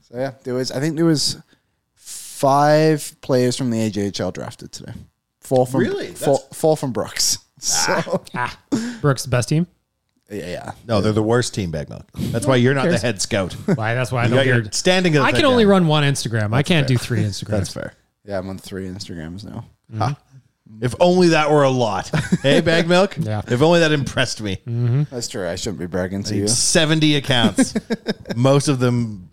[SPEAKER 7] So yeah, there was I think there was five players from the AJHL drafted today. Four from
[SPEAKER 5] Really?
[SPEAKER 7] four,
[SPEAKER 5] That's- Ah.
[SPEAKER 7] four from Brooks. So
[SPEAKER 6] Ah. Brooks, best team.
[SPEAKER 7] yeah, yeah.
[SPEAKER 5] No, they're the worst team, Bagmont. That's why you're not the
[SPEAKER 6] cares?
[SPEAKER 5] head scout.
[SPEAKER 6] Why? That's why I
[SPEAKER 5] You
[SPEAKER 6] don't
[SPEAKER 5] got your
[SPEAKER 6] get-
[SPEAKER 5] standing. of the
[SPEAKER 6] I can
[SPEAKER 5] thing
[SPEAKER 6] only
[SPEAKER 5] down.
[SPEAKER 6] run one Instagram. I can't do three Instagrams.
[SPEAKER 5] That's fair.
[SPEAKER 7] Yeah, I'm on three Instagrams now.
[SPEAKER 5] Ha. If only that were a lot. Hey, bag milk.
[SPEAKER 6] Yeah.
[SPEAKER 5] If only that impressed me.
[SPEAKER 7] That's true. I shouldn't be bragging to you.
[SPEAKER 5] 70 accounts. Most of them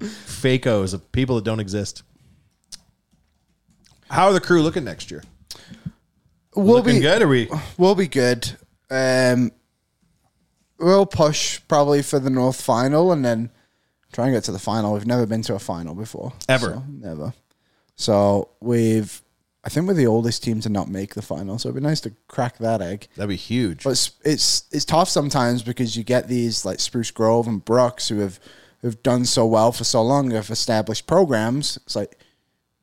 [SPEAKER 5] fakos of people that don't exist. How are the crew looking next year?
[SPEAKER 7] We'll
[SPEAKER 5] looking
[SPEAKER 7] be
[SPEAKER 5] good? Are we
[SPEAKER 7] We'll be good. Um, we'll push probably for the North final and then try and get to the final. We've never been to a final before.
[SPEAKER 5] Ever.
[SPEAKER 7] So, never. So we've. I think we're the oldest team to not make the final, so it'd be nice to crack that egg.
[SPEAKER 5] that'd be huge.
[SPEAKER 7] But it's it's, it's tough sometimes because you get these like Spruce Grove and Brooks who have who've done so well for so long, have established programs. It's like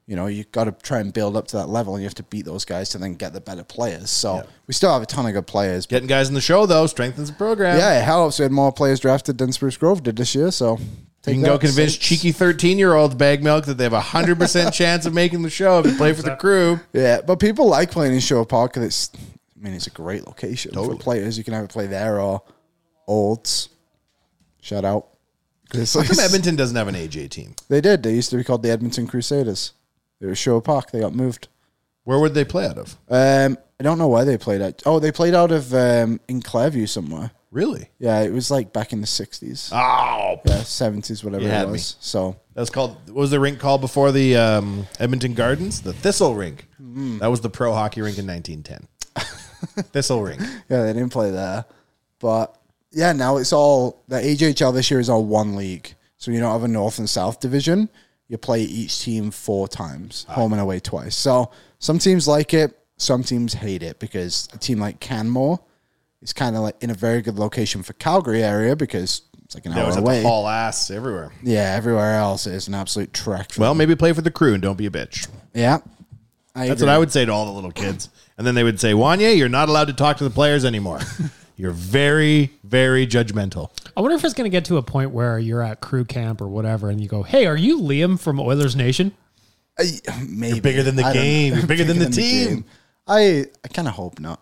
[SPEAKER 7] you know you got to try and build up to that level, and you have to beat those guys to then get the better players. So we still have a ton of good players.
[SPEAKER 5] Getting guys in the show though strengthens the program.
[SPEAKER 7] Yeah, it helps. We had more players drafted than Spruce Grove did this year, so
[SPEAKER 5] You
[SPEAKER 7] take
[SPEAKER 5] can go
[SPEAKER 7] that,
[SPEAKER 5] convince
[SPEAKER 7] Saints.
[SPEAKER 5] cheeky 13 year old bag milk that they have a 100% chance of making the show if you play for the crew.
[SPEAKER 7] Yeah, but people like playing in Shore Park because it's. I mean, it's a great location
[SPEAKER 5] Totally.
[SPEAKER 7] for players. You can either play there or Olds. Shout out. 'Cause it's
[SPEAKER 5] How come
[SPEAKER 7] like-
[SPEAKER 5] Edmonton doesn't have an AJ team?
[SPEAKER 7] They did. They used to be called the Edmonton Crusaders. They were Show Park. They got moved.
[SPEAKER 5] Where would they play out of?
[SPEAKER 7] Um, I don't know where they played at. Oh, they played out of um, in Clairview somewhere.
[SPEAKER 5] Really?
[SPEAKER 7] Yeah, it was like back in the sixties,
[SPEAKER 5] Oh,
[SPEAKER 7] seventies, whatever
[SPEAKER 5] You had
[SPEAKER 7] it
[SPEAKER 5] me.
[SPEAKER 7] was. So
[SPEAKER 5] That's called. What was the rink called before the um, Edmonton Gardens? The Thistle Rink.
[SPEAKER 7] Hmm.
[SPEAKER 5] That was the pro hockey rink in 1910. Thistle Rink.
[SPEAKER 7] yeah, they didn't play there. But yeah, now it's all the AJHL this year is all one league. So you don't have a North and South division. You play each team four times,
[SPEAKER 5] Ah,
[SPEAKER 7] home and away twice. So some teams like it, some teams hate it because a team like Canmore is kind of like in a very good location for Calgary area because it's like an
[SPEAKER 5] That
[SPEAKER 7] hour
[SPEAKER 5] was at
[SPEAKER 7] away.
[SPEAKER 5] the Hall Ass everywhere.
[SPEAKER 7] Yeah, everywhere else is an absolute trek. for
[SPEAKER 5] Well,
[SPEAKER 7] them.
[SPEAKER 5] maybe play for the crew and don't be a bitch.
[SPEAKER 7] yeah, I
[SPEAKER 5] That's
[SPEAKER 7] agree.
[SPEAKER 5] what I would say to all the little kids. And then they would say, Wanya, you're not allowed to talk to the players anymore. you're very, very judgmental.
[SPEAKER 6] I wonder if it's going to get to a point where you're at crew camp or whatever, and you go, "Hey, are you Liam from Oilers Nation?"
[SPEAKER 7] Maybe.
[SPEAKER 5] You're bigger than the
[SPEAKER 7] I don't
[SPEAKER 5] game.
[SPEAKER 7] know.
[SPEAKER 5] You're bigger than the team.
[SPEAKER 7] game. I I kind of hope not.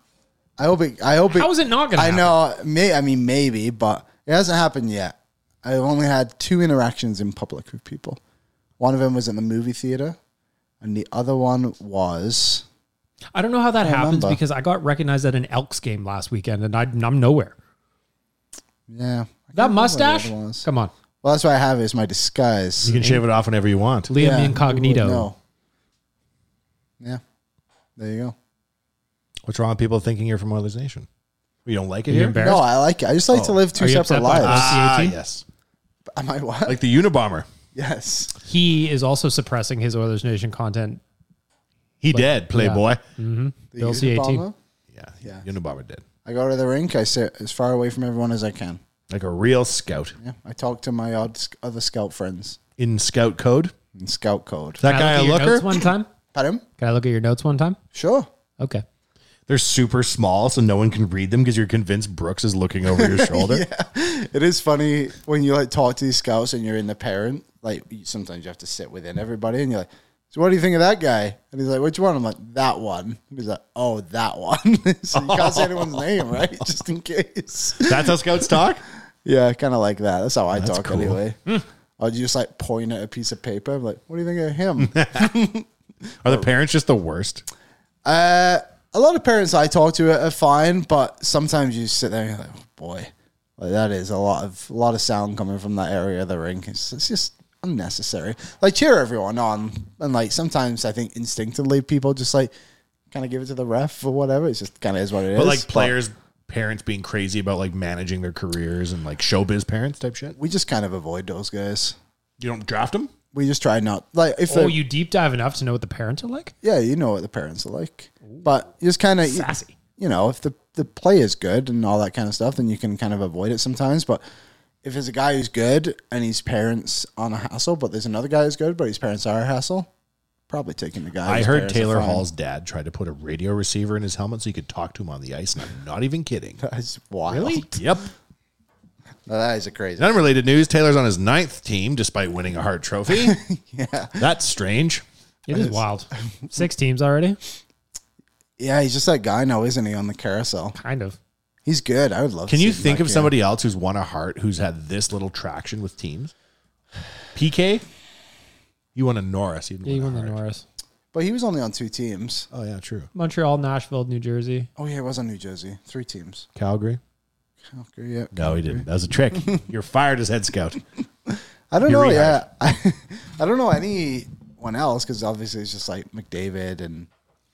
[SPEAKER 7] I hope it. I hope it.
[SPEAKER 6] How is it not gonna
[SPEAKER 7] I know. May I mean maybe, but it hasn't happened yet. I've only had two interactions in public with people. One of them was in the movie theater, and the other one was
[SPEAKER 6] I don't know how that happens
[SPEAKER 7] remember.
[SPEAKER 6] because I got recognized at an Elks game last weekend, and I, I'm nowhere.
[SPEAKER 7] Yeah.
[SPEAKER 6] That mustache? Come on.
[SPEAKER 7] Well, that's what I have is my disguise.
[SPEAKER 5] You can shave it off whenever you want.
[SPEAKER 6] Liam
[SPEAKER 7] Yeah,
[SPEAKER 6] Incognito.
[SPEAKER 7] who would know? Yeah. There you go.
[SPEAKER 5] What's wrong with people thinking you're from Oilers Nation? You don't like it
[SPEAKER 7] Are you
[SPEAKER 5] here?
[SPEAKER 7] embarrassed? No, I like it. I just like
[SPEAKER 6] Oh,
[SPEAKER 7] to live two Are you separate upset by lives.
[SPEAKER 5] Ah,
[SPEAKER 7] OC18?
[SPEAKER 5] yes.
[SPEAKER 7] Am I what?
[SPEAKER 5] Like the Unabomber.
[SPEAKER 7] Yes.
[SPEAKER 6] He is also suppressing his Oilers Nation content.
[SPEAKER 5] He dead, Playboy.
[SPEAKER 6] hmm
[SPEAKER 7] The
[SPEAKER 6] Bill C18.
[SPEAKER 7] Unabomber?
[SPEAKER 5] Yeah.
[SPEAKER 7] Yeah.
[SPEAKER 5] Unabomber did.
[SPEAKER 7] I go to the rink. I sit as far away from everyone as I can.
[SPEAKER 5] Like a real scout.
[SPEAKER 7] Yeah. I talk to my odd, other scout friends.
[SPEAKER 5] In scout code?
[SPEAKER 7] In scout code.
[SPEAKER 5] Is that
[SPEAKER 6] Can I
[SPEAKER 5] guy a
[SPEAKER 6] look at your
[SPEAKER 5] looker?
[SPEAKER 6] notes one time?
[SPEAKER 7] Pardon?
[SPEAKER 6] Can I look at your notes one time?
[SPEAKER 7] Sure.
[SPEAKER 6] Okay.
[SPEAKER 5] They're super small, so no one can read them because you're convinced Brooks is looking over your shoulder.
[SPEAKER 7] It is funny when you like talk to these scouts and you're in the parent. Like you- sometimes you have to sit within everybody, and you're like, "So what do you think of that guy?" And he's like, "Which one?" I'm like, "That one." And he's like, "Oh, that one." so you can't say anyone's name, right? Just in case.
[SPEAKER 5] That's how scouts talk?
[SPEAKER 7] yeah, kind of like that. That's how I
[SPEAKER 5] That's
[SPEAKER 7] talk
[SPEAKER 5] cool. Hmm.
[SPEAKER 7] anyway. Or you just like point at a piece of paper. I'm like, "What do you think of him?"
[SPEAKER 5] Are the parents just the worst?
[SPEAKER 7] uh, a lot of parents I talk to are- are fine, but sometimes you sit there and you're like, "Oh boy." Like that is a lot of a lot of sound coming from that area of the rink. It's, it's just unnecessary. Like cheer everyone on, and like sometimes I think instinctively people just like kind of give it to the ref or whatever. It's just kind of is what it is.
[SPEAKER 5] But like players, parents being crazy about like managing their careers and like showbiz parents type shit.
[SPEAKER 7] we just kind of avoid those guys.
[SPEAKER 5] You don't draft them?
[SPEAKER 7] We just try not like if
[SPEAKER 6] oh,
[SPEAKER 7] they're-
[SPEAKER 6] you deep dive enough to know what the parents are like?
[SPEAKER 7] yeah, you know what the parents are like, but you just kind of you,
[SPEAKER 6] Sassy.
[SPEAKER 7] you know if the the play is good and all that kind of stuff, then you can kind of avoid it sometimes. But if there's a guy who's good and his parents on a hassle, but there's another guy who's good but his parents are a hassle, probably taking the guy.
[SPEAKER 5] I
[SPEAKER 7] whose
[SPEAKER 5] heard
[SPEAKER 7] parents are
[SPEAKER 5] Taylor
[SPEAKER 7] fine.
[SPEAKER 5] Hall's dad tried to put a radio receiver in his helmet so he could talk to him on the ice, and I'm not even kidding.
[SPEAKER 7] That's wild.
[SPEAKER 5] Yep.
[SPEAKER 7] Now, that is a crazy.
[SPEAKER 5] In unrelated news, Taylor's on his ninth team despite winning a Hart Trophy.
[SPEAKER 7] yeah,
[SPEAKER 5] That's strange.
[SPEAKER 6] It is wild. Six teams already?
[SPEAKER 7] yeah, he's just that guy now, isn't he? On the carousel,
[SPEAKER 6] Kind of.
[SPEAKER 7] he's good. I would love. to
[SPEAKER 5] Can
[SPEAKER 7] see
[SPEAKER 5] you
[SPEAKER 7] him
[SPEAKER 5] think
[SPEAKER 7] back
[SPEAKER 5] of
[SPEAKER 7] here.
[SPEAKER 5] somebody else who's won a Hart who's had this little traction with teams? PK? You won a Norris. He didn't
[SPEAKER 6] Yeah, you won
[SPEAKER 5] win a
[SPEAKER 6] the
[SPEAKER 5] Hart.
[SPEAKER 6] Norris.
[SPEAKER 7] But he was only on two teams.
[SPEAKER 5] Oh, yeah, true.
[SPEAKER 6] Montreal, Nashville, New Jersey.
[SPEAKER 7] Oh yeah, it was on New Jersey. Three teams.
[SPEAKER 5] Calgary?
[SPEAKER 7] Okay, yeah.
[SPEAKER 5] No, he didn't. That was a trick. You're fired as head scout.
[SPEAKER 7] I don't
[SPEAKER 5] You're
[SPEAKER 7] know.
[SPEAKER 5] rehired.
[SPEAKER 7] Yeah, I, I don't know anyone else because obviously it's just like McDavid and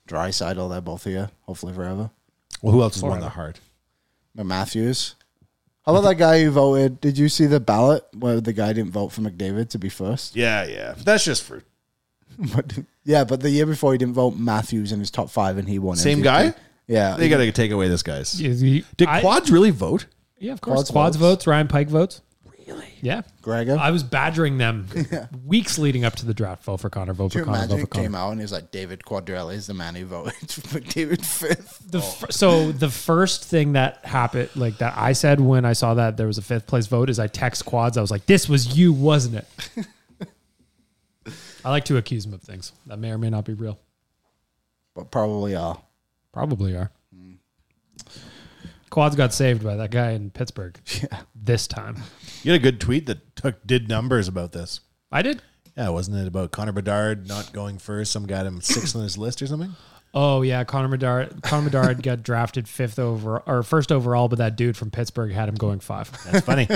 [SPEAKER 7] Dryside. They're both here, hopefully forever.
[SPEAKER 5] Well, who else has won the Hart?
[SPEAKER 7] No Matthews. How about that guy who voted? Did you see the ballot where the guy didn't vote for McDavid to be first?
[SPEAKER 5] Yeah, yeah. That's just for
[SPEAKER 7] But, yeah, but the year before he didn't vote Matthews in his top five and he won.
[SPEAKER 5] same
[SPEAKER 7] MVP.
[SPEAKER 5] guy.
[SPEAKER 7] Yeah,
[SPEAKER 5] They got to take away this guy's.
[SPEAKER 6] Is he-
[SPEAKER 5] Did
[SPEAKER 6] I-
[SPEAKER 5] quads really vote?
[SPEAKER 6] Yeah, of course.
[SPEAKER 7] Quads
[SPEAKER 6] Quads, votes. Ryan Pike votes. Really? Yeah.
[SPEAKER 7] Gregor.
[SPEAKER 6] I was badgering them weeks leading up to the draft. Vote for Connor. Vote
[SPEAKER 7] Could
[SPEAKER 6] for
[SPEAKER 7] you
[SPEAKER 6] Connor.
[SPEAKER 7] imagine
[SPEAKER 6] Vote for
[SPEAKER 7] it came
[SPEAKER 6] Connor.
[SPEAKER 7] out and it was like David Quadrelli is the man who voted for McDavid fifth?
[SPEAKER 6] The fir- so the first thing that happened, like that I said when I saw that there was a fifth place vote, is I text Quads. I was like, "This was you, wasn't it?" I like to accuse him of things that may or may not be real.
[SPEAKER 7] But probably are.
[SPEAKER 6] Probably are. Quads got saved by that guy in Pittsburgh. Yeah. This time,
[SPEAKER 5] You had a good tweet that took, did numbers about this.
[SPEAKER 6] I did.
[SPEAKER 5] Yeah, wasn't it about Connor Bedard not going first? Some got him sixth on his list or something.
[SPEAKER 6] Oh yeah, Connor Bedard. Connor Bedard got drafted fifth over or first overall, but that dude from Pittsburgh had him going five.
[SPEAKER 5] That's funny.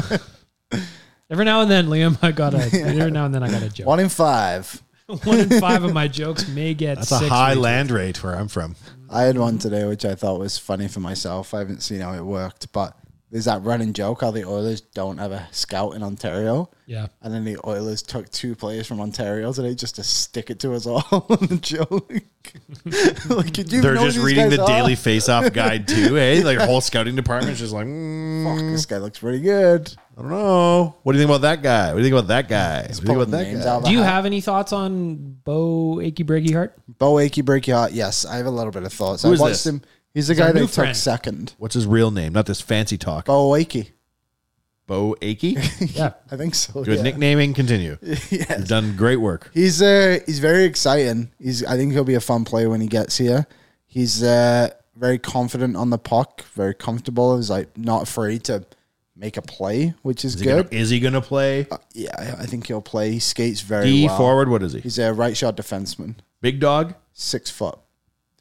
[SPEAKER 6] Every now and then, Liam, I got a. Every now and then, I got a joke.
[SPEAKER 7] One in five.
[SPEAKER 6] One in five of my jokes may get.
[SPEAKER 5] That's a
[SPEAKER 6] six
[SPEAKER 5] high
[SPEAKER 6] retweets.
[SPEAKER 5] land rate where I'm from.
[SPEAKER 7] I had one today which I thought was funny for myself. I haven't seen how it worked, but there's that running joke how the Oilers don't have a scout in Ontario.
[SPEAKER 6] Yeah.
[SPEAKER 7] And then the Oilers took two players from Ontario today just to stick it to us all on the joke. like, could you
[SPEAKER 5] They're
[SPEAKER 7] know who
[SPEAKER 5] just
[SPEAKER 7] these
[SPEAKER 5] reading
[SPEAKER 7] guys
[SPEAKER 5] the
[SPEAKER 7] are?
[SPEAKER 5] Daily Face Off Guide too, eh? Like whole scouting department's just like,
[SPEAKER 7] Fuck,
[SPEAKER 5] mm,
[SPEAKER 7] this guy looks pretty good.
[SPEAKER 5] I don't know. What do you think about that guy? What do you think about that guy? What do you think about that
[SPEAKER 7] Names
[SPEAKER 5] guy?
[SPEAKER 7] out of
[SPEAKER 6] Do
[SPEAKER 7] a
[SPEAKER 6] you
[SPEAKER 7] hat.
[SPEAKER 6] have any thoughts on Bo Achy Breaky Heart?
[SPEAKER 7] Bo Achy Breaky Heart? Yes, I have a little bit of thoughts.
[SPEAKER 5] Who
[SPEAKER 7] I
[SPEAKER 5] is
[SPEAKER 7] watched
[SPEAKER 5] this?
[SPEAKER 7] him. He's the
[SPEAKER 6] our
[SPEAKER 7] guy
[SPEAKER 6] new
[SPEAKER 7] that took
[SPEAKER 6] friend.
[SPEAKER 7] second.
[SPEAKER 5] What's his real name? Not this fancy talk.
[SPEAKER 7] Bo Achy.
[SPEAKER 5] Bo Akey.
[SPEAKER 6] Yeah.
[SPEAKER 7] I think so.
[SPEAKER 5] Good
[SPEAKER 7] Oh, yeah.
[SPEAKER 5] nicknaming. Continue.
[SPEAKER 7] Yes.
[SPEAKER 5] You've done great work.
[SPEAKER 7] He's uh he's very exciting. He's I think he'll be a fun player when he gets here. He's uh very confident on the puck, very comfortable. He's like not afraid to make a play, which is,
[SPEAKER 5] Is he, gonna,
[SPEAKER 7] good.
[SPEAKER 5] is he gonna play
[SPEAKER 7] yeah, I- I think he'll play. He skates very
[SPEAKER 5] D
[SPEAKER 7] well.
[SPEAKER 5] forward? What is he?
[SPEAKER 7] He's a right shot defenseman,
[SPEAKER 5] Big dog.
[SPEAKER 7] six foot.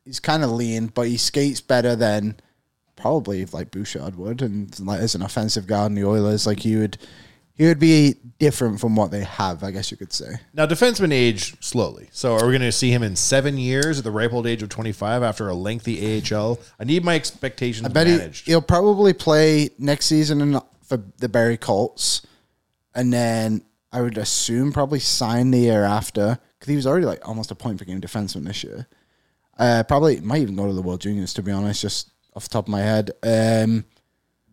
[SPEAKER 7] He's kind of lean, but he skates better than probably like Bouchard would, and like as an offensive guard in the Oilers, like he would, he would be different from what they have. I guess you could say.
[SPEAKER 5] Now, defensemen age slowly. So, are we going to see him in seven years at the ripe old age of 25 after a lengthy AHL? I need my expectations
[SPEAKER 7] I bet
[SPEAKER 5] managed.
[SPEAKER 7] he, he'll probably play next season in, for the Barry Colts, and then I would assume probably sign the year after because he was already like almost a point per game defenseman this year. Uh, probably might even go to the World Juniors to be honest, just off the top of my head. Um,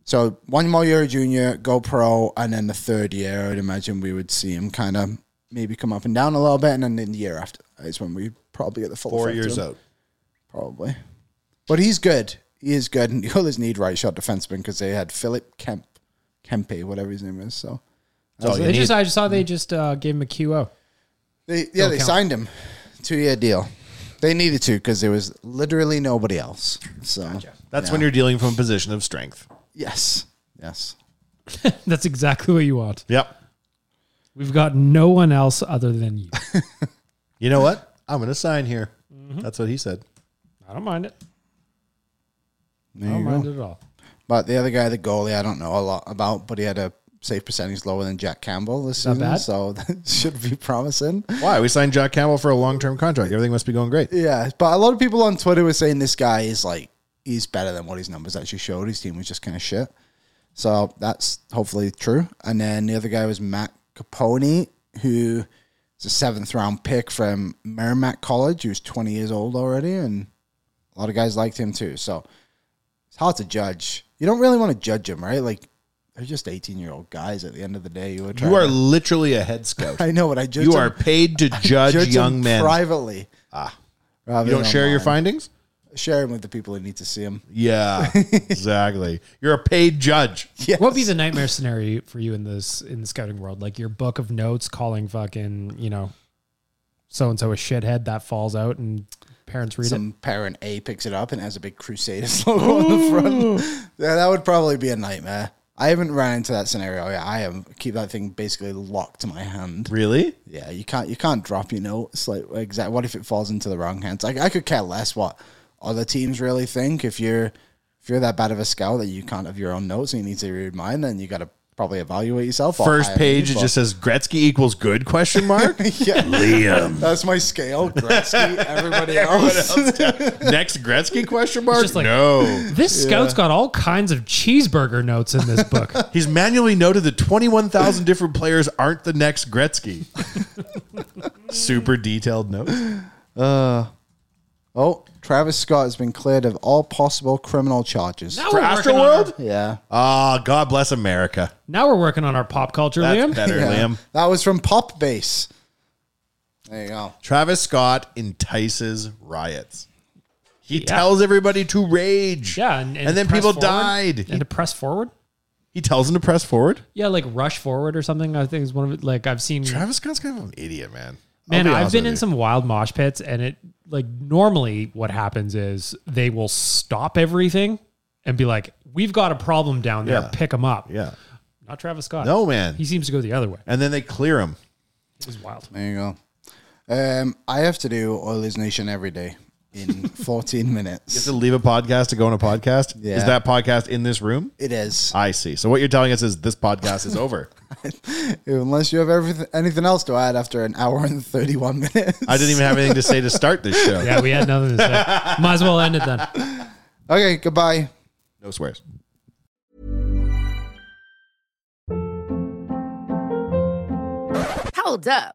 [SPEAKER 7] so one more year at junior, go pro, and then the third year, I would imagine we would see him kind of maybe come up and down a little bit, and then the year after is when we probably get the full
[SPEAKER 5] Four
[SPEAKER 7] effect of
[SPEAKER 5] years
[SPEAKER 7] him.
[SPEAKER 5] out.
[SPEAKER 7] probably. But he's good. He is good. And the others need right shot defensemen because they had Philip Kemp, Kempe, whatever his name is. So
[SPEAKER 6] They just, I just saw they just uh, gave him a QO.
[SPEAKER 7] They, yeah,
[SPEAKER 6] Don't
[SPEAKER 7] they
[SPEAKER 6] count.
[SPEAKER 7] signed him, two year deal. They needed to because there was literally nobody else. So
[SPEAKER 5] That's when you're dealing from a position of strength.
[SPEAKER 7] Yes. Yes.
[SPEAKER 6] That's exactly what you want.
[SPEAKER 5] Yep.
[SPEAKER 6] We've got no one else other than you.
[SPEAKER 5] You know what? I'm going to sign here.
[SPEAKER 7] Mm-hmm.
[SPEAKER 5] That's what he said.
[SPEAKER 6] I don't mind it.
[SPEAKER 7] There
[SPEAKER 6] I don't
[SPEAKER 7] you go.
[SPEAKER 6] mind it at all.
[SPEAKER 7] But the other guy, the goalie, I don't know a lot about, but he had a save percentage lower than Jack Campbell this
[SPEAKER 6] Not
[SPEAKER 7] season.
[SPEAKER 6] bad.
[SPEAKER 7] So that should be promising.
[SPEAKER 5] Why? We signed Jack Campbell for a long term contract. Everything must be going great.
[SPEAKER 7] Yeah, but a lot of people on Twitter were saying this guy is like he's better than what his numbers actually showed. His team was just kind of shit. So that's hopefully true. And then the other guy was Matt Capone, who is a seventh round pick from Merrimack College, who's twenty years old already, and a lot of guys liked him too. So it's hard to judge. You don't really want to judge him, right? Like they're just eighteen year old guys at the end of the day. You were trying
[SPEAKER 5] You are
[SPEAKER 7] to-
[SPEAKER 5] literally a head scout.
[SPEAKER 7] I know, but I judge
[SPEAKER 5] You
[SPEAKER 7] him-
[SPEAKER 5] are paid to
[SPEAKER 7] I
[SPEAKER 5] judge
[SPEAKER 7] him
[SPEAKER 5] young men.
[SPEAKER 7] privately.
[SPEAKER 5] Ah,
[SPEAKER 7] rather
[SPEAKER 5] You don't
[SPEAKER 7] than
[SPEAKER 5] share your
[SPEAKER 7] online.
[SPEAKER 5] findings?
[SPEAKER 7] Share them with the people who need to see them.
[SPEAKER 5] Yeah, exactly. You're a paid judge.
[SPEAKER 6] What would be the nightmare scenario for you in this in the scouting world? Like your book of notes calling fucking, you know, so and so a shithead that falls out and parents read
[SPEAKER 7] Some parent A picks it up and has a big Crusaders logo on the front. Yeah, that would probably be a nightmare. I haven't run into that scenario yet. I am keep that thing basically locked to my hand.
[SPEAKER 5] Really?
[SPEAKER 7] Yeah, you can't you can't drop your notes. Like exact what if it falls into the wrong hands? Like I could care less what other teams really think. If you're if you're that bad of a scout that you can't have your own notes and you need to read mine, then you gotta probably evaluate yourself. or
[SPEAKER 5] First
[SPEAKER 7] hire me,
[SPEAKER 5] page, it
[SPEAKER 7] but-
[SPEAKER 5] just says Gretzky equals good question mark.
[SPEAKER 7] yeah.
[SPEAKER 5] Liam.
[SPEAKER 7] That's my scale. Gretzky, everybody else.
[SPEAKER 5] Next Gretzky question mark?
[SPEAKER 6] just like-
[SPEAKER 5] no.
[SPEAKER 6] it. This scout's got all kinds of cheeseburger notes in this book.
[SPEAKER 5] He's manually noted that 21,000 different players aren't the next Gretzky. Super detailed notes.
[SPEAKER 7] Uh, oh, Travis Scott has been cleared of all possible criminal charges.
[SPEAKER 6] Now
[SPEAKER 5] For
[SPEAKER 6] we're working on
[SPEAKER 5] Astroworld?
[SPEAKER 7] Yeah.
[SPEAKER 5] Ah, God bless America.
[SPEAKER 6] Now we're working on our pop culture,
[SPEAKER 5] That's
[SPEAKER 6] Liam.
[SPEAKER 5] better,
[SPEAKER 7] Yeah.
[SPEAKER 5] Liam.
[SPEAKER 7] That was from Pop Base. There you go.
[SPEAKER 5] Travis Scott entices riots. He tells everybody to rage.
[SPEAKER 6] Yeah, and,
[SPEAKER 5] And then
[SPEAKER 6] press
[SPEAKER 5] people
[SPEAKER 6] forward.
[SPEAKER 5] died.
[SPEAKER 6] And to press forward?
[SPEAKER 5] He tells him to press forward.
[SPEAKER 6] Yeah, like rush forward or something. I think is one of it. Like I've seen
[SPEAKER 5] Travis Scott's kind of an idiot, man. I'll
[SPEAKER 6] Man,
[SPEAKER 5] be
[SPEAKER 6] I've
[SPEAKER 5] honest
[SPEAKER 6] been
[SPEAKER 5] with
[SPEAKER 6] in
[SPEAKER 5] you.
[SPEAKER 6] some wild mosh pits, and it like normally what happens is they will stop everything and be like, "We've got a problem down there.
[SPEAKER 5] Yeah.
[SPEAKER 6] Pick 'em Pick them up."
[SPEAKER 5] Yeah.
[SPEAKER 6] Not Travis Scott.
[SPEAKER 5] No, man.
[SPEAKER 6] he seems to go the other way.
[SPEAKER 5] and then they clear him.
[SPEAKER 6] It was wild.
[SPEAKER 7] There you go. Um, I have to do Oilers Nation every day in 14
[SPEAKER 5] You have
[SPEAKER 7] minutes.
[SPEAKER 5] to leave a podcast to go on a podcast.
[SPEAKER 7] Yeah.
[SPEAKER 5] Is that podcast in this room?
[SPEAKER 7] It is.
[SPEAKER 5] I see. So what you're telling us is this podcast is over.
[SPEAKER 7] Unless you have everything, anything else to add after an hour and 31 minutes.
[SPEAKER 5] I didn't even have anything to say to start this show.
[SPEAKER 6] Yeah, we had nothing to say. Might as well end it then.
[SPEAKER 7] Okay, goodbye.
[SPEAKER 5] No swears.
[SPEAKER 10] Hold up.